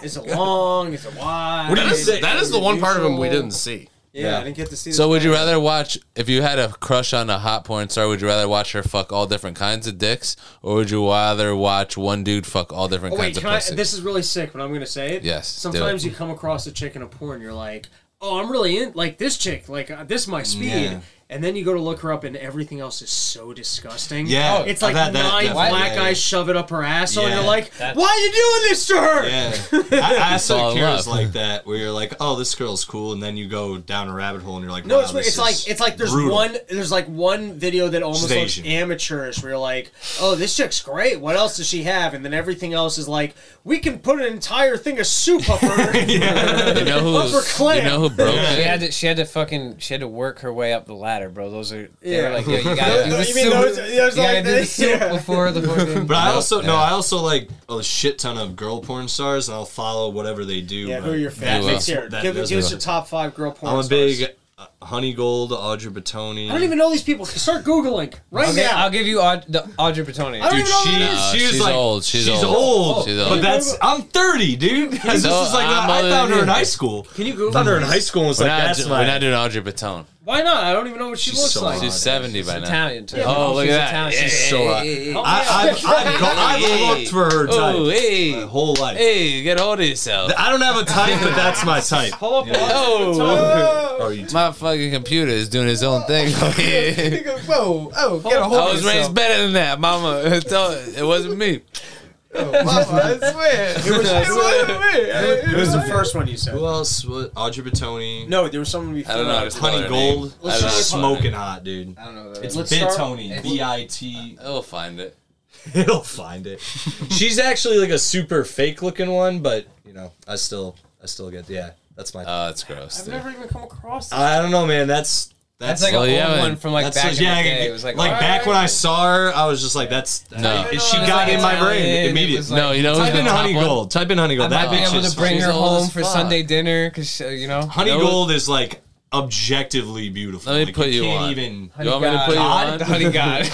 Speaker 4: Is it long? Is it wide?
Speaker 1: What do you
Speaker 7: That is,
Speaker 1: say?
Speaker 7: that is the one part of him we
Speaker 4: Usual.
Speaker 7: didn't see.
Speaker 4: Yeah, I didn't get to see.
Speaker 6: So
Speaker 4: this
Speaker 6: would you
Speaker 4: guy.
Speaker 6: rather watch if you had a crush on a hot porn star? Would you rather watch her fuck all different kinds of dicks, or would you rather watch one dude fuck all different
Speaker 4: Oh wait,
Speaker 6: kinds
Speaker 4: can
Speaker 6: of
Speaker 4: I?
Speaker 6: pussy?
Speaker 4: This is really sick, but I'm gonna say it.
Speaker 6: Yes, do
Speaker 4: Sometimes
Speaker 6: it.
Speaker 4: you come across a chick in a porn, you're like, oh, I'm really in like this chick, like uh, this my speed.
Speaker 1: Yeah.
Speaker 4: And then you go to look her up, and everything else is so disgusting.
Speaker 1: Yeah.
Speaker 4: it's like
Speaker 1: I've had Oh, that
Speaker 4: nine
Speaker 1: definitely,
Speaker 4: black
Speaker 1: yeah,
Speaker 4: guys
Speaker 1: yeah.
Speaker 4: shove it up her asshole, and
Speaker 1: Yeah.
Speaker 4: you're like, "Why are you doing this to her?"
Speaker 1: Yeah, I, I saw
Speaker 6: Fall in
Speaker 1: Kira's
Speaker 6: love.
Speaker 1: like that, where you're like, "Oh, this girl's cool," and then you go down a rabbit hole, and you're like,
Speaker 4: No,
Speaker 1: wow,
Speaker 4: it's,
Speaker 1: this
Speaker 4: it's
Speaker 1: is
Speaker 4: like it's like there's
Speaker 1: brutal.
Speaker 4: one there's like one video that almost looks
Speaker 1: Asian.
Speaker 4: amateurish. Where you're like, oh, this chick's great. What else does she have? And then everything else is like, we can put an entire thing of soup up her.
Speaker 6: You know
Speaker 4: Upper
Speaker 6: who? You
Speaker 4: clam.
Speaker 6: know who broke
Speaker 3: She
Speaker 6: it?
Speaker 3: had to. She had to fucking. She had to work her way up the ladder, bro. Those are. They
Speaker 4: Yeah.
Speaker 3: were like, yo, you gotta do the
Speaker 4: You mean
Speaker 3: soup.
Speaker 4: those- those
Speaker 3: you gotta
Speaker 4: like
Speaker 3: do the
Speaker 4: this?
Speaker 3: soup
Speaker 4: Yeah.
Speaker 3: before the fucking.
Speaker 1: But I also no, I also like a shit ton of girl porn stars, and I'll follow whatever they do.
Speaker 4: yeah,
Speaker 1: but
Speaker 4: who are your
Speaker 1: that
Speaker 4: fans?
Speaker 1: makes-
Speaker 4: Here,
Speaker 1: that
Speaker 4: give,
Speaker 1: doesn't-
Speaker 4: give us your top five girl porn.
Speaker 1: I'm a
Speaker 4: stars.
Speaker 1: big uh, Honey Gold, Audra Batoni.
Speaker 4: I don't even know these people. Start googling right
Speaker 3: Okay,
Speaker 4: now.
Speaker 3: I'll give you Aud- the Audrey Petone.
Speaker 4: I don't
Speaker 1: Dude,
Speaker 4: even know
Speaker 1: she,
Speaker 4: who that
Speaker 6: is.
Speaker 1: she was
Speaker 6: She's
Speaker 1: like
Speaker 6: old, she's
Speaker 1: she's
Speaker 6: old.
Speaker 1: old.
Speaker 6: She's old.
Speaker 1: But that's I'm 30, dude. this
Speaker 6: So
Speaker 1: is like
Speaker 6: I'm
Speaker 1: I
Speaker 6: older
Speaker 1: found
Speaker 6: than
Speaker 1: her in
Speaker 6: you.
Speaker 1: high school.
Speaker 4: Can you Google?
Speaker 1: found her in high school and was
Speaker 6: We're
Speaker 1: like,
Speaker 6: not,
Speaker 1: "That's
Speaker 6: do-
Speaker 1: my."
Speaker 6: we're not doing Audrey Patone.
Speaker 4: Why not? I don't even know what she
Speaker 1: She's
Speaker 4: looks
Speaker 1: so
Speaker 4: like.
Speaker 1: hot.
Speaker 6: She's 70 by now.
Speaker 3: Italian too.
Speaker 6: Oh, look
Speaker 3: she's
Speaker 6: at that.
Speaker 3: Italian.
Speaker 6: Yeah.
Speaker 3: She's
Speaker 1: So hot.
Speaker 3: so.
Speaker 1: I, I've, I've, gone, I've looked for her type
Speaker 6: Oh, hey.
Speaker 1: my whole life.
Speaker 6: Hey, get hold of yourself.
Speaker 1: I don't have a type, but that's my type.
Speaker 4: Pull up
Speaker 6: Oh,
Speaker 1: Are you
Speaker 6: my fucking computer is doing its own thing. over here.
Speaker 3: Whoa! Oh, get a hold
Speaker 6: I was raised better than that, mama. It wasn't me.
Speaker 4: It was the first one you said.
Speaker 1: Who else? What, Audra Batoni.
Speaker 4: No, there was someone before.
Speaker 6: I don't know how to spell
Speaker 1: Honey
Speaker 6: her
Speaker 1: Gold.
Speaker 6: name. I don't know how to
Speaker 1: She's
Speaker 6: spell her
Speaker 1: smoking
Speaker 6: name.
Speaker 1: hot, dude.
Speaker 3: I don't know.
Speaker 1: It's
Speaker 4: Let's
Speaker 1: Bitoni. B I T.
Speaker 6: I'll find it.
Speaker 1: He'll find it. She's actually like a super fake looking one, but you know, I still, I still get. Yeah, that's my.
Speaker 6: Oh, it's gross.
Speaker 4: I've
Speaker 6: dude.
Speaker 4: never even come across. This.
Speaker 1: I don't know, man. That's that's,
Speaker 3: That's like
Speaker 6: Well,
Speaker 3: an
Speaker 6: yeah,
Speaker 3: old
Speaker 6: but
Speaker 3: one from like
Speaker 1: that's
Speaker 3: back
Speaker 1: so-
Speaker 3: in
Speaker 1: yeah,
Speaker 3: the day.
Speaker 1: yeah,
Speaker 3: It was like,
Speaker 1: like
Speaker 3: all
Speaker 1: back
Speaker 3: right.
Speaker 1: when I saw her, I was just like, that's
Speaker 6: No.
Speaker 1: I- she
Speaker 3: It was
Speaker 1: got
Speaker 3: like
Speaker 1: in my
Speaker 3: Italian,
Speaker 1: brain
Speaker 3: it
Speaker 1: immediately.
Speaker 3: was like-
Speaker 6: No, you know who's
Speaker 1: Type in
Speaker 6: the top
Speaker 1: honey
Speaker 6: one?
Speaker 1: gold. Type in honey
Speaker 3: I
Speaker 1: gold. That
Speaker 3: might be
Speaker 1: bitch
Speaker 3: able
Speaker 1: is
Speaker 3: to bring
Speaker 6: she's
Speaker 3: her
Speaker 6: old
Speaker 3: home
Speaker 6: as
Speaker 3: for
Speaker 6: fuck.
Speaker 3: Sunday dinner because you know.
Speaker 1: honey
Speaker 6: No.
Speaker 1: gold is like objectively beautiful.
Speaker 6: Let me
Speaker 1: Like,
Speaker 6: put you
Speaker 1: can't
Speaker 6: on.
Speaker 1: Even
Speaker 6: You want me to put you
Speaker 1: God.
Speaker 6: on?
Speaker 3: The honey god.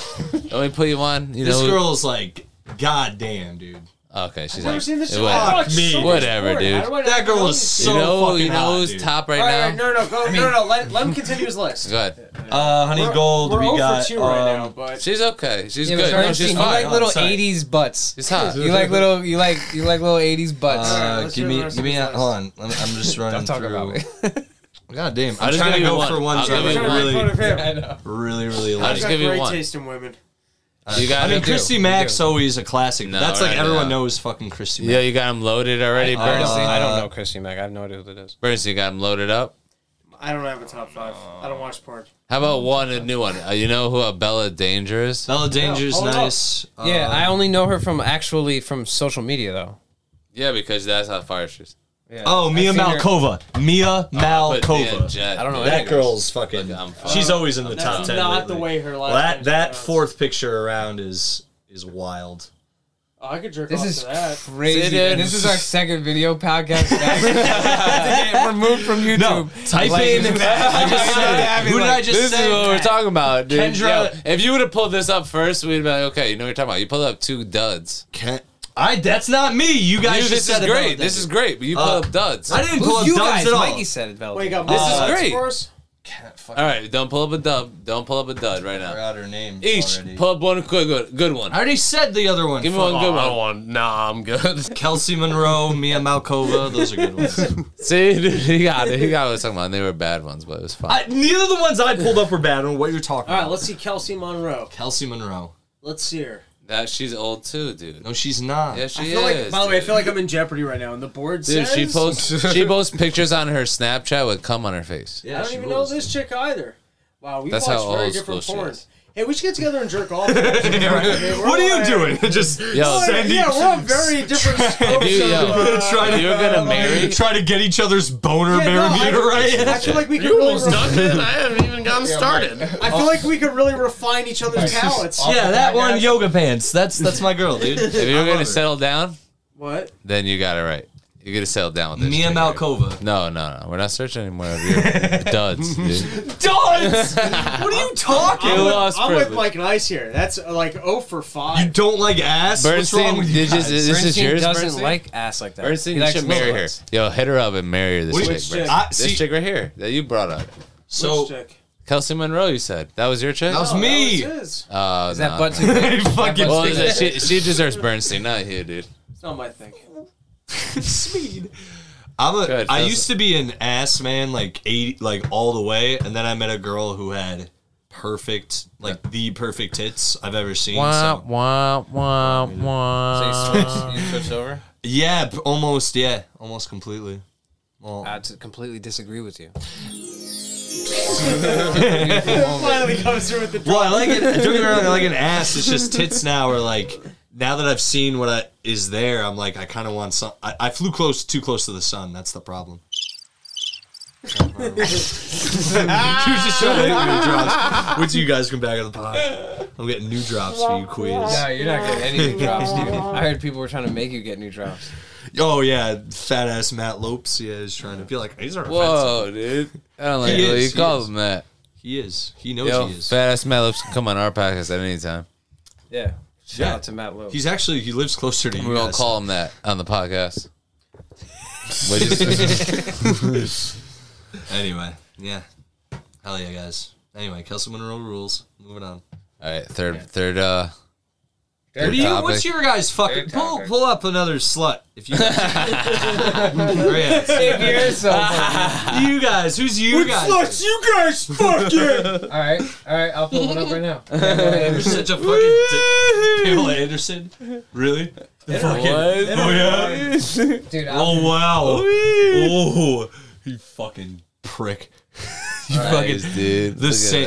Speaker 6: Let me put you on. You
Speaker 1: this
Speaker 6: know,
Speaker 1: girl's like, goddamn, dude.
Speaker 6: Okay, she's
Speaker 4: I've never
Speaker 6: like,
Speaker 4: seen this.
Speaker 6: it was-
Speaker 1: Fuck me.
Speaker 6: Whatever, dude.
Speaker 1: That girl is
Speaker 6: You
Speaker 1: so
Speaker 6: know,
Speaker 1: fucking
Speaker 6: you
Speaker 1: hot,
Speaker 6: know who's
Speaker 1: dude.
Speaker 6: top right
Speaker 4: All right,
Speaker 6: now.
Speaker 4: all right, no, no, go, no, no, no. Let, let him continue his list.
Speaker 6: Go ahead.
Speaker 1: Uh, honey gold.
Speaker 4: We're
Speaker 1: we
Speaker 4: 0
Speaker 1: got
Speaker 4: for two right
Speaker 1: um,
Speaker 4: now, but
Speaker 6: She's okay. She's
Speaker 3: Yeah, but
Speaker 6: good. No,
Speaker 3: Ernestine,
Speaker 6: she's
Speaker 3: you
Speaker 6: fine.
Speaker 3: like little
Speaker 1: sorry.
Speaker 3: '80s butts.
Speaker 6: she's hot.
Speaker 3: You like little. You like. You like little '80s butts.
Speaker 1: Uh,
Speaker 4: let's
Speaker 1: give
Speaker 4: do
Speaker 1: me,
Speaker 4: the rest
Speaker 1: give
Speaker 4: of
Speaker 1: me.
Speaker 4: his
Speaker 1: A,
Speaker 4: list.
Speaker 1: hold on, I'm, I'm just running
Speaker 3: Don't talk
Speaker 1: through.
Speaker 3: about me.
Speaker 1: God damn,
Speaker 6: I'll
Speaker 1: I'm
Speaker 6: just
Speaker 1: trying to
Speaker 6: give you
Speaker 1: go
Speaker 6: one.
Speaker 1: for ones
Speaker 6: I'll
Speaker 1: that
Speaker 6: give
Speaker 1: I
Speaker 6: you one.
Speaker 1: really, really,
Speaker 3: I know.
Speaker 1: really, really
Speaker 6: I'll
Speaker 1: like.
Speaker 6: just
Speaker 4: He's got
Speaker 6: give you
Speaker 4: great
Speaker 6: one.
Speaker 4: taste in women.
Speaker 6: You got
Speaker 1: I mean,
Speaker 6: him.
Speaker 1: Christy Mack's always a classic.
Speaker 6: No,
Speaker 1: That's like
Speaker 6: right
Speaker 1: everyone
Speaker 6: now.
Speaker 1: knows fucking Christy
Speaker 6: Yeah,
Speaker 1: Mack.
Speaker 6: you got him loaded already, Bernstein.
Speaker 3: I don't know Christy Mack. I have no idea who that is.
Speaker 6: Bernstein, you got him loaded up.
Speaker 4: I don't have a top five. I don't watch porn.
Speaker 6: How about one, a new one? Uh, you know who Abella Danger is?
Speaker 1: Bella Danger's
Speaker 4: hold it up.
Speaker 1: nice. Uh,
Speaker 3: yeah, I only know her from actually from social media though.
Speaker 6: Yeah, because that's how fire she's.
Speaker 1: Oh, Mia
Speaker 3: seen her-
Speaker 1: Malkova. Mia Malkova.
Speaker 6: I
Speaker 3: I don't know
Speaker 1: That
Speaker 3: any
Speaker 1: girl's fucking.
Speaker 6: I'm fine.
Speaker 1: She's always in the top
Speaker 4: That's
Speaker 1: ten.
Speaker 4: not the
Speaker 1: lately.
Speaker 4: way her last.
Speaker 1: That
Speaker 4: name's
Speaker 1: that
Speaker 4: pronounced.
Speaker 1: fourth picture around is is wild.
Speaker 4: Oh, I could jerk
Speaker 3: This
Speaker 4: off
Speaker 3: is
Speaker 4: to that.
Speaker 3: crazy.
Speaker 6: See, dude?
Speaker 3: This is our second video podcast back. to get removed from YouTube.
Speaker 1: No, type
Speaker 3: Like-
Speaker 1: in. I just said it. Who did I
Speaker 6: This
Speaker 1: just
Speaker 6: is what we're
Speaker 1: say?
Speaker 6: talking about, dude.
Speaker 1: Kendra-
Speaker 6: Yo, if you would have pulled this up first, we'd be like, okay, you know what you're talking about. You pulled up two duds.
Speaker 1: Can't- I. That's not me. You guys. just
Speaker 6: Dude, this
Speaker 1: said
Speaker 6: is
Speaker 1: about
Speaker 6: great.
Speaker 1: that.
Speaker 6: This is great. But you
Speaker 1: Uh,
Speaker 6: pulled up duds.
Speaker 1: I didn't pull
Speaker 3: Who's
Speaker 1: up
Speaker 3: you
Speaker 1: dubs
Speaker 3: guys?
Speaker 1: at all.
Speaker 3: Mikey said it. Valdez.
Speaker 4: Wake up.
Speaker 6: This is
Speaker 4: uh,
Speaker 6: great.
Speaker 4: for us?
Speaker 6: All right, don't pull up a dud. Don't pull up a dud right now.
Speaker 1: out her name.
Speaker 6: Each
Speaker 1: already.
Speaker 6: pull up one good, good, good one.
Speaker 1: I already said the other one.
Speaker 6: Give me
Speaker 1: Fuck.
Speaker 6: one good
Speaker 7: Oh, I
Speaker 6: one.
Speaker 7: don't want. Nah, I'm good.
Speaker 1: Kelsey Monroe, Mia Malkova. Those are good ones.
Speaker 6: See, dude, he got it. He got what I was talking about. and They were bad ones, but it was fun.
Speaker 1: I, neither of the ones I pulled up were bad. I don't know what you're talking
Speaker 4: All right,
Speaker 1: about.
Speaker 4: let's see Kelsey Monroe.
Speaker 1: Kelsey Monroe.
Speaker 4: Let's see her.
Speaker 6: that she's old too, dude.
Speaker 1: No, she's not.
Speaker 6: Yeah, she
Speaker 4: I feel
Speaker 6: is.
Speaker 4: like, by the way, I
Speaker 6: dude.
Speaker 4: feel like I'm in Jeopardy right now, and the board
Speaker 6: Dude,
Speaker 4: says
Speaker 6: she posts she posts pictures on her Snapchat with cum on her face.
Speaker 1: Yeah,
Speaker 4: I don't
Speaker 1: she
Speaker 4: even
Speaker 1: rules.
Speaker 4: know this chick either. Wow, we
Speaker 6: That's
Speaker 4: watch
Speaker 6: how
Speaker 4: very
Speaker 6: old
Speaker 4: different
Speaker 6: school she
Speaker 4: porn.
Speaker 6: is.
Speaker 4: Hey, we should get together and jerk off. what
Speaker 1: What are you doing? Just
Speaker 6: Yo,
Speaker 1: send
Speaker 4: "Oh, yeah,
Speaker 1: each-
Speaker 4: we're on very different scopes.
Speaker 6: Dude,
Speaker 4: of,
Speaker 6: yo,
Speaker 4: uh,
Speaker 1: Try to-
Speaker 6: if you're gonna marry.
Speaker 1: try to get each other's boner
Speaker 4: yeah, no, I-
Speaker 1: barramuda
Speaker 4: I
Speaker 1: right.
Speaker 4: feel like we could really re-
Speaker 7: Done, man. I haven't even gotten started.
Speaker 4: I feel like we could really refine each other's palates.
Speaker 1: Yeah, that one yoga pants. That's that's my girl,
Speaker 6: If
Speaker 1: dude.
Speaker 6: you're gonna settle down,
Speaker 4: What?
Speaker 6: then you got it right. You're gonna settle down with this.
Speaker 1: Mia
Speaker 6: chick.
Speaker 1: Malkova.
Speaker 6: No, no, no. We're not searching anymore of your duds, dude.
Speaker 1: Duds! what are you talking?
Speaker 6: You lost
Speaker 4: I'm
Speaker 6: privilege.
Speaker 4: with Mike and Ice here. That's uh, like 0 for 5.
Speaker 1: You don't like ass? What's wrong
Speaker 6: Bernstein,
Speaker 1: with you
Speaker 6: did you-
Speaker 1: guys?
Speaker 6: this is
Speaker 3: Bernstein
Speaker 6: yours.
Speaker 3: doesn't
Speaker 6: Bernstein?
Speaker 3: like ass like that.
Speaker 6: Bernstein,
Speaker 3: He
Speaker 6: you
Speaker 3: likes
Speaker 6: should marry
Speaker 3: little
Speaker 6: her.
Speaker 3: butts.
Speaker 6: Yo, hit her up and marry her. This
Speaker 1: Which
Speaker 6: chick,
Speaker 1: chick?
Speaker 6: Bernstein.
Speaker 1: I-
Speaker 6: this
Speaker 1: see-
Speaker 6: chick right here that you brought up,
Speaker 1: So that
Speaker 4: Chick. Oh,
Speaker 6: Kelsey Monroe. You said that was your chick.
Speaker 1: was me.
Speaker 4: That was his.
Speaker 6: Uh,
Speaker 3: Is that
Speaker 6: no.
Speaker 3: butt too big?
Speaker 1: fucking
Speaker 6: Well, is that- she, she deserves Bernstein, not you, dude.
Speaker 4: It's not my thing.
Speaker 1: Speed. I'm a.
Speaker 6: Good,
Speaker 1: I
Speaker 6: that's-
Speaker 1: used to be an ass man, like eight, like all the way, and then I met a girl who had perfect, like the perfect tits I've ever seen.
Speaker 6: Wah,
Speaker 1: So.
Speaker 6: wah, wah,
Speaker 3: So
Speaker 6: wah.
Speaker 3: you switch, you switch over?
Speaker 1: Yeah, p- almost. Yeah, almost completely. Well,
Speaker 3: I t- completely disagree with you.
Speaker 4: Finally comes through with the
Speaker 1: well, I like it. Don't get me wrong. I like an ass. It's just tits now. Or like now that I've seen what I, is there, I'm like I kind of want some. I, I flew close, too close to the sun. That's the problem. you was just trying to hit me with drops. Wait till you guys come back on the pod. I'm getting new drops for you, quiz.
Speaker 3: No, you're not getting any new drops, dude. I heard people were trying to make you get new drops.
Speaker 1: Oh yeah, fat ass Matt Lopes. Yeah, is trying to feel like these are offensive.
Speaker 6: Whoa, dude. I don't like
Speaker 1: He
Speaker 6: the way
Speaker 1: is,
Speaker 6: you
Speaker 1: he
Speaker 6: call
Speaker 1: is.
Speaker 6: him that.
Speaker 1: He is. He knows
Speaker 6: Yo,
Speaker 1: he is.
Speaker 6: fat ass Matt Lips can come on our podcast at any time.
Speaker 3: Yeah. Shout
Speaker 1: Yeah.
Speaker 3: out to Matt Lowe.
Speaker 1: He's actually he lives closer to you.
Speaker 6: We're gonna
Speaker 1: guys.
Speaker 6: call him that on the podcast. What did you say?
Speaker 1: Anyway, yeah, hell yeah, guys. Anyway, Kelsey Monroe rules. Moving on.
Speaker 6: All right, third, third. Uh,
Speaker 1: What do you,
Speaker 6: topic.
Speaker 1: what's your guys fucking
Speaker 3: Third
Speaker 1: pull?
Speaker 3: topic.
Speaker 1: Pull up another slut if you. guys Oh, yeah. You guys, who's you guys?
Speaker 4: you guys fucking.
Speaker 3: all right, all right. I'll pull one up right now.
Speaker 1: You're such a fucking dick. Pamela Anderson. Really? The fucking. Oh yeah.
Speaker 3: Dude, I'll,
Speaker 1: Oh wow. Oh, you fucking prick. you fucking
Speaker 6: dude.
Speaker 1: the same.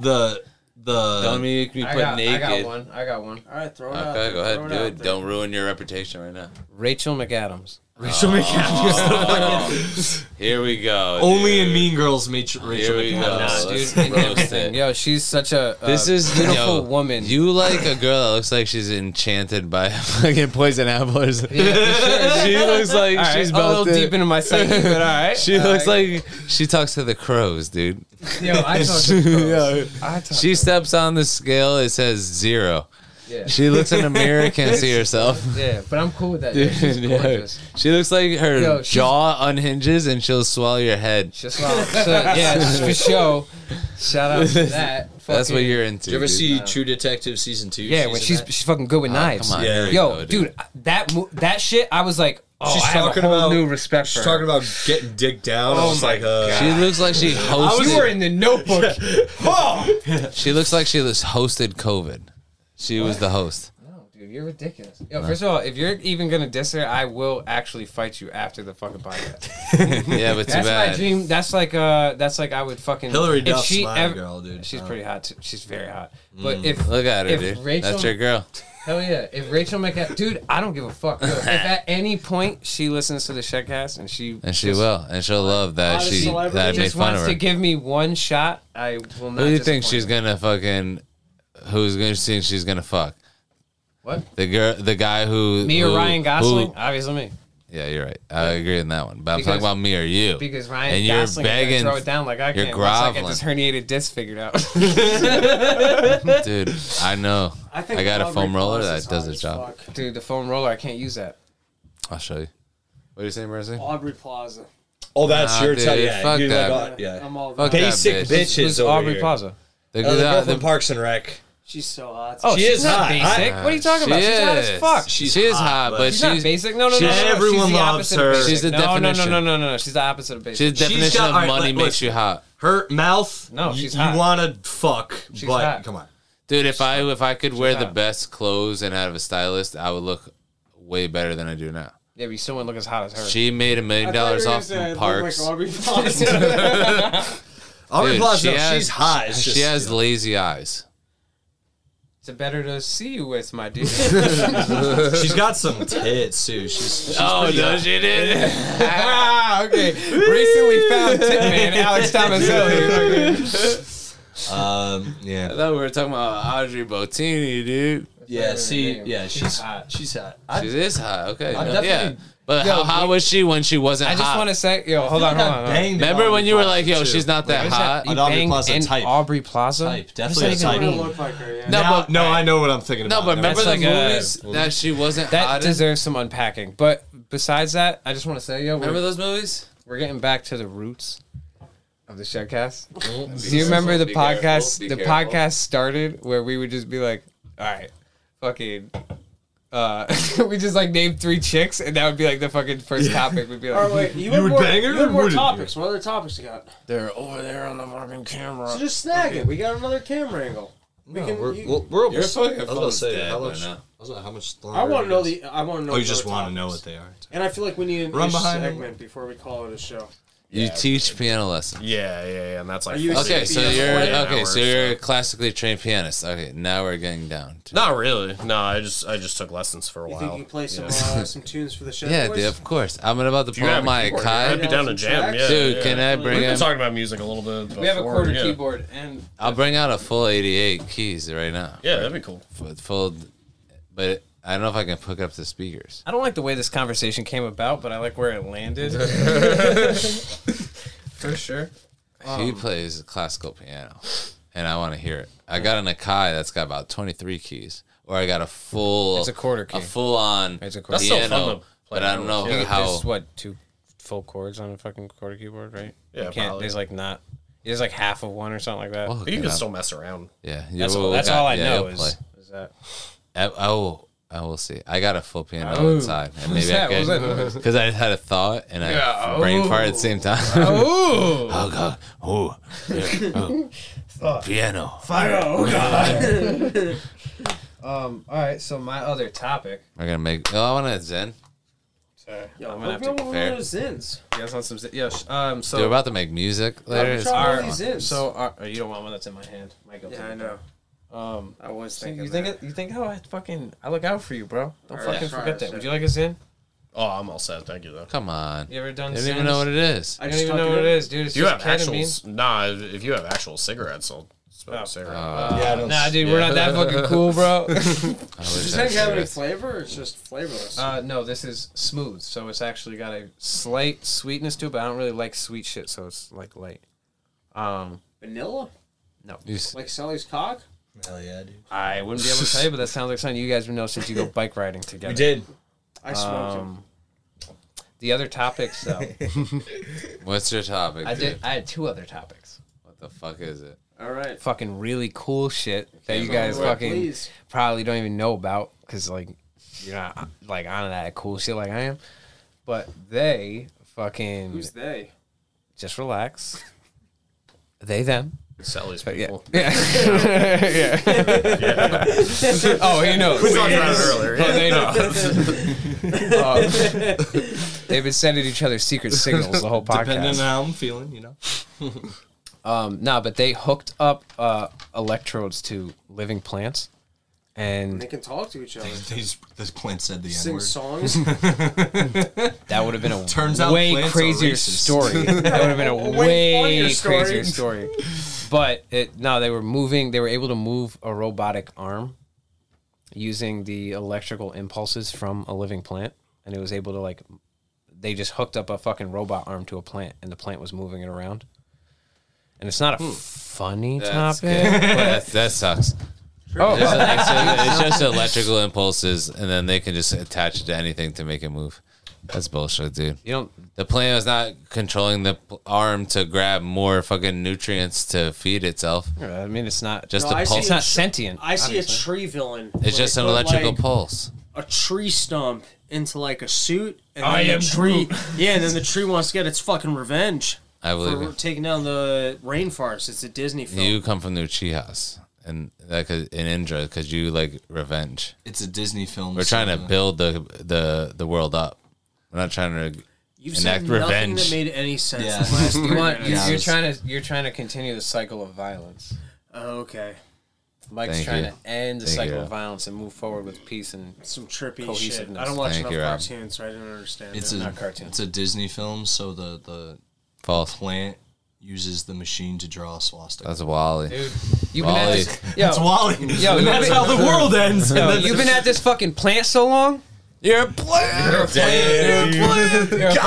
Speaker 1: The the.
Speaker 6: Don't make me
Speaker 3: I,
Speaker 6: put
Speaker 3: got, I
Speaker 6: naked.
Speaker 3: got one. I got one.
Speaker 4: All right, throw it out.
Speaker 6: Okay, go
Speaker 4: Throw
Speaker 6: ahead,
Speaker 4: it
Speaker 6: do
Speaker 4: out
Speaker 6: it.
Speaker 4: there.
Speaker 6: Don't ruin your reputation right now.
Speaker 3: Rachel McAdams.
Speaker 1: Rachel McAdams.
Speaker 6: Here we go.
Speaker 1: Only
Speaker 6: dude.
Speaker 1: in Mean Girls, Rachel
Speaker 6: Here we go.
Speaker 1: McAdams.
Speaker 6: Let's
Speaker 3: Dude, and
Speaker 6: roast
Speaker 3: everything.
Speaker 6: it.
Speaker 3: Yo, she's such a, a
Speaker 6: This is
Speaker 3: beautiful
Speaker 6: yo,
Speaker 3: woman.
Speaker 6: You like a girl that looks like she's enchanted by fucking poison apple or something. she looks like
Speaker 3: All right,
Speaker 6: she's
Speaker 3: a little
Speaker 6: about to.
Speaker 3: deep into my psyche, but all right.
Speaker 6: she
Speaker 3: All
Speaker 6: looks
Speaker 3: right.
Speaker 6: like she talks to the crows, dude.
Speaker 3: yo. I talk to
Speaker 6: Yo,
Speaker 3: girls. I talk
Speaker 6: She
Speaker 3: to-
Speaker 6: steps on the scale, it says zero.
Speaker 3: yeah.
Speaker 6: She looks in the mirror, can't see herself.
Speaker 3: yeah, but I'm cool with that. Dude,
Speaker 6: Dude,
Speaker 3: she's
Speaker 6: yo,
Speaker 3: gorgeous.
Speaker 6: she looks like her
Speaker 3: Yo, she's-
Speaker 6: jaw unhinges and she'll swallow your head.
Speaker 3: Just wow. So, yeah, for sure. Shout out to that.
Speaker 6: That's what
Speaker 3: Fucking-
Speaker 6: you're into.
Speaker 1: Did you ever
Speaker 6: dude.
Speaker 1: see True Detective season two?
Speaker 3: Yeah, when she's she's fucking good with knives.
Speaker 6: Oh, Come on,
Speaker 1: Yeah.
Speaker 6: here we
Speaker 3: Yo,
Speaker 6: go,
Speaker 3: dude, I- that mo- that shit, I was like, oh,
Speaker 1: She's
Speaker 3: I have
Speaker 1: talking
Speaker 3: a whole
Speaker 1: about-
Speaker 3: new respect for
Speaker 1: she's
Speaker 3: her.
Speaker 1: talking about getting dick down. Oh my like, uh,
Speaker 6: She looks like she hosted.
Speaker 3: you were in the notebook.
Speaker 6: She looks like she was hosted COVID. She was the host.
Speaker 3: no, Oh, dude, you're ridiculous. Yo, first of all, if you're even gonna diss her, I will actually fight you after the fucking podcast.
Speaker 6: Yeah, but too
Speaker 3: That's my
Speaker 6: bad.
Speaker 3: dream. That's like uh, that's like I would fucking
Speaker 1: Hillary
Speaker 3: if
Speaker 1: Duff's
Speaker 3: she
Speaker 1: my
Speaker 3: ever-
Speaker 1: girl, dude.
Speaker 3: She's
Speaker 1: Uh,
Speaker 3: pretty hot. Too. She's very hot.
Speaker 6: Mm.
Speaker 3: But if
Speaker 6: Look at her,
Speaker 3: If
Speaker 6: dude.
Speaker 3: Rachel-
Speaker 6: That's your girl.
Speaker 3: Hell yeah! If Rachel McAdams, dude, I don't give a fuck. Yo, if at any point she listens to the Shedcast and she
Speaker 6: And she
Speaker 3: just,
Speaker 6: will. And she'll love that
Speaker 4: Hottest
Speaker 6: she
Speaker 4: celebrity.
Speaker 6: that I made
Speaker 3: just
Speaker 6: fun
Speaker 3: wants
Speaker 6: of
Speaker 3: to
Speaker 6: her.
Speaker 3: give me one shot, I will not.
Speaker 6: Who do you think
Speaker 3: disappoint
Speaker 6: she's
Speaker 3: her.
Speaker 6: gonna fucking who's gonna think she's gonna fuck?
Speaker 3: What?
Speaker 6: The girl the guy who
Speaker 3: Me or
Speaker 6: who-
Speaker 3: Ryan Gosling?
Speaker 6: who-
Speaker 3: Obviously me,
Speaker 6: yeah, you're right. I agree on that one. But I'm
Speaker 3: Because-
Speaker 6: talking about me or you.
Speaker 3: because Ryan
Speaker 6: and you're
Speaker 3: Gosling is gonna
Speaker 6: begging
Speaker 3: throw it down like I
Speaker 6: you're
Speaker 3: can. Once I get
Speaker 6: groveling.
Speaker 3: this herniated disc figured out.
Speaker 6: dude, I know. I,
Speaker 4: think
Speaker 6: got a
Speaker 4: Aubrey
Speaker 6: foam roller
Speaker 4: Plaza's
Speaker 6: that does
Speaker 4: hot
Speaker 6: its
Speaker 4: as
Speaker 6: job.
Speaker 4: fuck.
Speaker 3: dude, the foam roller, I can't use that.
Speaker 6: I'll show you. What are you saying, Mercy?
Speaker 4: Aubrey Plaza.
Speaker 1: oh, that's
Speaker 6: Nah,
Speaker 1: your
Speaker 6: dude,
Speaker 1: type. Yeah,
Speaker 6: fuck
Speaker 1: you
Speaker 6: that.
Speaker 1: like, uh, yeah.
Speaker 4: I'm all
Speaker 6: Fuck
Speaker 4: about-
Speaker 6: that
Speaker 1: Basic
Speaker 6: bitch.
Speaker 1: bitch. Bitches
Speaker 3: Who's
Speaker 1: over
Speaker 3: Aubrey
Speaker 1: here.
Speaker 3: Plaza?
Speaker 6: The,
Speaker 1: Oh, the girl
Speaker 6: the-
Speaker 1: from Parks and Rec.
Speaker 4: She's so hot.
Speaker 3: Oh,
Speaker 1: She
Speaker 3: she's
Speaker 1: is
Speaker 3: not
Speaker 1: hot.
Speaker 3: basic.
Speaker 1: I-
Speaker 3: what are you talking about?
Speaker 6: She
Speaker 3: She's hot as
Speaker 6: is.
Speaker 3: fuck.
Speaker 1: She's
Speaker 6: she is
Speaker 1: hot,
Speaker 6: hot,
Speaker 1: but-
Speaker 6: but
Speaker 3: She's
Speaker 6: she's
Speaker 3: not basic. No, no, no.
Speaker 1: she's-
Speaker 3: no, no.
Speaker 1: everyone
Speaker 3: she's the
Speaker 1: loves
Speaker 3: opposite of
Speaker 1: her.
Speaker 3: basic.
Speaker 6: She's the
Speaker 3: no, no,
Speaker 6: definition.
Speaker 3: No, no, no, no, no. She's the opposite of basic.
Speaker 6: She's the
Speaker 1: She's
Speaker 6: definition
Speaker 1: got-
Speaker 6: of
Speaker 1: all right,
Speaker 6: money
Speaker 1: let-
Speaker 6: makes
Speaker 1: listen.
Speaker 6: you hot,
Speaker 1: Her mouth.
Speaker 3: No,
Speaker 1: you-
Speaker 3: she's
Speaker 1: you,
Speaker 3: hot.
Speaker 1: want to fuck,
Speaker 3: She's
Speaker 1: but
Speaker 3: hot.
Speaker 1: come on.
Speaker 6: dude. If I if I could wear the
Speaker 3: hot.
Speaker 6: best clothes and have a stylist, I would look way better than I do now.
Speaker 3: yeah, but you still wouldn't look as hot as her.
Speaker 6: She made a million dollars off from Parks.
Speaker 1: Aubrey
Speaker 6: Dude,
Speaker 1: Plaza.
Speaker 6: she
Speaker 1: no,
Speaker 6: has-
Speaker 1: she's hot. It's just,
Speaker 6: she has lazy eyes.
Speaker 3: It's better to see you with, my dude.
Speaker 1: she's got some tits too. She's, she's
Speaker 6: Oh,
Speaker 1: pretty
Speaker 6: no,
Speaker 1: hot.
Speaker 6: she did.
Speaker 3: ah, okay. Recently found Tip Man, Alex Tomaselli.
Speaker 1: Um,
Speaker 6: I
Speaker 1: yeah.
Speaker 6: thought we were talking about Audrey Botini, dude.
Speaker 1: Yeah. See.
Speaker 3: name.
Speaker 1: Yeah.
Speaker 3: She's
Speaker 1: She's
Speaker 3: hot.
Speaker 1: She's hot.
Speaker 6: She is hot. Okay,
Speaker 1: I'm
Speaker 6: no, yeah.
Speaker 1: definitely-
Speaker 6: But
Speaker 3: Yo,
Speaker 6: how hot was she when she wasn't
Speaker 3: I just
Speaker 6: hot?
Speaker 3: want to say, yo, hold on, hold on. Hold on.
Speaker 6: Remember when you were like, "Yo, she's not that
Speaker 3: Is
Speaker 6: hot."
Speaker 3: that, you
Speaker 1: Aubrey
Speaker 3: banged
Speaker 1: Plaza
Speaker 3: an
Speaker 1: type.
Speaker 3: Aubrey Plaza?
Speaker 1: Type.
Speaker 3: What does
Speaker 1: Definitely
Speaker 3: that
Speaker 1: a
Speaker 3: even
Speaker 1: type.
Speaker 3: mean?
Speaker 4: look like her, yeah.
Speaker 6: No,
Speaker 1: Now-
Speaker 6: but
Speaker 1: no, I know what I'm thinking
Speaker 6: no,
Speaker 1: about.
Speaker 6: but
Speaker 1: now.
Speaker 6: remember the
Speaker 3: That's like a-
Speaker 6: movies that she wasn't
Speaker 3: That
Speaker 6: hot. in?
Speaker 3: deserves some unpacking. But besides that, I just want to say, yo,
Speaker 6: Remember
Speaker 3: we're,
Speaker 6: those movies?
Speaker 3: we're getting back to the roots of the Shedcast. Do you remember the
Speaker 6: Be careful,
Speaker 3: podcast?
Speaker 6: be
Speaker 3: the
Speaker 6: careful.
Speaker 3: podcast started where we would just be like, all right, fucking Uh, we just like named three chicks, and that would be like the fucking first topic. Would be like,
Speaker 4: All right, wait, you, had
Speaker 1: would
Speaker 4: more,
Speaker 1: bang her?
Speaker 4: You had more
Speaker 1: Would you?
Speaker 4: topics. What other topics you got?
Speaker 7: They're over there on the fucking camera.
Speaker 4: So just snag it. We got another camera angle. We
Speaker 1: Uh, No,
Speaker 4: can,
Speaker 1: we're,
Speaker 4: you-
Speaker 1: we're, we're
Speaker 6: Your
Speaker 1: almost.
Speaker 6: fucking
Speaker 1: I was about to
Speaker 6: phone's
Speaker 1: say
Speaker 6: dead
Speaker 1: how
Speaker 6: by
Speaker 1: much.
Speaker 6: now.
Speaker 1: I was about to- how much longer?
Speaker 4: I want to know
Speaker 1: it is.
Speaker 4: the. I want to know.
Speaker 1: Oh, you
Speaker 4: the
Speaker 1: just
Speaker 4: other
Speaker 1: want to know what
Speaker 4: topics.
Speaker 1: they are.
Speaker 4: And I feel like we need an
Speaker 1: Run
Speaker 4: ish
Speaker 1: behind them.
Speaker 4: segment before we call it a show.
Speaker 6: You teach piano lessons.
Speaker 7: Yeah, yeah, yeah. And that's like
Speaker 4: Are you a
Speaker 7: four
Speaker 6: Okay,
Speaker 4: Six
Speaker 6: so
Speaker 4: piano
Speaker 6: you're
Speaker 4: lessons.
Speaker 6: okay, so
Speaker 7: hours,
Speaker 6: you're a classically trained pianist. Okay, now we're getting down. To,
Speaker 7: Not really. No, I just I just took lessons for a
Speaker 4: You
Speaker 7: while.
Speaker 4: think you can play some uh, some tunes for the show?
Speaker 6: yeah,
Speaker 4: boys?
Speaker 6: dude, of course. I'm about to
Speaker 7: you
Speaker 6: pull
Speaker 7: have
Speaker 6: out
Speaker 7: a
Speaker 6: my
Speaker 7: keyboard,
Speaker 6: Akai.
Speaker 7: I'd be down to
Speaker 4: some
Speaker 7: jam.
Speaker 4: tracks?
Speaker 7: Yeah,
Speaker 6: Dude,
Speaker 7: yeah.
Speaker 6: can I
Speaker 7: We've
Speaker 6: bring
Speaker 7: been
Speaker 6: out?
Speaker 7: talking about music a little bit. Before,
Speaker 3: we have a quarter
Speaker 7: yeah.
Speaker 3: keyboard, and
Speaker 6: I'll bring out a full 88 keys right now.
Speaker 7: Yeah, that'd be cool.
Speaker 6: With full, but I don't know if I can hook up the speakers.
Speaker 3: I don't like the way this conversation came about, but I like where it landed. For sure.
Speaker 6: he plays classical piano, and I want to hear it. I got an Akai that's got about 23 keys, or I got a full.
Speaker 3: It's a quarter key.
Speaker 6: A full on.
Speaker 3: It's a quarter
Speaker 6: piano,
Speaker 3: key.
Speaker 7: That's still fun to play
Speaker 6: but I don't know
Speaker 7: around with, yeah.
Speaker 6: how.
Speaker 3: There's what two full chords on a fucking quarter keyboard, right?
Speaker 7: Yeah,
Speaker 3: You can't,
Speaker 7: probably.
Speaker 3: there's like not. There's like half of one or something like that.
Speaker 6: I'll hook
Speaker 7: But you
Speaker 6: it
Speaker 7: can
Speaker 6: up.
Speaker 7: still mess around.
Speaker 6: Yeah,
Speaker 3: that's all,
Speaker 6: you'll-
Speaker 3: that's
Speaker 6: got-
Speaker 3: all I
Speaker 6: yeah,
Speaker 3: know
Speaker 6: you'll play.
Speaker 3: is, is that.
Speaker 6: I, I will. I will see. I got a full piano
Speaker 3: Oh.
Speaker 6: inside, and maybe
Speaker 3: What's that? What was
Speaker 6: I
Speaker 3: that
Speaker 6: could
Speaker 3: noise?
Speaker 6: because I had a thought and I
Speaker 3: Yeah,
Speaker 6: brain
Speaker 3: oh.
Speaker 6: fart at the same time.
Speaker 3: Ooh.
Speaker 6: oh god! Oh, yeah, oh. piano.
Speaker 3: Um. All right. So my other topic.
Speaker 6: We're gonna make. Oh, I want a Zen.
Speaker 4: Yo,
Speaker 3: I'm gonna have
Speaker 4: hook me up
Speaker 3: to
Speaker 4: with one
Speaker 6: fair.
Speaker 4: of those Zins.
Speaker 3: You guys want some? zi- Yeah. sh- Um. So.
Speaker 6: They're about to make music later.
Speaker 4: we
Speaker 6: It's
Speaker 4: try-
Speaker 3: Our-
Speaker 4: All these zins.
Speaker 3: So our, oh, you don't want one that's in my hand. Might go to
Speaker 4: Yeah,
Speaker 3: the
Speaker 4: I know.
Speaker 3: back. Um.
Speaker 4: I was
Speaker 3: so
Speaker 4: thinking.
Speaker 3: you think
Speaker 4: that.
Speaker 3: it, you think how I fucking I look out for you, bro. Don't
Speaker 4: All right,
Speaker 3: fucking
Speaker 4: sure,
Speaker 3: forget that.
Speaker 4: sure.
Speaker 3: Would you like a zin?
Speaker 7: Oh, I'm all set. Thank you though.
Speaker 6: Come on.
Speaker 3: You ever done?
Speaker 6: I don't
Speaker 3: zins?
Speaker 6: even know what it is.
Speaker 4: I
Speaker 3: I don't
Speaker 4: just
Speaker 3: even
Speaker 4: tuck
Speaker 3: know
Speaker 4: it
Speaker 3: what it
Speaker 4: in.
Speaker 3: is, dude. It's
Speaker 7: Do you
Speaker 3: just
Speaker 7: have
Speaker 3: ketamine.
Speaker 7: actual? Nah, if if you have actual cigarettes, I'll smoke
Speaker 3: Oh.
Speaker 7: a cigarette.
Speaker 6: Uh,
Speaker 3: Nah, dude, we're not that fucking cool, bro.
Speaker 6: I wish
Speaker 4: Does
Speaker 6: I
Speaker 4: this thing have any
Speaker 6: cigarettes.
Speaker 4: flavor? Or it's just flavorless.
Speaker 3: Uh, no, this is smooth, so it's actually got a slight sweetness to it, but I don't really like sweet shit, so it's like light. Um,
Speaker 4: Vanilla,
Speaker 6: You s-
Speaker 4: like Sally's cock.
Speaker 1: Hell yeah, dude.
Speaker 3: I wouldn't be able to tell you, but that sounds like something you guys would know since you go bike riding together.
Speaker 1: We did.
Speaker 4: I smoked
Speaker 3: Um, the other topics, though,
Speaker 6: What's your topic?
Speaker 3: I did.
Speaker 6: dude?
Speaker 3: I had two other topics.
Speaker 6: What the fuck is it?
Speaker 4: it. All right.
Speaker 3: Fucking really cool shit that you guys
Speaker 4: Lord,
Speaker 3: fucking
Speaker 4: please.
Speaker 3: probably don't even know about because like you're not like on that cool shit like I am. But they fucking
Speaker 4: Who's they?
Speaker 3: just relax. They them.
Speaker 7: Sally's
Speaker 3: Yeah.
Speaker 7: people.
Speaker 3: Yeah. yeah. oh, he knows.
Speaker 7: We talked about it earlier.
Speaker 3: Oh,
Speaker 7: Yeah.
Speaker 3: they know. Um, they've been sending each other secret signals the whole
Speaker 1: Depending on
Speaker 3: podcast.
Speaker 1: how I'm feeling, you know.
Speaker 3: Um, nah, but they hooked up uh, electrodes to living plants,
Speaker 4: And they
Speaker 3: and
Speaker 4: can talk to each other,
Speaker 1: These this plant said the N
Speaker 4: sing
Speaker 1: word.
Speaker 4: songs.
Speaker 3: that would have been a
Speaker 1: Turns out
Speaker 3: way
Speaker 1: plants are
Speaker 3: crazier
Speaker 1: racist.
Speaker 3: story. that would have been a
Speaker 4: A way
Speaker 3: way,
Speaker 4: funnier story.
Speaker 3: crazier story. But it no, they were moving. They were able to move a robotic arm using the electrical impulses from a living plant, and it was able to like. They just hooked up a fucking robot arm to a plant, and the plant was moving it around. And it's
Speaker 1: Hmm.
Speaker 3: not a funny
Speaker 6: That's
Speaker 3: topic.
Speaker 6: good. that, that sucks.
Speaker 3: Oh,
Speaker 6: It's, it's- it's just electrical impulses, and then they can just attach it to anything to make it move. That's bullshit, dude.
Speaker 3: you don't.
Speaker 6: The plant is not controlling the p- arm to grab more fucking nutrients to feed itself.
Speaker 3: I mean, it's not just.
Speaker 6: Just
Speaker 4: No,
Speaker 6: a
Speaker 4: I see
Speaker 6: pulse.
Speaker 3: It's not sentient.
Speaker 4: I see a tree villain.
Speaker 6: It's just an
Speaker 4: Like, put,
Speaker 6: electrical
Speaker 4: like,
Speaker 6: pulse.
Speaker 4: a tree stump into like a suit. And I am tree. Yeah, and then the tree wants to get its fucking revenge
Speaker 6: I believe
Speaker 4: for
Speaker 6: it.
Speaker 4: taking down the rainforest. It's a Disney film.
Speaker 6: You come from the Uchihas and like uh, in Indra because you like revenge.
Speaker 1: It's a Disney film.
Speaker 6: We're trying to build the the the world up. We're not trying to.
Speaker 4: You've
Speaker 6: enact
Speaker 4: said nothing
Speaker 6: revenge.
Speaker 4: that made any sense.
Speaker 1: Yeah.
Speaker 4: in the last
Speaker 3: You want, you,
Speaker 1: Yeah,
Speaker 3: you're
Speaker 1: it's-
Speaker 3: trying to you're trying to continue the cycle of violence.
Speaker 4: Oh, Okay,
Speaker 3: Mike's
Speaker 6: Thank
Speaker 3: trying
Speaker 6: you.
Speaker 3: to end the
Speaker 6: Thank
Speaker 3: cycle
Speaker 6: you.
Speaker 3: of violence and move forward with peace and
Speaker 4: some trippy shit.
Speaker 3: Cohesiveness.
Speaker 4: I don't watch
Speaker 6: Thank
Speaker 4: enough
Speaker 6: you, Rob.
Speaker 4: cartoons, so I didn't understand.
Speaker 1: It's
Speaker 4: it.
Speaker 1: a
Speaker 3: not cartoons.
Speaker 1: It's a Disney film, so the the
Speaker 6: False.
Speaker 1: plant uses the machine to draw a swastika.
Speaker 6: That's Wally.
Speaker 3: you've been at
Speaker 6: Wally.
Speaker 3: this, yo,
Speaker 1: Wally.
Speaker 3: yo,
Speaker 1: and that's
Speaker 3: you-
Speaker 1: how the world ends.
Speaker 3: yo,
Speaker 1: And then-
Speaker 3: you've been at this fucking plant so long.
Speaker 6: You're a plant.
Speaker 3: You're a fucking plant, dude.
Speaker 4: all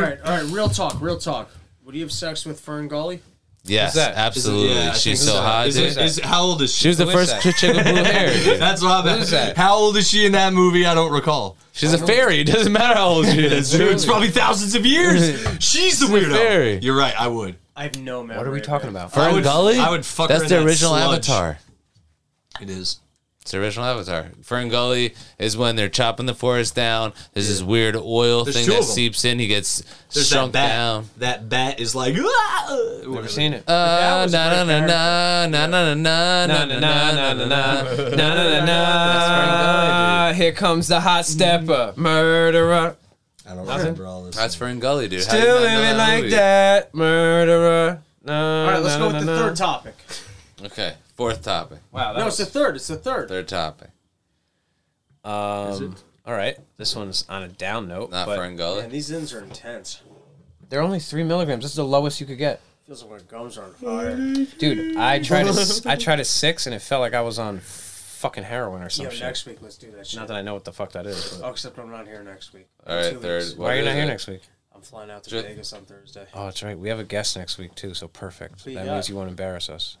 Speaker 4: right, all right. Real talk, real talk. Would you have sex with Fern Gully?
Speaker 6: Yes,
Speaker 3: that?
Speaker 6: absolutely.
Speaker 1: Yeah, I think
Speaker 6: She's so hot.
Speaker 1: Is,
Speaker 6: dude.
Speaker 1: it, is how old is she?
Speaker 6: She was the
Speaker 3: Who is
Speaker 6: first
Speaker 3: that?
Speaker 6: chick with blue hair. dude.
Speaker 1: that's what I'm
Speaker 3: is
Speaker 1: at.
Speaker 3: that?
Speaker 1: How old is she in that movie? I don't recall.
Speaker 6: She's a fairy. It doesn't matter how old she is.
Speaker 1: Dude, it's probably thousands of years. She's the weirdo.
Speaker 6: fairy.
Speaker 1: You're right. I would.
Speaker 4: I have no memory.
Speaker 3: What are we talking about?
Speaker 1: I
Speaker 6: Fern
Speaker 1: would-
Speaker 6: Gully?
Speaker 1: I would fuck her
Speaker 6: That's
Speaker 1: in
Speaker 6: the
Speaker 1: that
Speaker 6: original
Speaker 1: sludge.
Speaker 6: Avatar.
Speaker 1: It is.
Speaker 6: It's the original Avatar. Ferngully is when they're chopping the forest down. There's this weird oil
Speaker 1: There's
Speaker 6: thing
Speaker 1: two
Speaker 6: that
Speaker 1: of 'em.
Speaker 6: seeps in. He gets
Speaker 1: There's
Speaker 6: shrunk
Speaker 1: that bat.
Speaker 6: down.
Speaker 1: That bat is like.
Speaker 3: Never seen it.
Speaker 6: Uh,
Speaker 4: was
Speaker 6: na
Speaker 4: my
Speaker 6: na na na na na na na na na na na.
Speaker 3: Na-na-na-na. Here comes the hot stepper, murderer.
Speaker 1: I don't remember all this.
Speaker 6: That's Ferngully, dude. How do you
Speaker 3: Still
Speaker 6: not know
Speaker 3: living like
Speaker 6: movie?
Speaker 3: that, murderer.
Speaker 4: All
Speaker 3: No,
Speaker 4: right, let's go with the third topic.
Speaker 6: Okay, fourth topic,
Speaker 3: Wow,
Speaker 4: No, it's the third. It's the third.
Speaker 6: third topic.
Speaker 3: um, all right. This one's on a down note,
Speaker 6: Not
Speaker 3: but
Speaker 6: Ferngully.
Speaker 4: Man, these ins are intense.
Speaker 3: they're only three milligrams. This is the lowest you could get,
Speaker 4: Feels like my gums are on fire.
Speaker 3: dude. I tried a, s- I tried a six, and it felt like I was on fucking heroin or some
Speaker 4: Yo,
Speaker 3: shit.
Speaker 4: next week let's do that shit.
Speaker 3: Not that I know what the fuck that is.
Speaker 4: Oh,
Speaker 3: But.
Speaker 4: except I'm not here next week.
Speaker 6: All
Speaker 4: In
Speaker 6: right,
Speaker 4: two
Speaker 6: third.
Speaker 4: weeks.
Speaker 6: what
Speaker 3: Why are you
Speaker 6: is
Speaker 3: not here
Speaker 6: it?
Speaker 3: next week?
Speaker 4: I'm flying out to
Speaker 6: Just-
Speaker 4: Vegas on Thursday.
Speaker 3: Oh, that's right. We have a guest next week too, so perfect.
Speaker 4: you
Speaker 3: That
Speaker 4: got?
Speaker 3: means you won't embarrass us.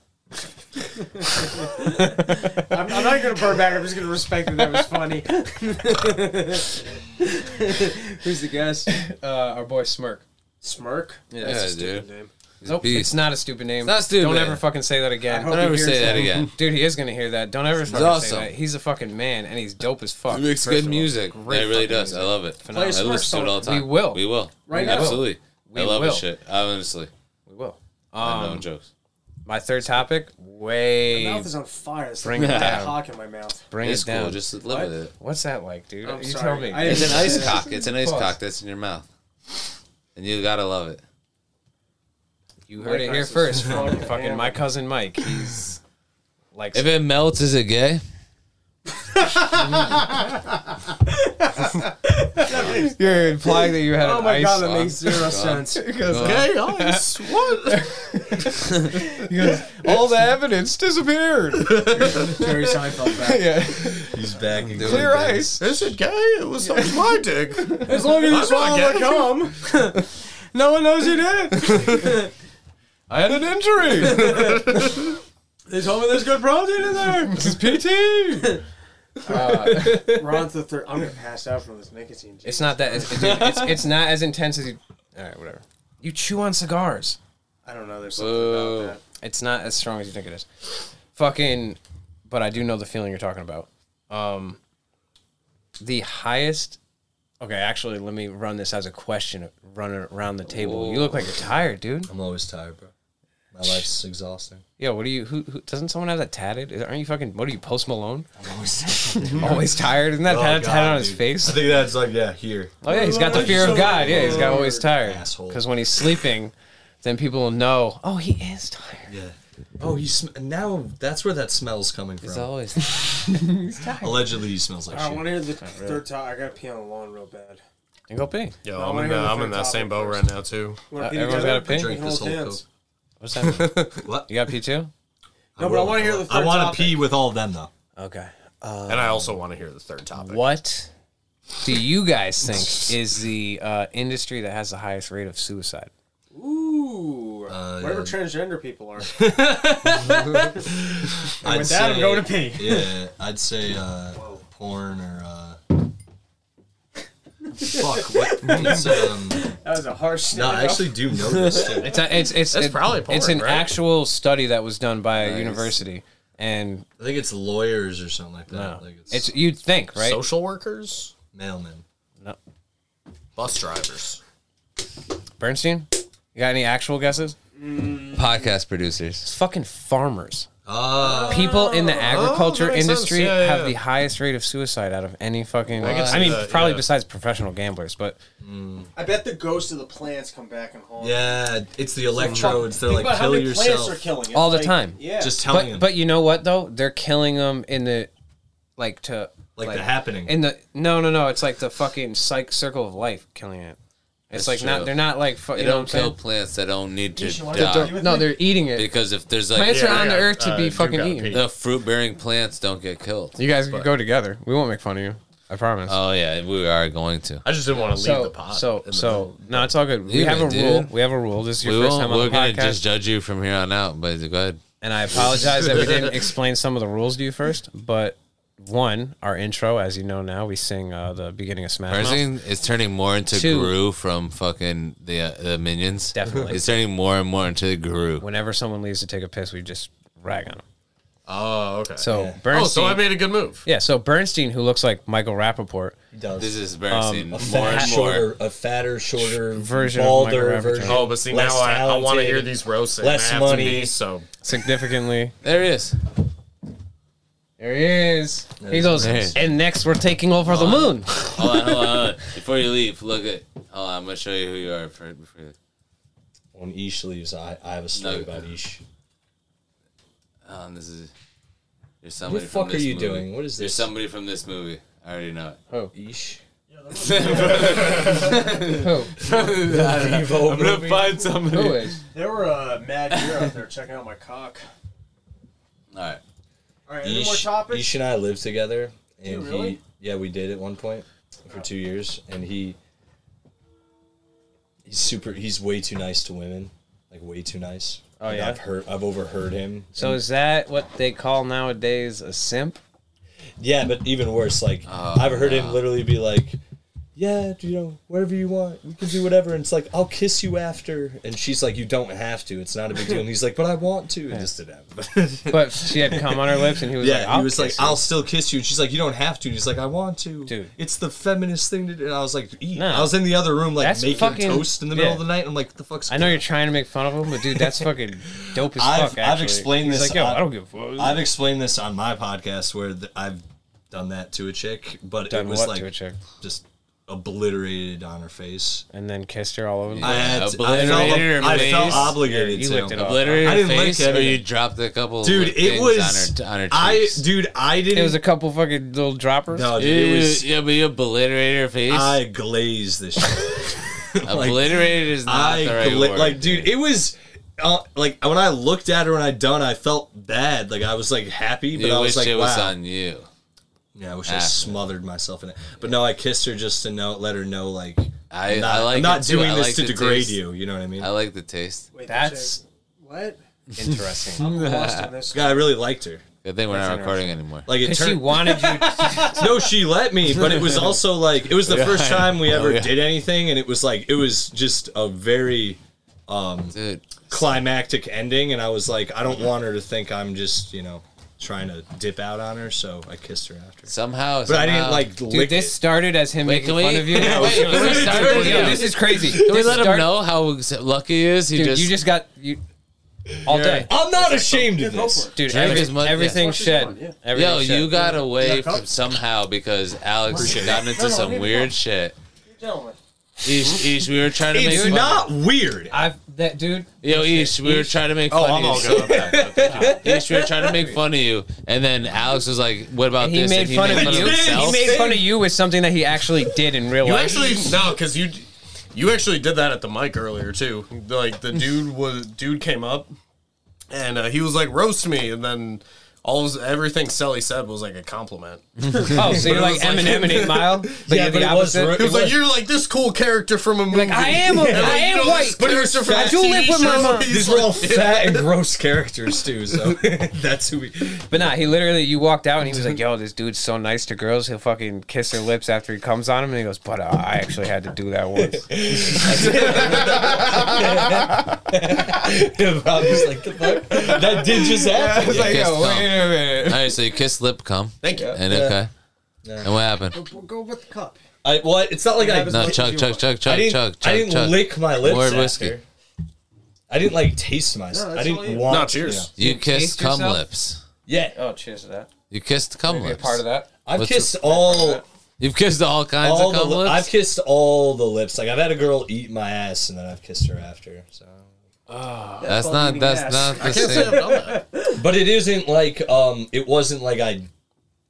Speaker 4: I'm, I'm not gonna burn back. I'm just gonna respect that that was funny. Who's the guest?
Speaker 3: Uh, our boy Smirk.
Speaker 4: Smirk. Yeah,
Speaker 6: Yeah, dude.
Speaker 4: name.
Speaker 3: Nope,
Speaker 6: beast.
Speaker 3: it's not a stupid name.
Speaker 6: not stupid.
Speaker 3: Don't ever fucking say that again.
Speaker 6: Don't ever
Speaker 4: Here's
Speaker 6: say that
Speaker 4: the-
Speaker 6: again.
Speaker 3: Dude, he is gonna hear that. Don't ever fucking
Speaker 6: awesome.
Speaker 3: say that. He's a fucking man, and he's dope as fuck.
Speaker 6: He makes
Speaker 3: first
Speaker 6: good
Speaker 3: of all.
Speaker 6: music.
Speaker 3: Great
Speaker 6: it really does.
Speaker 3: fucking
Speaker 6: I
Speaker 3: music.
Speaker 6: love it.
Speaker 4: Play us
Speaker 6: I
Speaker 4: first
Speaker 6: listen to it all the
Speaker 4: song.
Speaker 6: time.
Speaker 3: We will.
Speaker 6: We will.
Speaker 4: Right now.
Speaker 6: Absolutely.
Speaker 3: We
Speaker 6: I love
Speaker 3: will.
Speaker 6: this shit. Honestly.
Speaker 3: We will.
Speaker 6: I know
Speaker 3: Um,
Speaker 6: jokes.
Speaker 3: my third topic.
Speaker 4: My
Speaker 3: Way
Speaker 4: mouth is on fire. It's
Speaker 3: Bring
Speaker 4: like
Speaker 3: it
Speaker 4: a
Speaker 3: down.
Speaker 4: cock in my mouth.
Speaker 3: bring
Speaker 6: It's
Speaker 3: it down.
Speaker 6: cool. Just live with it.
Speaker 3: What's that like, dude?
Speaker 4: I'm
Speaker 3: you
Speaker 4: sorry.
Speaker 3: tell me.
Speaker 4: I-
Speaker 6: It's an ice
Speaker 4: Yeah.
Speaker 6: cock. It's an ice
Speaker 3: Pause.
Speaker 6: cock that's in your mouth. And you gotta love it.
Speaker 3: you heard it
Speaker 4: Mike
Speaker 3: here
Speaker 4: Tyson's
Speaker 3: first from
Speaker 4: fucking
Speaker 3: fucking my cousin Mike. He's like
Speaker 6: If it melts, is it gay?
Speaker 3: you're implying that you had
Speaker 4: Oh
Speaker 3: an
Speaker 4: my
Speaker 3: ice.
Speaker 4: god, that
Speaker 6: uh,
Speaker 4: makes zero sense.
Speaker 3: Gay ice? What? all the evidence disappeared.
Speaker 4: Jerry Seinfeld back.
Speaker 3: yeah.
Speaker 1: He's back. and
Speaker 3: Clear ice.
Speaker 7: Is it gay? It was on my dick.
Speaker 4: As long as you swallow
Speaker 7: gay.
Speaker 4: the gum, no one knows you did it.
Speaker 3: I had an injury.
Speaker 4: They told me there's good protein in there.
Speaker 3: this is PT.
Speaker 4: We're on to the third. I'm gonna pass out from this nicotine.
Speaker 3: It's not that. It's, dude, it's, it's not as intense as you. All right, whatever. You chew on cigars.
Speaker 4: I don't know. There's something
Speaker 6: Whoa.
Speaker 4: about
Speaker 3: It's not as strong as you think it is. Fucking, but I do know the feeling you're talking about. Um, the highest. Okay, actually, let me run this as a question. Run around the table. You look like you're tired, dude.
Speaker 1: I'm always tired, bro. My life's exhausting.
Speaker 3: Yo, what are you? Who, who doesn't someone have that tatted? Aren't you fucking? What are you, Post Malone?
Speaker 1: I'm always. I
Speaker 3: Always tired. Isn't that tatted
Speaker 1: Oh, God,
Speaker 3: on his
Speaker 1: dude.
Speaker 3: face?
Speaker 1: think that's like yeah. Here.
Speaker 3: Oh yeah, he's got the fear of God. Yeah, he's got always tired.
Speaker 1: Asshole.
Speaker 3: Because when he's sleeping, then people will know. Oh, he is tired.
Speaker 1: Yeah. Oh, he sm- now that's where that smell's coming from.
Speaker 3: He's always.
Speaker 1: Allegedly, he smells like
Speaker 4: that. I
Speaker 1: shit.
Speaker 4: want to hear the third topic. I gotta pee on the lawn real bad.
Speaker 3: and go pee.
Speaker 7: Yo,
Speaker 4: I
Speaker 7: I'm
Speaker 4: wanna
Speaker 7: in,
Speaker 4: hear
Speaker 7: that-
Speaker 4: the
Speaker 7: I'm in
Speaker 4: third
Speaker 7: that
Speaker 4: topic
Speaker 7: same boat
Speaker 4: first.
Speaker 7: right now too.
Speaker 4: Wanna
Speaker 3: Uh,
Speaker 4: pee
Speaker 3: everyone's
Speaker 4: together?
Speaker 3: gotta pee?
Speaker 4: You can
Speaker 1: Drink this
Speaker 4: hold
Speaker 1: whole
Speaker 4: hands.
Speaker 3: What's happening?
Speaker 1: What?
Speaker 3: you got pee too?
Speaker 4: No, but I want to hear the third
Speaker 1: I want
Speaker 4: topic.
Speaker 1: to pee with all of them though.
Speaker 3: Okay.
Speaker 7: and I also want to hear the third topic.
Speaker 3: What do you guys think is the uh, industry that has the highest rate of suicide?
Speaker 4: Ooh,
Speaker 1: Uh,
Speaker 4: whatever transgender people are.
Speaker 1: I'd
Speaker 4: With that, I'm going to pee.
Speaker 1: Yeah, I'd say uh, porn or. Uh, fuck. What? It's, um,
Speaker 4: That was a harsh.
Speaker 1: no,
Speaker 4: stand-up.
Speaker 1: I actually do know this. Too.
Speaker 3: It's a, it's it's
Speaker 7: That's
Speaker 3: it-
Speaker 7: probably porn,
Speaker 3: it's an
Speaker 7: right?
Speaker 3: actual study that was done by a university, and
Speaker 1: I think it's lawyers or something like
Speaker 3: uh,
Speaker 1: that. Like it's,
Speaker 3: it's you'd think right.
Speaker 7: Social workers,
Speaker 1: mailman.
Speaker 3: no.
Speaker 7: bus drivers.
Speaker 3: Bernstein, you got any actual guesses?
Speaker 6: Podcast producers.
Speaker 3: It's fucking farmers.
Speaker 1: Ah,
Speaker 3: people in the agriculture
Speaker 7: Oh, makes sense.
Speaker 3: industry
Speaker 7: Yeah, yeah,
Speaker 3: have
Speaker 7: yeah.
Speaker 3: the highest rate of suicide out of any fucking.
Speaker 7: can
Speaker 3: I,
Speaker 7: see
Speaker 3: mean,
Speaker 7: that,
Speaker 3: probably
Speaker 7: yeah.
Speaker 3: besides professional gamblers, but
Speaker 4: I bet the ghosts of the plants come back and haunt.
Speaker 1: yeah, it's the electrodes. They're
Speaker 4: Oh. Think
Speaker 1: like
Speaker 4: about how
Speaker 1: kill
Speaker 4: many plants
Speaker 1: yourself.
Speaker 4: are killing. It's
Speaker 3: All the
Speaker 4: like-
Speaker 3: time.
Speaker 4: Yeah.
Speaker 1: Just telling
Speaker 3: but
Speaker 1: them
Speaker 3: but you know what though? They're killing them in the like to
Speaker 1: like, the happening.
Speaker 3: in the no no no. It's like the fucking psych circle of life killing it. It's
Speaker 6: That's
Speaker 3: like
Speaker 6: true.
Speaker 3: not they're not like fu-
Speaker 6: They
Speaker 3: you know
Speaker 6: don't
Speaker 3: what I'm
Speaker 6: kill
Speaker 3: saying?
Speaker 6: plants that don't need to
Speaker 4: should wanna
Speaker 6: die.
Speaker 4: kill- with
Speaker 3: no,
Speaker 4: me?
Speaker 3: they're eating it.
Speaker 6: Because if there's like
Speaker 3: plants
Speaker 7: Yeah,
Speaker 3: are on
Speaker 7: yeah.
Speaker 3: the earth to
Speaker 7: Uh,
Speaker 3: be
Speaker 7: you
Speaker 3: fucking
Speaker 7: gotta
Speaker 3: eaten.
Speaker 7: pee.
Speaker 6: the fruit bearing plants don't get killed.
Speaker 3: You guys can go together. We won't make fun of you. I promise.
Speaker 6: Oh yeah, we are going to.
Speaker 7: I just didn't want to leave
Speaker 3: so
Speaker 7: the pot.
Speaker 3: so
Speaker 7: in the
Speaker 3: so no, it's all good. We
Speaker 6: Leave
Speaker 3: have
Speaker 6: it,
Speaker 3: a rule.
Speaker 6: dude.
Speaker 3: We have a rule. This is
Speaker 6: We
Speaker 3: your 1st
Speaker 6: won't,
Speaker 3: time on
Speaker 6: we're
Speaker 3: the podcast.
Speaker 6: gonna just judge you from here on out, but go ahead.
Speaker 3: and I apologize that we didn't explain some of the rules to you first. But one, our intro, as you know now, we sing uh, the beginning of Smash Mouth.
Speaker 6: Person is turning more into
Speaker 3: Two.
Speaker 6: Gru from fucking the uh, the minions.
Speaker 3: Definitely.
Speaker 6: it's turning more and more into the Gru.
Speaker 3: Whenever someone leaves to take a piss, we just rag on them.
Speaker 7: Oh, okay.
Speaker 3: So Bernstein.
Speaker 7: oh, so I made a good move.
Speaker 3: yeah, so Bernstein, who looks like Michael Rappaport,
Speaker 1: He does.
Speaker 6: This
Speaker 3: Um,
Speaker 6: is Bernstein.
Speaker 1: a
Speaker 6: more
Speaker 1: fat,
Speaker 6: and more.
Speaker 1: shorter, a fatter, shorter
Speaker 3: version
Speaker 1: version,
Speaker 3: of
Speaker 1: balder
Speaker 3: Michael Rapaport.
Speaker 1: version.
Speaker 7: Oh, but see
Speaker 1: less
Speaker 7: now I, I want to
Speaker 1: talented.
Speaker 7: hear these roasts. and
Speaker 1: less
Speaker 7: I have to
Speaker 1: money.
Speaker 7: be, so
Speaker 3: significantly.
Speaker 6: There he is.
Speaker 3: There he is. He
Speaker 1: is Oh,
Speaker 3: goes,
Speaker 6: nice.
Speaker 3: and next we're taking over the moon.
Speaker 6: Hold on, hold on, hold on. Before you leave, look at. Hold on, I'm gonna show you who you are. For, before you leave.
Speaker 1: When Ish leaves, I, I have a story
Speaker 6: No.
Speaker 1: about Ish.
Speaker 6: Um, this is. You're
Speaker 1: What
Speaker 6: somebody
Speaker 1: the
Speaker 6: from
Speaker 1: fuck are
Speaker 6: this
Speaker 1: you
Speaker 6: movie.
Speaker 1: doing? What is
Speaker 6: You're
Speaker 1: this?
Speaker 6: somebody from this movie. I already know
Speaker 1: oh, Ish.
Speaker 6: it.
Speaker 3: Who?
Speaker 1: Vivo movie.
Speaker 6: find somebody.
Speaker 3: Who
Speaker 6: All
Speaker 3: is?
Speaker 4: There were a mad deer out there checking out my cock.
Speaker 6: right.
Speaker 4: All right, any more
Speaker 1: Ish,
Speaker 4: topics?
Speaker 1: Ish and I lived together, and
Speaker 4: really?
Speaker 1: he yeah we did at one point for two years, and he he's super he's way too nice to women, like way too nice.
Speaker 3: Oh,
Speaker 1: Like,
Speaker 3: yeah?
Speaker 1: I've heard I've overheard him.
Speaker 3: So is that what they call nowadays a simp?
Speaker 1: Yeah, but even worse, like
Speaker 3: Oh,
Speaker 1: I've heard him literally be like, "Yeah, you know, whatever you want, we can do whatever." And it's like, "I'll kiss you after," and she's like, "You don't have to. It's not a big deal." And he's like, "But I want to." And this did happen.
Speaker 3: But she had cum on her lips, and he was
Speaker 1: yeah,
Speaker 3: like, I'll
Speaker 1: he was like,
Speaker 3: kiss you."
Speaker 1: "I'll still kiss you," and she's like, "You don't have to." And he's like, "I want to."
Speaker 3: Dude.
Speaker 1: it's the feminist thing to do. And I was like, "Eat."
Speaker 3: No.
Speaker 1: I was in the other room, like
Speaker 3: That's
Speaker 1: making
Speaker 3: fucking-
Speaker 1: toast in the middle
Speaker 3: yeah.
Speaker 1: of the night. I'm like, "What the fuck's?"
Speaker 3: I know
Speaker 1: going
Speaker 3: you're trying to make fun of him, but dude, that's fucking dope as
Speaker 1: I've- I've
Speaker 3: fuck. Actually,
Speaker 1: explained
Speaker 3: He's
Speaker 1: this
Speaker 3: Like, yo,
Speaker 1: on-
Speaker 3: I don't give a fuck.
Speaker 1: I've explained this on my podcast where th- I've done that to a chick, but
Speaker 3: Done
Speaker 1: it was
Speaker 3: what
Speaker 1: like
Speaker 3: to a chick?
Speaker 1: just obliterated on her face.
Speaker 3: and then kissed her all over. the
Speaker 1: I had I
Speaker 6: Obliterated
Speaker 1: felt, I
Speaker 6: her
Speaker 1: felt
Speaker 6: face?
Speaker 1: obligated
Speaker 3: Yeah, you
Speaker 1: to.
Speaker 3: licked it off.
Speaker 6: Obliterated
Speaker 1: I didn't
Speaker 6: face,
Speaker 1: lick
Speaker 6: or
Speaker 1: anything.
Speaker 6: you dropped a couple.
Speaker 1: Dude,
Speaker 6: lick
Speaker 1: it
Speaker 6: things
Speaker 1: was
Speaker 6: on her, on her
Speaker 1: I
Speaker 6: cheeks.
Speaker 1: dude, I didn't
Speaker 3: It was a couple fucking little droppers.
Speaker 1: No, dude,
Speaker 6: Ew,
Speaker 1: it was
Speaker 6: yeah, but you obliterated her face.
Speaker 1: I glazed this shit.
Speaker 6: obliterated is not
Speaker 1: I
Speaker 6: the right
Speaker 1: gla-
Speaker 6: word.
Speaker 1: like dude, it was uh, like when I looked at her when I done, I felt bad. Like I was like happy, but
Speaker 6: you
Speaker 1: I
Speaker 6: wish
Speaker 1: was like,
Speaker 6: it was
Speaker 1: wow.
Speaker 6: on you.
Speaker 1: Yeah, I wish I
Speaker 6: Ah.
Speaker 1: smothered myself in it. But no, I kissed her just to know, let her know, like
Speaker 6: I,
Speaker 1: not,
Speaker 6: I like
Speaker 1: am not
Speaker 6: it too.
Speaker 1: doing
Speaker 6: I
Speaker 1: this
Speaker 6: like
Speaker 1: to
Speaker 6: the
Speaker 1: degrade
Speaker 6: taste.
Speaker 1: you. You know what I mean?
Speaker 6: I like the taste.
Speaker 4: Wait,
Speaker 3: That's
Speaker 4: what?
Speaker 3: interesting.
Speaker 4: I'm lost on this.
Speaker 1: yeah, I really liked her.
Speaker 6: Good thing we're not recording anymore.
Speaker 1: Like it
Speaker 3: Because she
Speaker 1: turned.
Speaker 3: wanted you.
Speaker 1: no, she let me, but it was also like it was the first time we ever
Speaker 6: yeah.
Speaker 1: did anything, and it was like it was just a very
Speaker 6: Dude,
Speaker 1: climactic ending, and I was like, I don't want her to think I'm just you know trying to dip out on her, so I kissed her after.
Speaker 6: somehow.
Speaker 1: But I didn't like
Speaker 3: Dude,
Speaker 1: lick
Speaker 3: this
Speaker 1: it.
Speaker 3: started as him
Speaker 6: Wait,
Speaker 3: making
Speaker 6: can we?
Speaker 3: fun of you.
Speaker 6: Wait,
Speaker 3: No,
Speaker 6: can we start
Speaker 3: yo,
Speaker 6: this? Can
Speaker 3: this is crazy. Can
Speaker 6: we let him know how lucky he is? He
Speaker 3: Dude,
Speaker 6: just,
Speaker 3: you just got you all day.
Speaker 1: I'm not ashamed of
Speaker 4: Yeah, go
Speaker 1: this.
Speaker 4: for it.
Speaker 3: Dude,
Speaker 6: Drink
Speaker 3: every-
Speaker 6: as much- yeah.
Speaker 3: everything
Speaker 6: Watch
Speaker 3: shed. Everything
Speaker 6: Yo,
Speaker 3: shed.
Speaker 6: you got away
Speaker 4: Yeah, come.
Speaker 6: from somehow because Alex
Speaker 1: Appreciate
Speaker 6: got into
Speaker 4: No, no,
Speaker 6: some
Speaker 4: leave it alone.
Speaker 6: weird shit.
Speaker 4: Gentlemen.
Speaker 6: Ish, Ish, we were trying to make
Speaker 1: It's
Speaker 6: fun.
Speaker 1: not weird.
Speaker 3: I've that dude.
Speaker 6: Yo, Ish, we were trying to make fun of you. so bad. Ish, we were trying to make fun of you, and then Alex was like, "What about
Speaker 3: He
Speaker 6: this?"
Speaker 3: made
Speaker 6: and
Speaker 3: fun of you. He
Speaker 6: himself.
Speaker 3: made fun of you with something that he actually did in real
Speaker 7: you
Speaker 3: life.
Speaker 7: actually no, because you you actually did that at the mic earlier too. Like the dude was dude came up and uh, he was like roast me, and then all of, everything Sally said was like a compliment.
Speaker 3: Oh, so you're
Speaker 7: it
Speaker 3: like
Speaker 7: was like-
Speaker 3: Eminem and Eight Mile, but
Speaker 1: Yeah,
Speaker 3: you're
Speaker 1: but
Speaker 3: the
Speaker 1: it was
Speaker 3: opposite.
Speaker 1: ru-
Speaker 7: He
Speaker 1: It
Speaker 7: was like,
Speaker 1: was-
Speaker 7: "You're like this cool character from a movie."
Speaker 3: Like I am, a, I
Speaker 7: You
Speaker 3: am
Speaker 7: know,
Speaker 3: white.
Speaker 7: But it was from
Speaker 3: I do live with my mom.
Speaker 1: These were all fat and gross characters too, so that's who we.
Speaker 3: But nah, he literally, you walked out and he was like, "Yo, this dude's so nice to girls. He'll fucking kiss their lips after he comes on him." And he goes, "But uh, I actually had to do that once."
Speaker 1: I was like, the fuck? That did just happen.
Speaker 6: You kissed
Speaker 3: Yo,
Speaker 6: cum.
Speaker 3: a minute.
Speaker 6: All right, so you kissed lip cum.
Speaker 7: Thank you.
Speaker 6: And okay. And what happened?
Speaker 4: We'll go with the cup.
Speaker 1: I, well, it's not like I,
Speaker 6: No, chug, chug, chug,
Speaker 1: I
Speaker 6: chug,
Speaker 1: didn't,
Speaker 6: chug,
Speaker 1: I
Speaker 6: chug,
Speaker 1: didn't
Speaker 6: chug.
Speaker 1: lick my lips
Speaker 6: More
Speaker 1: after.
Speaker 6: whiskey.
Speaker 1: I didn't like taste myself.
Speaker 4: No, that's
Speaker 1: I
Speaker 4: all you-
Speaker 1: didn't want.
Speaker 7: No, cheers.
Speaker 1: you know.
Speaker 6: You
Speaker 3: taste
Speaker 6: kissed cum
Speaker 3: yourself?
Speaker 6: lips.
Speaker 1: Yeah,
Speaker 3: Oh, cheers to that.
Speaker 6: You kissed cum
Speaker 3: Be a
Speaker 6: lips.
Speaker 3: part of that.
Speaker 1: I've
Speaker 6: What's
Speaker 1: kissed all
Speaker 6: You've kissed all kinds
Speaker 1: all
Speaker 6: of
Speaker 1: the.
Speaker 6: cum
Speaker 1: Li-
Speaker 6: lips.
Speaker 1: I've kissed all the lips. Like I've had a girl eat my ass, and then I've kissed her after. So,
Speaker 6: that's
Speaker 4: called
Speaker 6: not.
Speaker 4: eating
Speaker 6: That's
Speaker 4: ass.
Speaker 6: not the
Speaker 7: I've
Speaker 6: same.
Speaker 7: done that.
Speaker 1: but it isn't like um. It wasn't like I.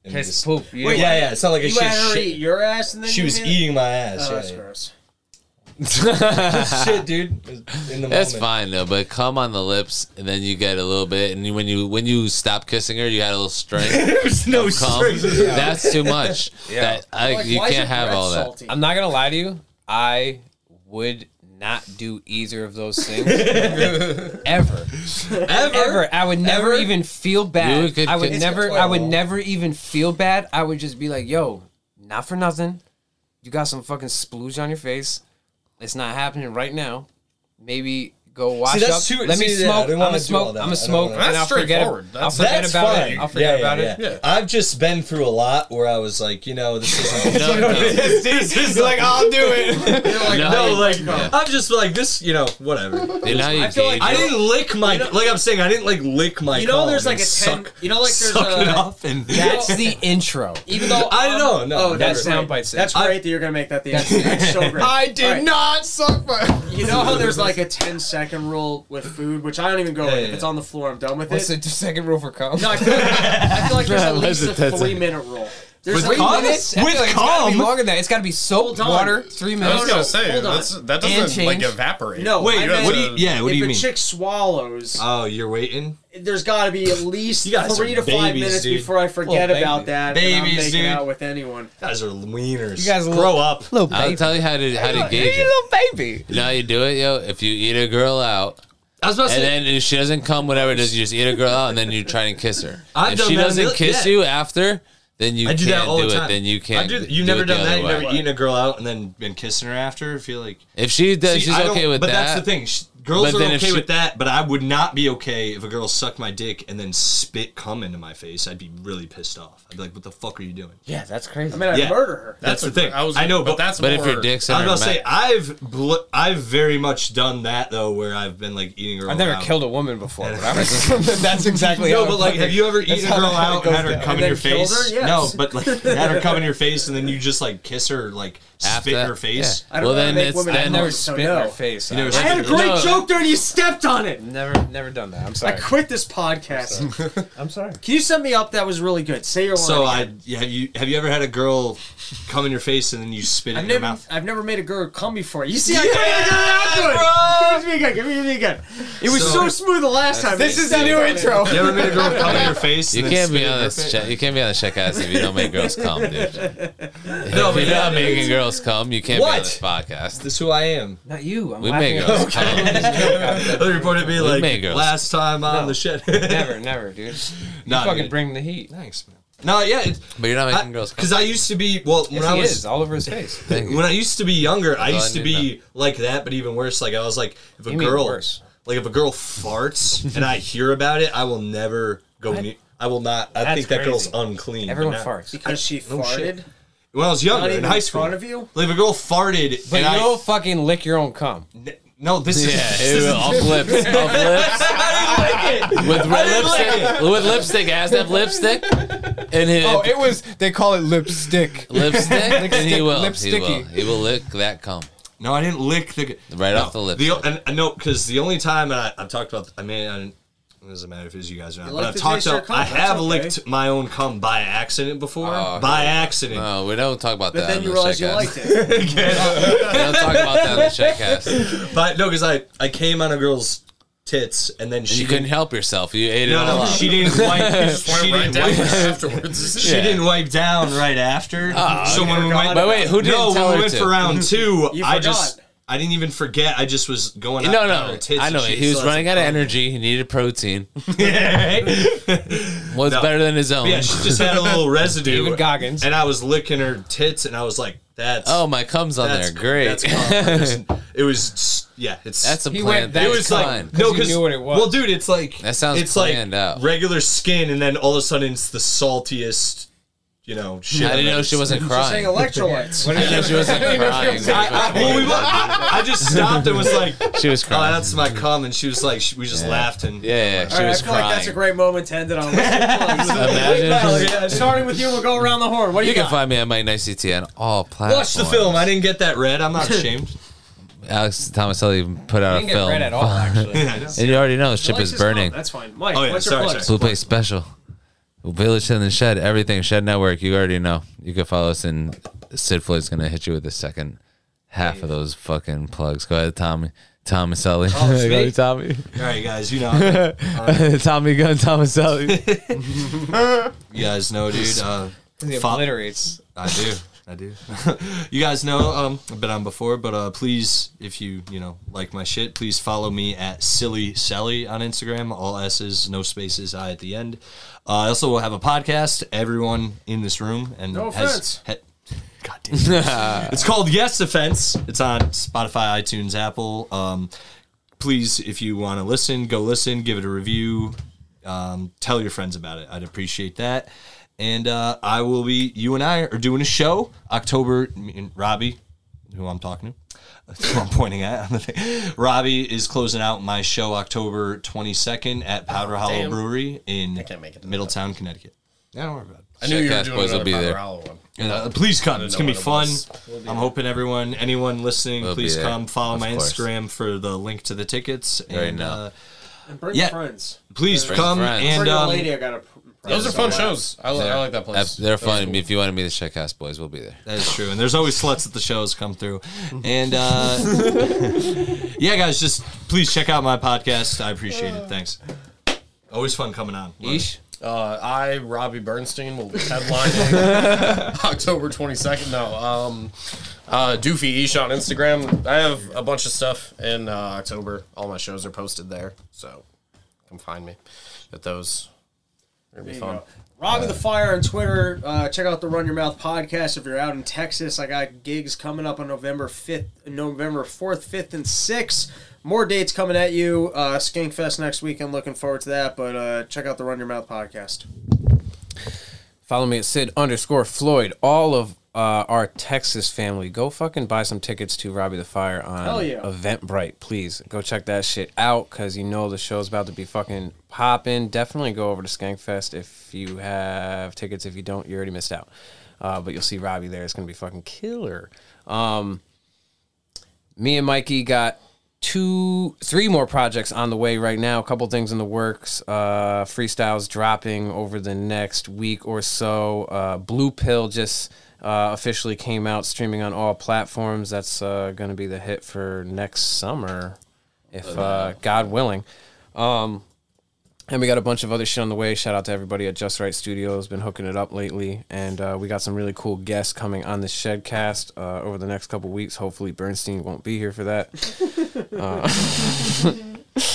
Speaker 1: I mean,
Speaker 3: Piss
Speaker 1: this-
Speaker 3: poop. You
Speaker 1: Yeah,
Speaker 3: know.
Speaker 1: yeah. It's not like I
Speaker 4: You
Speaker 1: shit.
Speaker 4: had her
Speaker 1: shit.
Speaker 4: eat your ass and then
Speaker 1: She
Speaker 4: you
Speaker 1: was
Speaker 4: did it?
Speaker 1: eating my ass.
Speaker 4: Oh,
Speaker 1: yeah,
Speaker 4: that's
Speaker 1: yeah.
Speaker 4: gross.
Speaker 1: shit, dude. It was In the
Speaker 6: That's
Speaker 1: moment.
Speaker 6: fine though, but cum on the lips, and then you get a little bit, and you, when you when you stop kissing her, you got a little string.
Speaker 1: There's no
Speaker 6: cum. That's too much. That, I,
Speaker 4: Like,
Speaker 6: you
Speaker 4: why is
Speaker 6: can't
Speaker 4: your
Speaker 6: have
Speaker 4: breath
Speaker 6: all that.
Speaker 4: salty?
Speaker 3: I'm not gonna lie to you. I would not do either of those things ever.
Speaker 1: Ever.
Speaker 3: Ever. I would never
Speaker 1: Ever?
Speaker 3: even feel bad.
Speaker 6: You could
Speaker 3: I would
Speaker 6: kiss-
Speaker 3: never.
Speaker 1: It's a
Speaker 3: I would
Speaker 1: toilet.
Speaker 3: never even feel bad. I would just be like, "Yo, not for nothing. You got some fucking splooge on your face. It's not happening right now. Maybe." go wash
Speaker 9: that's
Speaker 3: up.
Speaker 9: too-
Speaker 3: Let me
Speaker 9: see, yeah, I didn't
Speaker 3: smoke. I'm
Speaker 9: wanna do
Speaker 3: gonna smoke.
Speaker 9: all
Speaker 3: I'm
Speaker 9: that.
Speaker 3: gonna
Speaker 9: I don't
Speaker 3: smoke,
Speaker 9: wanna-
Speaker 3: and I'll
Speaker 7: That's
Speaker 3: forget.
Speaker 7: straightforward.
Speaker 3: I'll
Speaker 7: That's-
Speaker 3: forget
Speaker 9: that's
Speaker 3: about it.
Speaker 9: fine.
Speaker 3: I'll forget
Speaker 9: Yeah,
Speaker 3: about
Speaker 9: yeah,
Speaker 3: it.
Speaker 9: yeah.
Speaker 1: I've just been through a lot where I was like, you know, this isn't.
Speaker 3: This is like I'll do it.
Speaker 1: no, like I'm just like this, you know, whatever.
Speaker 6: And how you
Speaker 4: feel
Speaker 6: gauge
Speaker 4: like
Speaker 1: I
Speaker 6: it.
Speaker 1: didn't lick my like I'm saying I didn't like lick my.
Speaker 4: You know,
Speaker 1: cock
Speaker 4: there's like a
Speaker 1: and
Speaker 4: ten.
Speaker 1: suck,
Speaker 4: you know, like there's
Speaker 1: suck it
Speaker 4: a.
Speaker 1: up and
Speaker 3: That's the intro.
Speaker 4: Even though
Speaker 1: I don't know, no,
Speaker 4: oh,
Speaker 1: never.
Speaker 4: that's
Speaker 3: Sound
Speaker 4: great.
Speaker 3: bite said.
Speaker 4: That's
Speaker 1: I-
Speaker 4: great that you're gonna make that the intro. That's so great. I did
Speaker 3: not suck my.
Speaker 4: You know how there's like a 10 second rule with food, which I don't even go with.
Speaker 1: yeah,
Speaker 4: If it's
Speaker 1: yeah.
Speaker 4: on the floor, I'm done with
Speaker 3: What's
Speaker 4: it.
Speaker 3: the second rule for cum?
Speaker 4: No, I feel like, I feel like there's at
Speaker 6: Less
Speaker 4: least
Speaker 6: than 10
Speaker 4: a three
Speaker 6: seconds.
Speaker 4: minute rule. There's
Speaker 1: With
Speaker 4: a-
Speaker 1: cum?
Speaker 3: minutes? I feel
Speaker 1: With
Speaker 3: like it's gotta
Speaker 1: cum?
Speaker 3: be longer than that. It's got to be soap,
Speaker 4: Hold on.
Speaker 3: water, three
Speaker 7: I
Speaker 3: minutes.
Speaker 7: was gonna say
Speaker 4: hold on.
Speaker 7: that's, that
Speaker 3: And
Speaker 7: doesn't like
Speaker 3: change.
Speaker 7: evaporate.
Speaker 4: No,
Speaker 1: Wait,
Speaker 4: I uh,
Speaker 1: what
Speaker 4: meant
Speaker 1: do you? Yeah, what
Speaker 4: if
Speaker 1: do you
Speaker 4: a
Speaker 1: mean?
Speaker 4: chick swallows,
Speaker 1: Oh, you're waiting.
Speaker 4: there's got to be at least
Speaker 1: You guys
Speaker 4: three
Speaker 1: are
Speaker 4: to five
Speaker 1: babies,
Speaker 4: minutes
Speaker 1: dude.
Speaker 4: before I forget
Speaker 3: Little
Speaker 4: about
Speaker 3: babies.
Speaker 4: that. and I'm
Speaker 1: Babies,
Speaker 4: making
Speaker 1: dude.
Speaker 4: out with anyone.
Speaker 1: guys are wieners.
Speaker 3: You guys
Speaker 1: grow
Speaker 3: little-
Speaker 1: up.
Speaker 3: Little
Speaker 6: I'll tell you how to how to gauge it.
Speaker 3: little baby.
Speaker 6: You know how you do it, yo? If you eat a girl out,
Speaker 1: I was about to
Speaker 6: and
Speaker 1: say.
Speaker 6: then if she doesn't come, whatever it is, you just eat a girl out, and then you try and kiss her.
Speaker 1: I've
Speaker 6: if
Speaker 1: done
Speaker 6: she
Speaker 1: that a
Speaker 6: doesn't
Speaker 1: mil-
Speaker 6: kiss
Speaker 1: yeah.
Speaker 6: you after, then you
Speaker 1: I do that
Speaker 6: can't
Speaker 1: all
Speaker 6: do
Speaker 1: the
Speaker 6: it.
Speaker 1: time.
Speaker 6: Then you can't.
Speaker 1: I do.
Speaker 6: do
Speaker 1: You've never
Speaker 6: it the
Speaker 1: done
Speaker 6: other
Speaker 1: that. You've
Speaker 6: way.
Speaker 1: never eaten a girl out and then been kissing her after. I feel like
Speaker 6: If she does,
Speaker 1: See,
Speaker 6: she's
Speaker 1: I don't-
Speaker 6: okay with
Speaker 1: but
Speaker 6: that.
Speaker 1: that's the thing. Sh girls
Speaker 6: But
Speaker 1: are
Speaker 6: then if
Speaker 1: okay
Speaker 6: she-
Speaker 1: with that, but I would not be okay if a girl sucked my dick and then spit cum into my face. I'd be really pissed off. I'd be like, "What the fuck are you doing?"
Speaker 9: Yeah, that's crazy.
Speaker 4: I mean, I'd
Speaker 1: Yeah.
Speaker 4: murder her.
Speaker 1: That's, the thing.
Speaker 7: I
Speaker 1: I,
Speaker 7: was.
Speaker 1: know, but,
Speaker 7: that's
Speaker 6: But
Speaker 7: more,
Speaker 6: if your dick's in
Speaker 1: I was
Speaker 6: her
Speaker 1: about to
Speaker 6: mouth,
Speaker 1: say I've bl- I've very much done that though, where I've been like eating a girl.
Speaker 3: I've never
Speaker 1: out.
Speaker 3: killed a woman before. But I was, that's exactly.
Speaker 1: No,
Speaker 3: how
Speaker 1: but
Speaker 3: it
Speaker 1: like, have
Speaker 3: fucking-
Speaker 1: you ever
Speaker 3: that's
Speaker 1: eaten a
Speaker 3: how
Speaker 1: girl
Speaker 3: it
Speaker 1: out and
Speaker 3: goes
Speaker 1: had her
Speaker 3: down.
Speaker 1: come in
Speaker 4: then
Speaker 1: your
Speaker 4: killed
Speaker 1: face?
Speaker 4: her? Yes.
Speaker 1: No, but like had her come in your face and then you just like kiss her, like
Speaker 6: after
Speaker 1: spit in
Speaker 6: that-
Speaker 1: her face.
Speaker 6: yeah.
Speaker 4: I don't
Speaker 6: Well,
Speaker 4: know how to
Speaker 6: then
Speaker 4: make
Speaker 6: it's
Speaker 4: women- I've
Speaker 6: then.
Speaker 3: Never
Speaker 4: So
Speaker 3: spit in her
Speaker 4: no.
Speaker 3: face.
Speaker 1: You never
Speaker 4: I
Speaker 1: spit
Speaker 4: had
Speaker 1: in
Speaker 4: a
Speaker 1: her
Speaker 4: great
Speaker 6: No.
Speaker 4: joke there and you stepped on it.
Speaker 3: never, never done that. I'm
Speaker 4: I
Speaker 3: sorry.
Speaker 4: quit this podcast.
Speaker 9: I'm sorry.
Speaker 4: Can you send me up? That was really good. Say your line.
Speaker 1: So
Speaker 4: again.
Speaker 1: I have you have you ever had a girl come in your face and then you spit
Speaker 4: I've
Speaker 1: in your
Speaker 4: never,
Speaker 1: mouth?
Speaker 4: I've never made a girl come before. You see, I can't even do it. Give me again. Give me again. It was so,
Speaker 1: So-
Speaker 4: smooth the last time.
Speaker 3: This is the new intro.
Speaker 1: You ever made a girl come in your face?
Speaker 6: You
Speaker 1: and then
Speaker 6: can't
Speaker 1: spit
Speaker 6: be
Speaker 1: in
Speaker 6: on
Speaker 1: her
Speaker 6: this.
Speaker 1: face?
Speaker 6: Check, you can't be on the check ass if you don't make girls come, dude.
Speaker 1: No,
Speaker 6: if
Speaker 1: but
Speaker 6: you're not
Speaker 1: yeah,
Speaker 6: making girls come, you can't be on
Speaker 1: What?
Speaker 6: this podcast.
Speaker 1: This is who I am.
Speaker 3: Not you. I'm
Speaker 6: We
Speaker 3: laughing
Speaker 6: make
Speaker 3: at
Speaker 6: girls come.
Speaker 1: Other report at me like
Speaker 6: made girls.
Speaker 1: last time on the shit.
Speaker 3: you. Never, never, dude.
Speaker 1: Nah,
Speaker 3: fucking
Speaker 1: dude.
Speaker 3: bring the heat.
Speaker 1: Thanks, man. No, yeah, it's,
Speaker 6: But you're not making girls come.
Speaker 1: because I, used to be well when
Speaker 3: Yes,
Speaker 1: I
Speaker 3: he
Speaker 1: was
Speaker 3: is all over his face.
Speaker 6: Thank you.
Speaker 1: when I used to be younger, I
Speaker 6: all
Speaker 1: used
Speaker 6: I
Speaker 1: to
Speaker 6: need to
Speaker 1: be like that, but even worse. Like I was like, if a
Speaker 3: You mean
Speaker 1: girl,
Speaker 3: worse.
Speaker 1: like if a girl farts and I hear about it, I will never go. near I will not. I
Speaker 3: That's
Speaker 1: think that girl's
Speaker 3: crazy.
Speaker 1: unclean. but
Speaker 3: Everyone
Speaker 1: not-
Speaker 3: farts.
Speaker 4: because she
Speaker 1: No Oh, shit.
Speaker 4: farted.
Speaker 1: When I was younger,
Speaker 4: Not
Speaker 1: in
Speaker 4: even
Speaker 1: high
Speaker 4: in
Speaker 1: school,
Speaker 4: front of you?
Speaker 1: like if a girl farted,
Speaker 3: But
Speaker 1: and I
Speaker 3: you don't fucking lick your own cum.
Speaker 1: N- No, this
Speaker 6: Yeah,
Speaker 1: is.
Speaker 6: ew, off lips, off lips. With red lipstick, with lipstick, ass that lipstick, and his
Speaker 3: Oh, it was. They call it lipstick.
Speaker 6: lipstick, and he
Speaker 3: Lipstick,
Speaker 6: will, he
Speaker 3: lipsticky.
Speaker 6: will, he will lick that cum.
Speaker 1: No, I didn't lick the.
Speaker 6: Right
Speaker 1: no,
Speaker 6: off the lipstick.
Speaker 1: The, and, and no, because the only time and I, I've talked about, I mean, I didn't, it doesn't matter if it was you guys or not,
Speaker 4: like
Speaker 1: but I've
Speaker 4: to
Speaker 1: talked
Speaker 4: taste your
Speaker 1: about,
Speaker 4: cum,
Speaker 1: I
Speaker 4: that's
Speaker 1: have
Speaker 4: okay.
Speaker 1: licked my own cum by accident before.
Speaker 6: Oh,
Speaker 1: by accident.
Speaker 6: No, we don't talk about
Speaker 4: But
Speaker 6: that.
Speaker 4: then
Speaker 6: on
Speaker 4: you
Speaker 6: the
Speaker 4: realize you
Speaker 6: check-ass.
Speaker 4: liked it.
Speaker 6: We don't talk about that on the check cast. And
Speaker 1: But no, because I, I came on a girl's tits and then she
Speaker 6: you couldn't
Speaker 1: didn't.
Speaker 6: help yourself. You ate it
Speaker 1: No,
Speaker 6: all
Speaker 1: no,
Speaker 6: up.
Speaker 1: she didn't wipe. she
Speaker 7: Went right
Speaker 1: didn't
Speaker 7: down
Speaker 1: wipe.
Speaker 7: afterwards.
Speaker 1: She
Speaker 6: Yeah. Oh,
Speaker 1: didn't wipe down right after. so when we went,
Speaker 6: But wait, who didn't
Speaker 1: no,
Speaker 6: tell
Speaker 1: when
Speaker 6: her
Speaker 1: we went
Speaker 6: to?
Speaker 1: for round two,
Speaker 4: You
Speaker 1: I
Speaker 4: forgot.
Speaker 1: just I didn't even forget. I just was going.
Speaker 6: No,
Speaker 1: out on
Speaker 6: no,
Speaker 1: her tits
Speaker 6: I
Speaker 1: and
Speaker 6: know
Speaker 1: shit,
Speaker 6: it. He was
Speaker 1: so I
Speaker 6: running
Speaker 1: like,
Speaker 6: out of energy. He needed protein.
Speaker 1: Yeah,
Speaker 6: What's
Speaker 1: No.
Speaker 6: better than his own?
Speaker 1: yeah, she just had a little residue.
Speaker 3: David Goggins.
Speaker 1: And I was licking her tits, and I was like, "That's
Speaker 6: oh, my cum's on
Speaker 1: that's
Speaker 6: there. Great.
Speaker 1: That's cum.
Speaker 6: That's,
Speaker 1: I just- it was yeah, it's
Speaker 6: a
Speaker 3: He
Speaker 6: plan.
Speaker 3: went
Speaker 1: it
Speaker 3: that
Speaker 6: That's
Speaker 1: was
Speaker 6: cum.
Speaker 1: like no,
Speaker 3: he
Speaker 1: because
Speaker 3: knew what it was.
Speaker 1: well, dude, it's like
Speaker 6: That sounds
Speaker 1: it's
Speaker 6: planned
Speaker 1: like
Speaker 6: out.
Speaker 1: regular skin, and then all of a sudden it's the saltiest, you know, shit.
Speaker 6: I didn't
Speaker 1: I've
Speaker 6: know
Speaker 1: ever
Speaker 6: she
Speaker 1: seen.
Speaker 6: wasn't
Speaker 4: Saying
Speaker 6: crying.
Speaker 4: electrolytes.
Speaker 6: I didn't know she wasn't crying.
Speaker 1: I, I, well, we were, I just stopped and was like,
Speaker 6: She was
Speaker 1: "Oh,
Speaker 6: crying.
Speaker 1: that's my cum," and she was like, she, "We just laughed and
Speaker 6: Yeah, yeah, she
Speaker 4: All right, I
Speaker 6: was
Speaker 4: feel
Speaker 6: crying.
Speaker 4: like that's a great moment to end it on. Let's do plugs.
Speaker 6: Imagine.
Speaker 4: Yeah, uh, Starting with you, we'll go around the horn. What do
Speaker 6: You
Speaker 4: you,
Speaker 6: can
Speaker 4: got?
Speaker 6: find me at my nice ET on all
Speaker 1: watch
Speaker 6: platforms.
Speaker 1: the film." I didn't get that red. I'm not ashamed.
Speaker 6: Alex Thomaselli put out
Speaker 3: Didn't
Speaker 6: a
Speaker 3: get
Speaker 6: film,
Speaker 3: red at all. Actually,
Speaker 6: and you already know the ship
Speaker 4: Alexis
Speaker 6: is burning.
Speaker 4: Club, That's fine. Mike,
Speaker 1: Oh, yeah,
Speaker 4: what's
Speaker 1: sorry,
Speaker 4: your plug?
Speaker 1: sorry.
Speaker 6: Blue Plate Special. Village in the Shed, everything. Shed Network, you already know. You can follow us, and Sid Floyd's going to hit you with the second half of those fucking plugs. Go ahead, Tommy. Tommy Sully. Go
Speaker 1: it's me?
Speaker 6: ahead, Tommy.
Speaker 1: All right, guys, you know,
Speaker 6: Tommy Gun, Tommy Sully.
Speaker 1: you guys know, dude. Uh,
Speaker 3: he
Speaker 1: fo-
Speaker 3: obliterates.
Speaker 1: I do. I do. you guys know, um, I've been on before, but uh, please, if you you know like my shit, please follow me at Silly Sally on Instagram. All S's, no spaces, I at the end. Uh, I also will have a podcast. Everyone in this room and
Speaker 4: No offense.
Speaker 1: has, ha- God damn it. it's called Yes Offense. It's on Spotify, iTunes, Apple. Um, please, if you want to listen, go listen, give it a review, um, tell your friends about it. I'd appreciate that. And uh, I will be, you and I are doing a show October. me and Robbie, who I'm talking to, that's who I'm pointing at. on the thing. Robbie is closing out my show October 22nd at Powder Hollow
Speaker 7: Oh, damn.
Speaker 1: Brewery in
Speaker 7: can't make it to that.
Speaker 1: Middletown, Connecticut. Yeah, don't worry about it.
Speaker 7: I knew you were
Speaker 6: Shitcast
Speaker 7: doing
Speaker 6: boys will
Speaker 7: another
Speaker 6: be there.
Speaker 7: Power Hour one.
Speaker 1: And, uh, please come. It's
Speaker 7: know
Speaker 1: gonna be
Speaker 7: what it
Speaker 1: fun.
Speaker 7: was.
Speaker 1: I'm hoping everyone, anyone listening,
Speaker 6: We'll be
Speaker 1: please
Speaker 6: there,
Speaker 1: come. Follow
Speaker 6: of
Speaker 1: my
Speaker 6: course.
Speaker 1: Instagram for the link to the tickets.
Speaker 6: Right
Speaker 1: and,
Speaker 6: now.
Speaker 1: uh,
Speaker 4: And bring
Speaker 1: Yeah.
Speaker 4: friends.
Speaker 1: please
Speaker 6: Bring
Speaker 1: come
Speaker 6: friends.
Speaker 1: and
Speaker 4: Bring a
Speaker 1: um,
Speaker 4: lady. I got a. pr-
Speaker 7: Those are
Speaker 4: prize.
Speaker 7: fun shows. I, li- I like that
Speaker 6: Uh,
Speaker 7: place.
Speaker 6: They're fun. If you want to meet the Shitcast boys, we'll be there.
Speaker 1: that is true. And there's always sluts at the shows come through. And uh, yeah, guys, just please check out my podcast. I appreciate it. Thanks. Always fun coming on. Love it.
Speaker 3: Yeesh.
Speaker 7: Uh, I, Robbie Bernstein, will be headlining October 22nd. No, um, uh, Doofy Ish on Instagram. I have a bunch of stuff in uh, October. All my shows are posted there, so come find me at those. It'll be
Speaker 4: There you
Speaker 7: fun.
Speaker 4: go. Robbie the Fire on Twitter. Uh, check out the Run Your Mouth podcast if you're out in Texas. I got gigs coming up on November fifth, November fourth, fifth, and sixth. More dates coming at you. Uh, Skankfest next week. I'm looking forward to that. But uh, check out the Run Your Mouth podcast.
Speaker 3: Follow me at Sid underscore Floyd. All of uh, our Texas family, go fucking buy some tickets to Robbie the Fire
Speaker 4: Hell
Speaker 3: on
Speaker 4: yeah.
Speaker 3: Eventbrite, please. Go check that shit out because you know the show's about to be fucking popping. Definitely go over to Skankfest if you have tickets. If you don't, you already missed out. Uh, but you'll see Robbie there. It's gonna be fucking killer. Um, me and Mikey got two, three more projects on the way right now. A couple things in the works. Uh, freestyles dropping over the next week or so. Uh, Blue Pill just uh, officially came out, streaming on all platforms. That's uh, going to be the hit for next summer, if uh, God willing. Um, and we got a bunch of other shit on the way. Shout out to everybody at Just Right Studios, been hooking it up lately, and uh, we got some really cool guests coming on the Shedcast uh, over the next couple weeks. Hopefully, Bernstein won't be here for that. uh,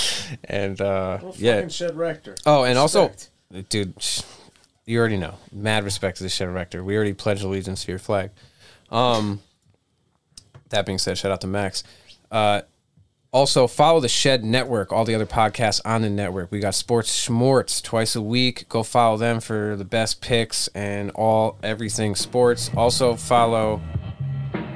Speaker 3: and uh, yeah,
Speaker 4: Fucking Shed Rector.
Speaker 3: oh, and also,
Speaker 4: Respect.
Speaker 3: dude, sh- you already know, mad respect to the Shed Rector. We already pledged allegiance to your flag. Um, that being said, shout out to Max. Uh, also, follow the Shed Network, all the other podcasts on the network. We got Sports Schmorts twice a week. Go follow them for the best picks and all everything sports. Also, follow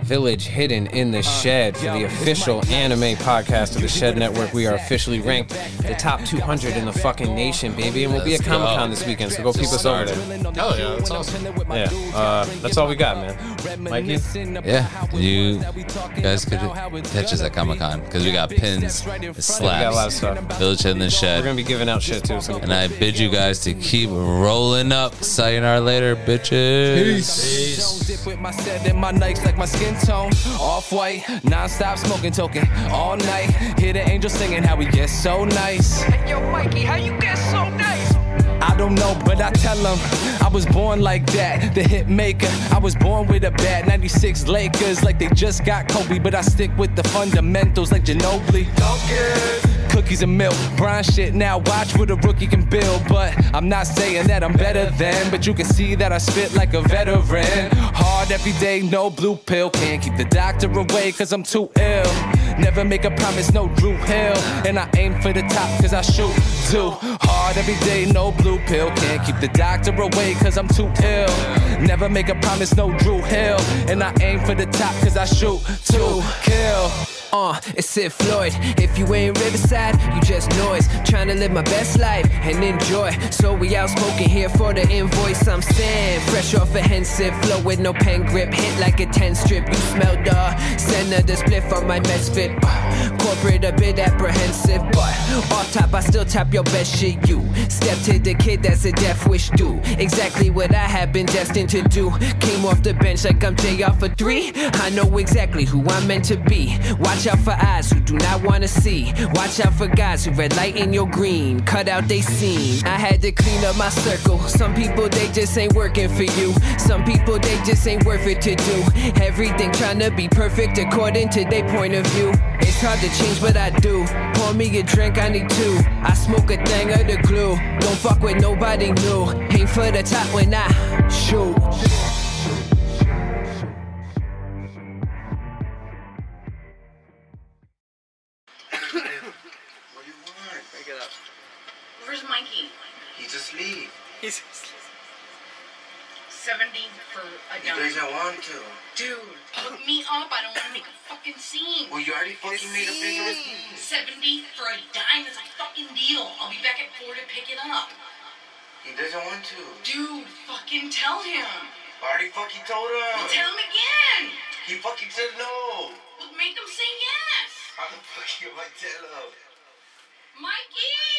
Speaker 3: Village Hidden in the Shed for the official anime podcast of the Shed Network. We are officially ranked the top 200 in the fucking nation, baby. And we'll be at
Speaker 6: Let's
Speaker 3: Comic
Speaker 6: go.
Speaker 3: Con this weekend, so go keep us over there.
Speaker 7: Hell yeah, that's awesome.
Speaker 3: Yeah, uh, that's all we got, man. Mikey?
Speaker 6: Yeah, and you guys could catch us at Comic Con because we got pins, slaps,
Speaker 3: got a lot of stuff.
Speaker 6: Village in the
Speaker 3: We're going
Speaker 6: shed.
Speaker 3: to be giving out shit, too. So
Speaker 6: And I bid you guys to keep rolling up. Sayonara later, bitches.
Speaker 9: Jones dip with my set and my nikes like my skin tone. Off white, non stop smoking token all night. Hear the angel singing how we get so nice.
Speaker 10: Yo, Mikey, how you get so nice?
Speaker 9: I don't know, but I tell them I was born like that. The hit maker, I was born with a bat. 96 Lakers, like they just got Kobe, but I stick with the fundamentals like Ginobili. Cookies and milk, grind shit now. Watch what a rookie can build, but I'm not saying that I'm better than. But you can see that I spit like a veteran. Hard every day, no blue pill. Can't keep the doctor away, cause I'm too ill. Never make a promise, no Drew Hill. And I aim for the top, cause I shoot too hard every day, no blue pill. Can't keep the doctor away, cause I'm too ill. Never make a promise, no Drew Hill. And I aim for the top, cause I shoot too kill.
Speaker 10: Uh, it's Sid Floyd. If you ain't Riverside, you just noise. Trying to live my best life and enjoy. So we out smoking here for the invoice. I'm saying, fresh off a Henson flow with no pen grip, hit like a ten strip. You smell the center, the spliff on my misfit. Uh, corporate a bit apprehensive, but off top I still tap your best shit. You step to the kid that's a death wish do exactly what I have been destined to do. Came off the bench like I'm JR for three. I know exactly who I'm meant to be. Watch out for eyes who do not wanna see. Watch out for guys who red light in your green. Cut out they scene. I had to clean up my circle. Some people they just ain't working for you. Some people they just ain't worth it to do. Everything trying to be perfect according to their point of view. It's hard to change, but I do. Pour me a drink, I need two. I smoke a thing of the glue. Don't fuck with nobody new. Aim for the top when I shoot.
Speaker 11: asleep.
Speaker 12: He's asleep. 17 for a
Speaker 11: He
Speaker 12: dime.
Speaker 11: doesn't want to.
Speaker 12: Dude, hook me up. I don't want to make a fucking scene.
Speaker 11: Well, you already fucking made a big one.
Speaker 12: 70 for a dime is a fucking deal. I'll be back at 4 to pick it up.
Speaker 11: He doesn't want to.
Speaker 12: Dude, fucking tell him.
Speaker 11: I already fucking told
Speaker 12: Well, tell
Speaker 11: him.
Speaker 12: him again.
Speaker 11: He fucking said no.
Speaker 12: Well, make him say yes.
Speaker 11: How the fuck am I tell him?
Speaker 12: Mikey!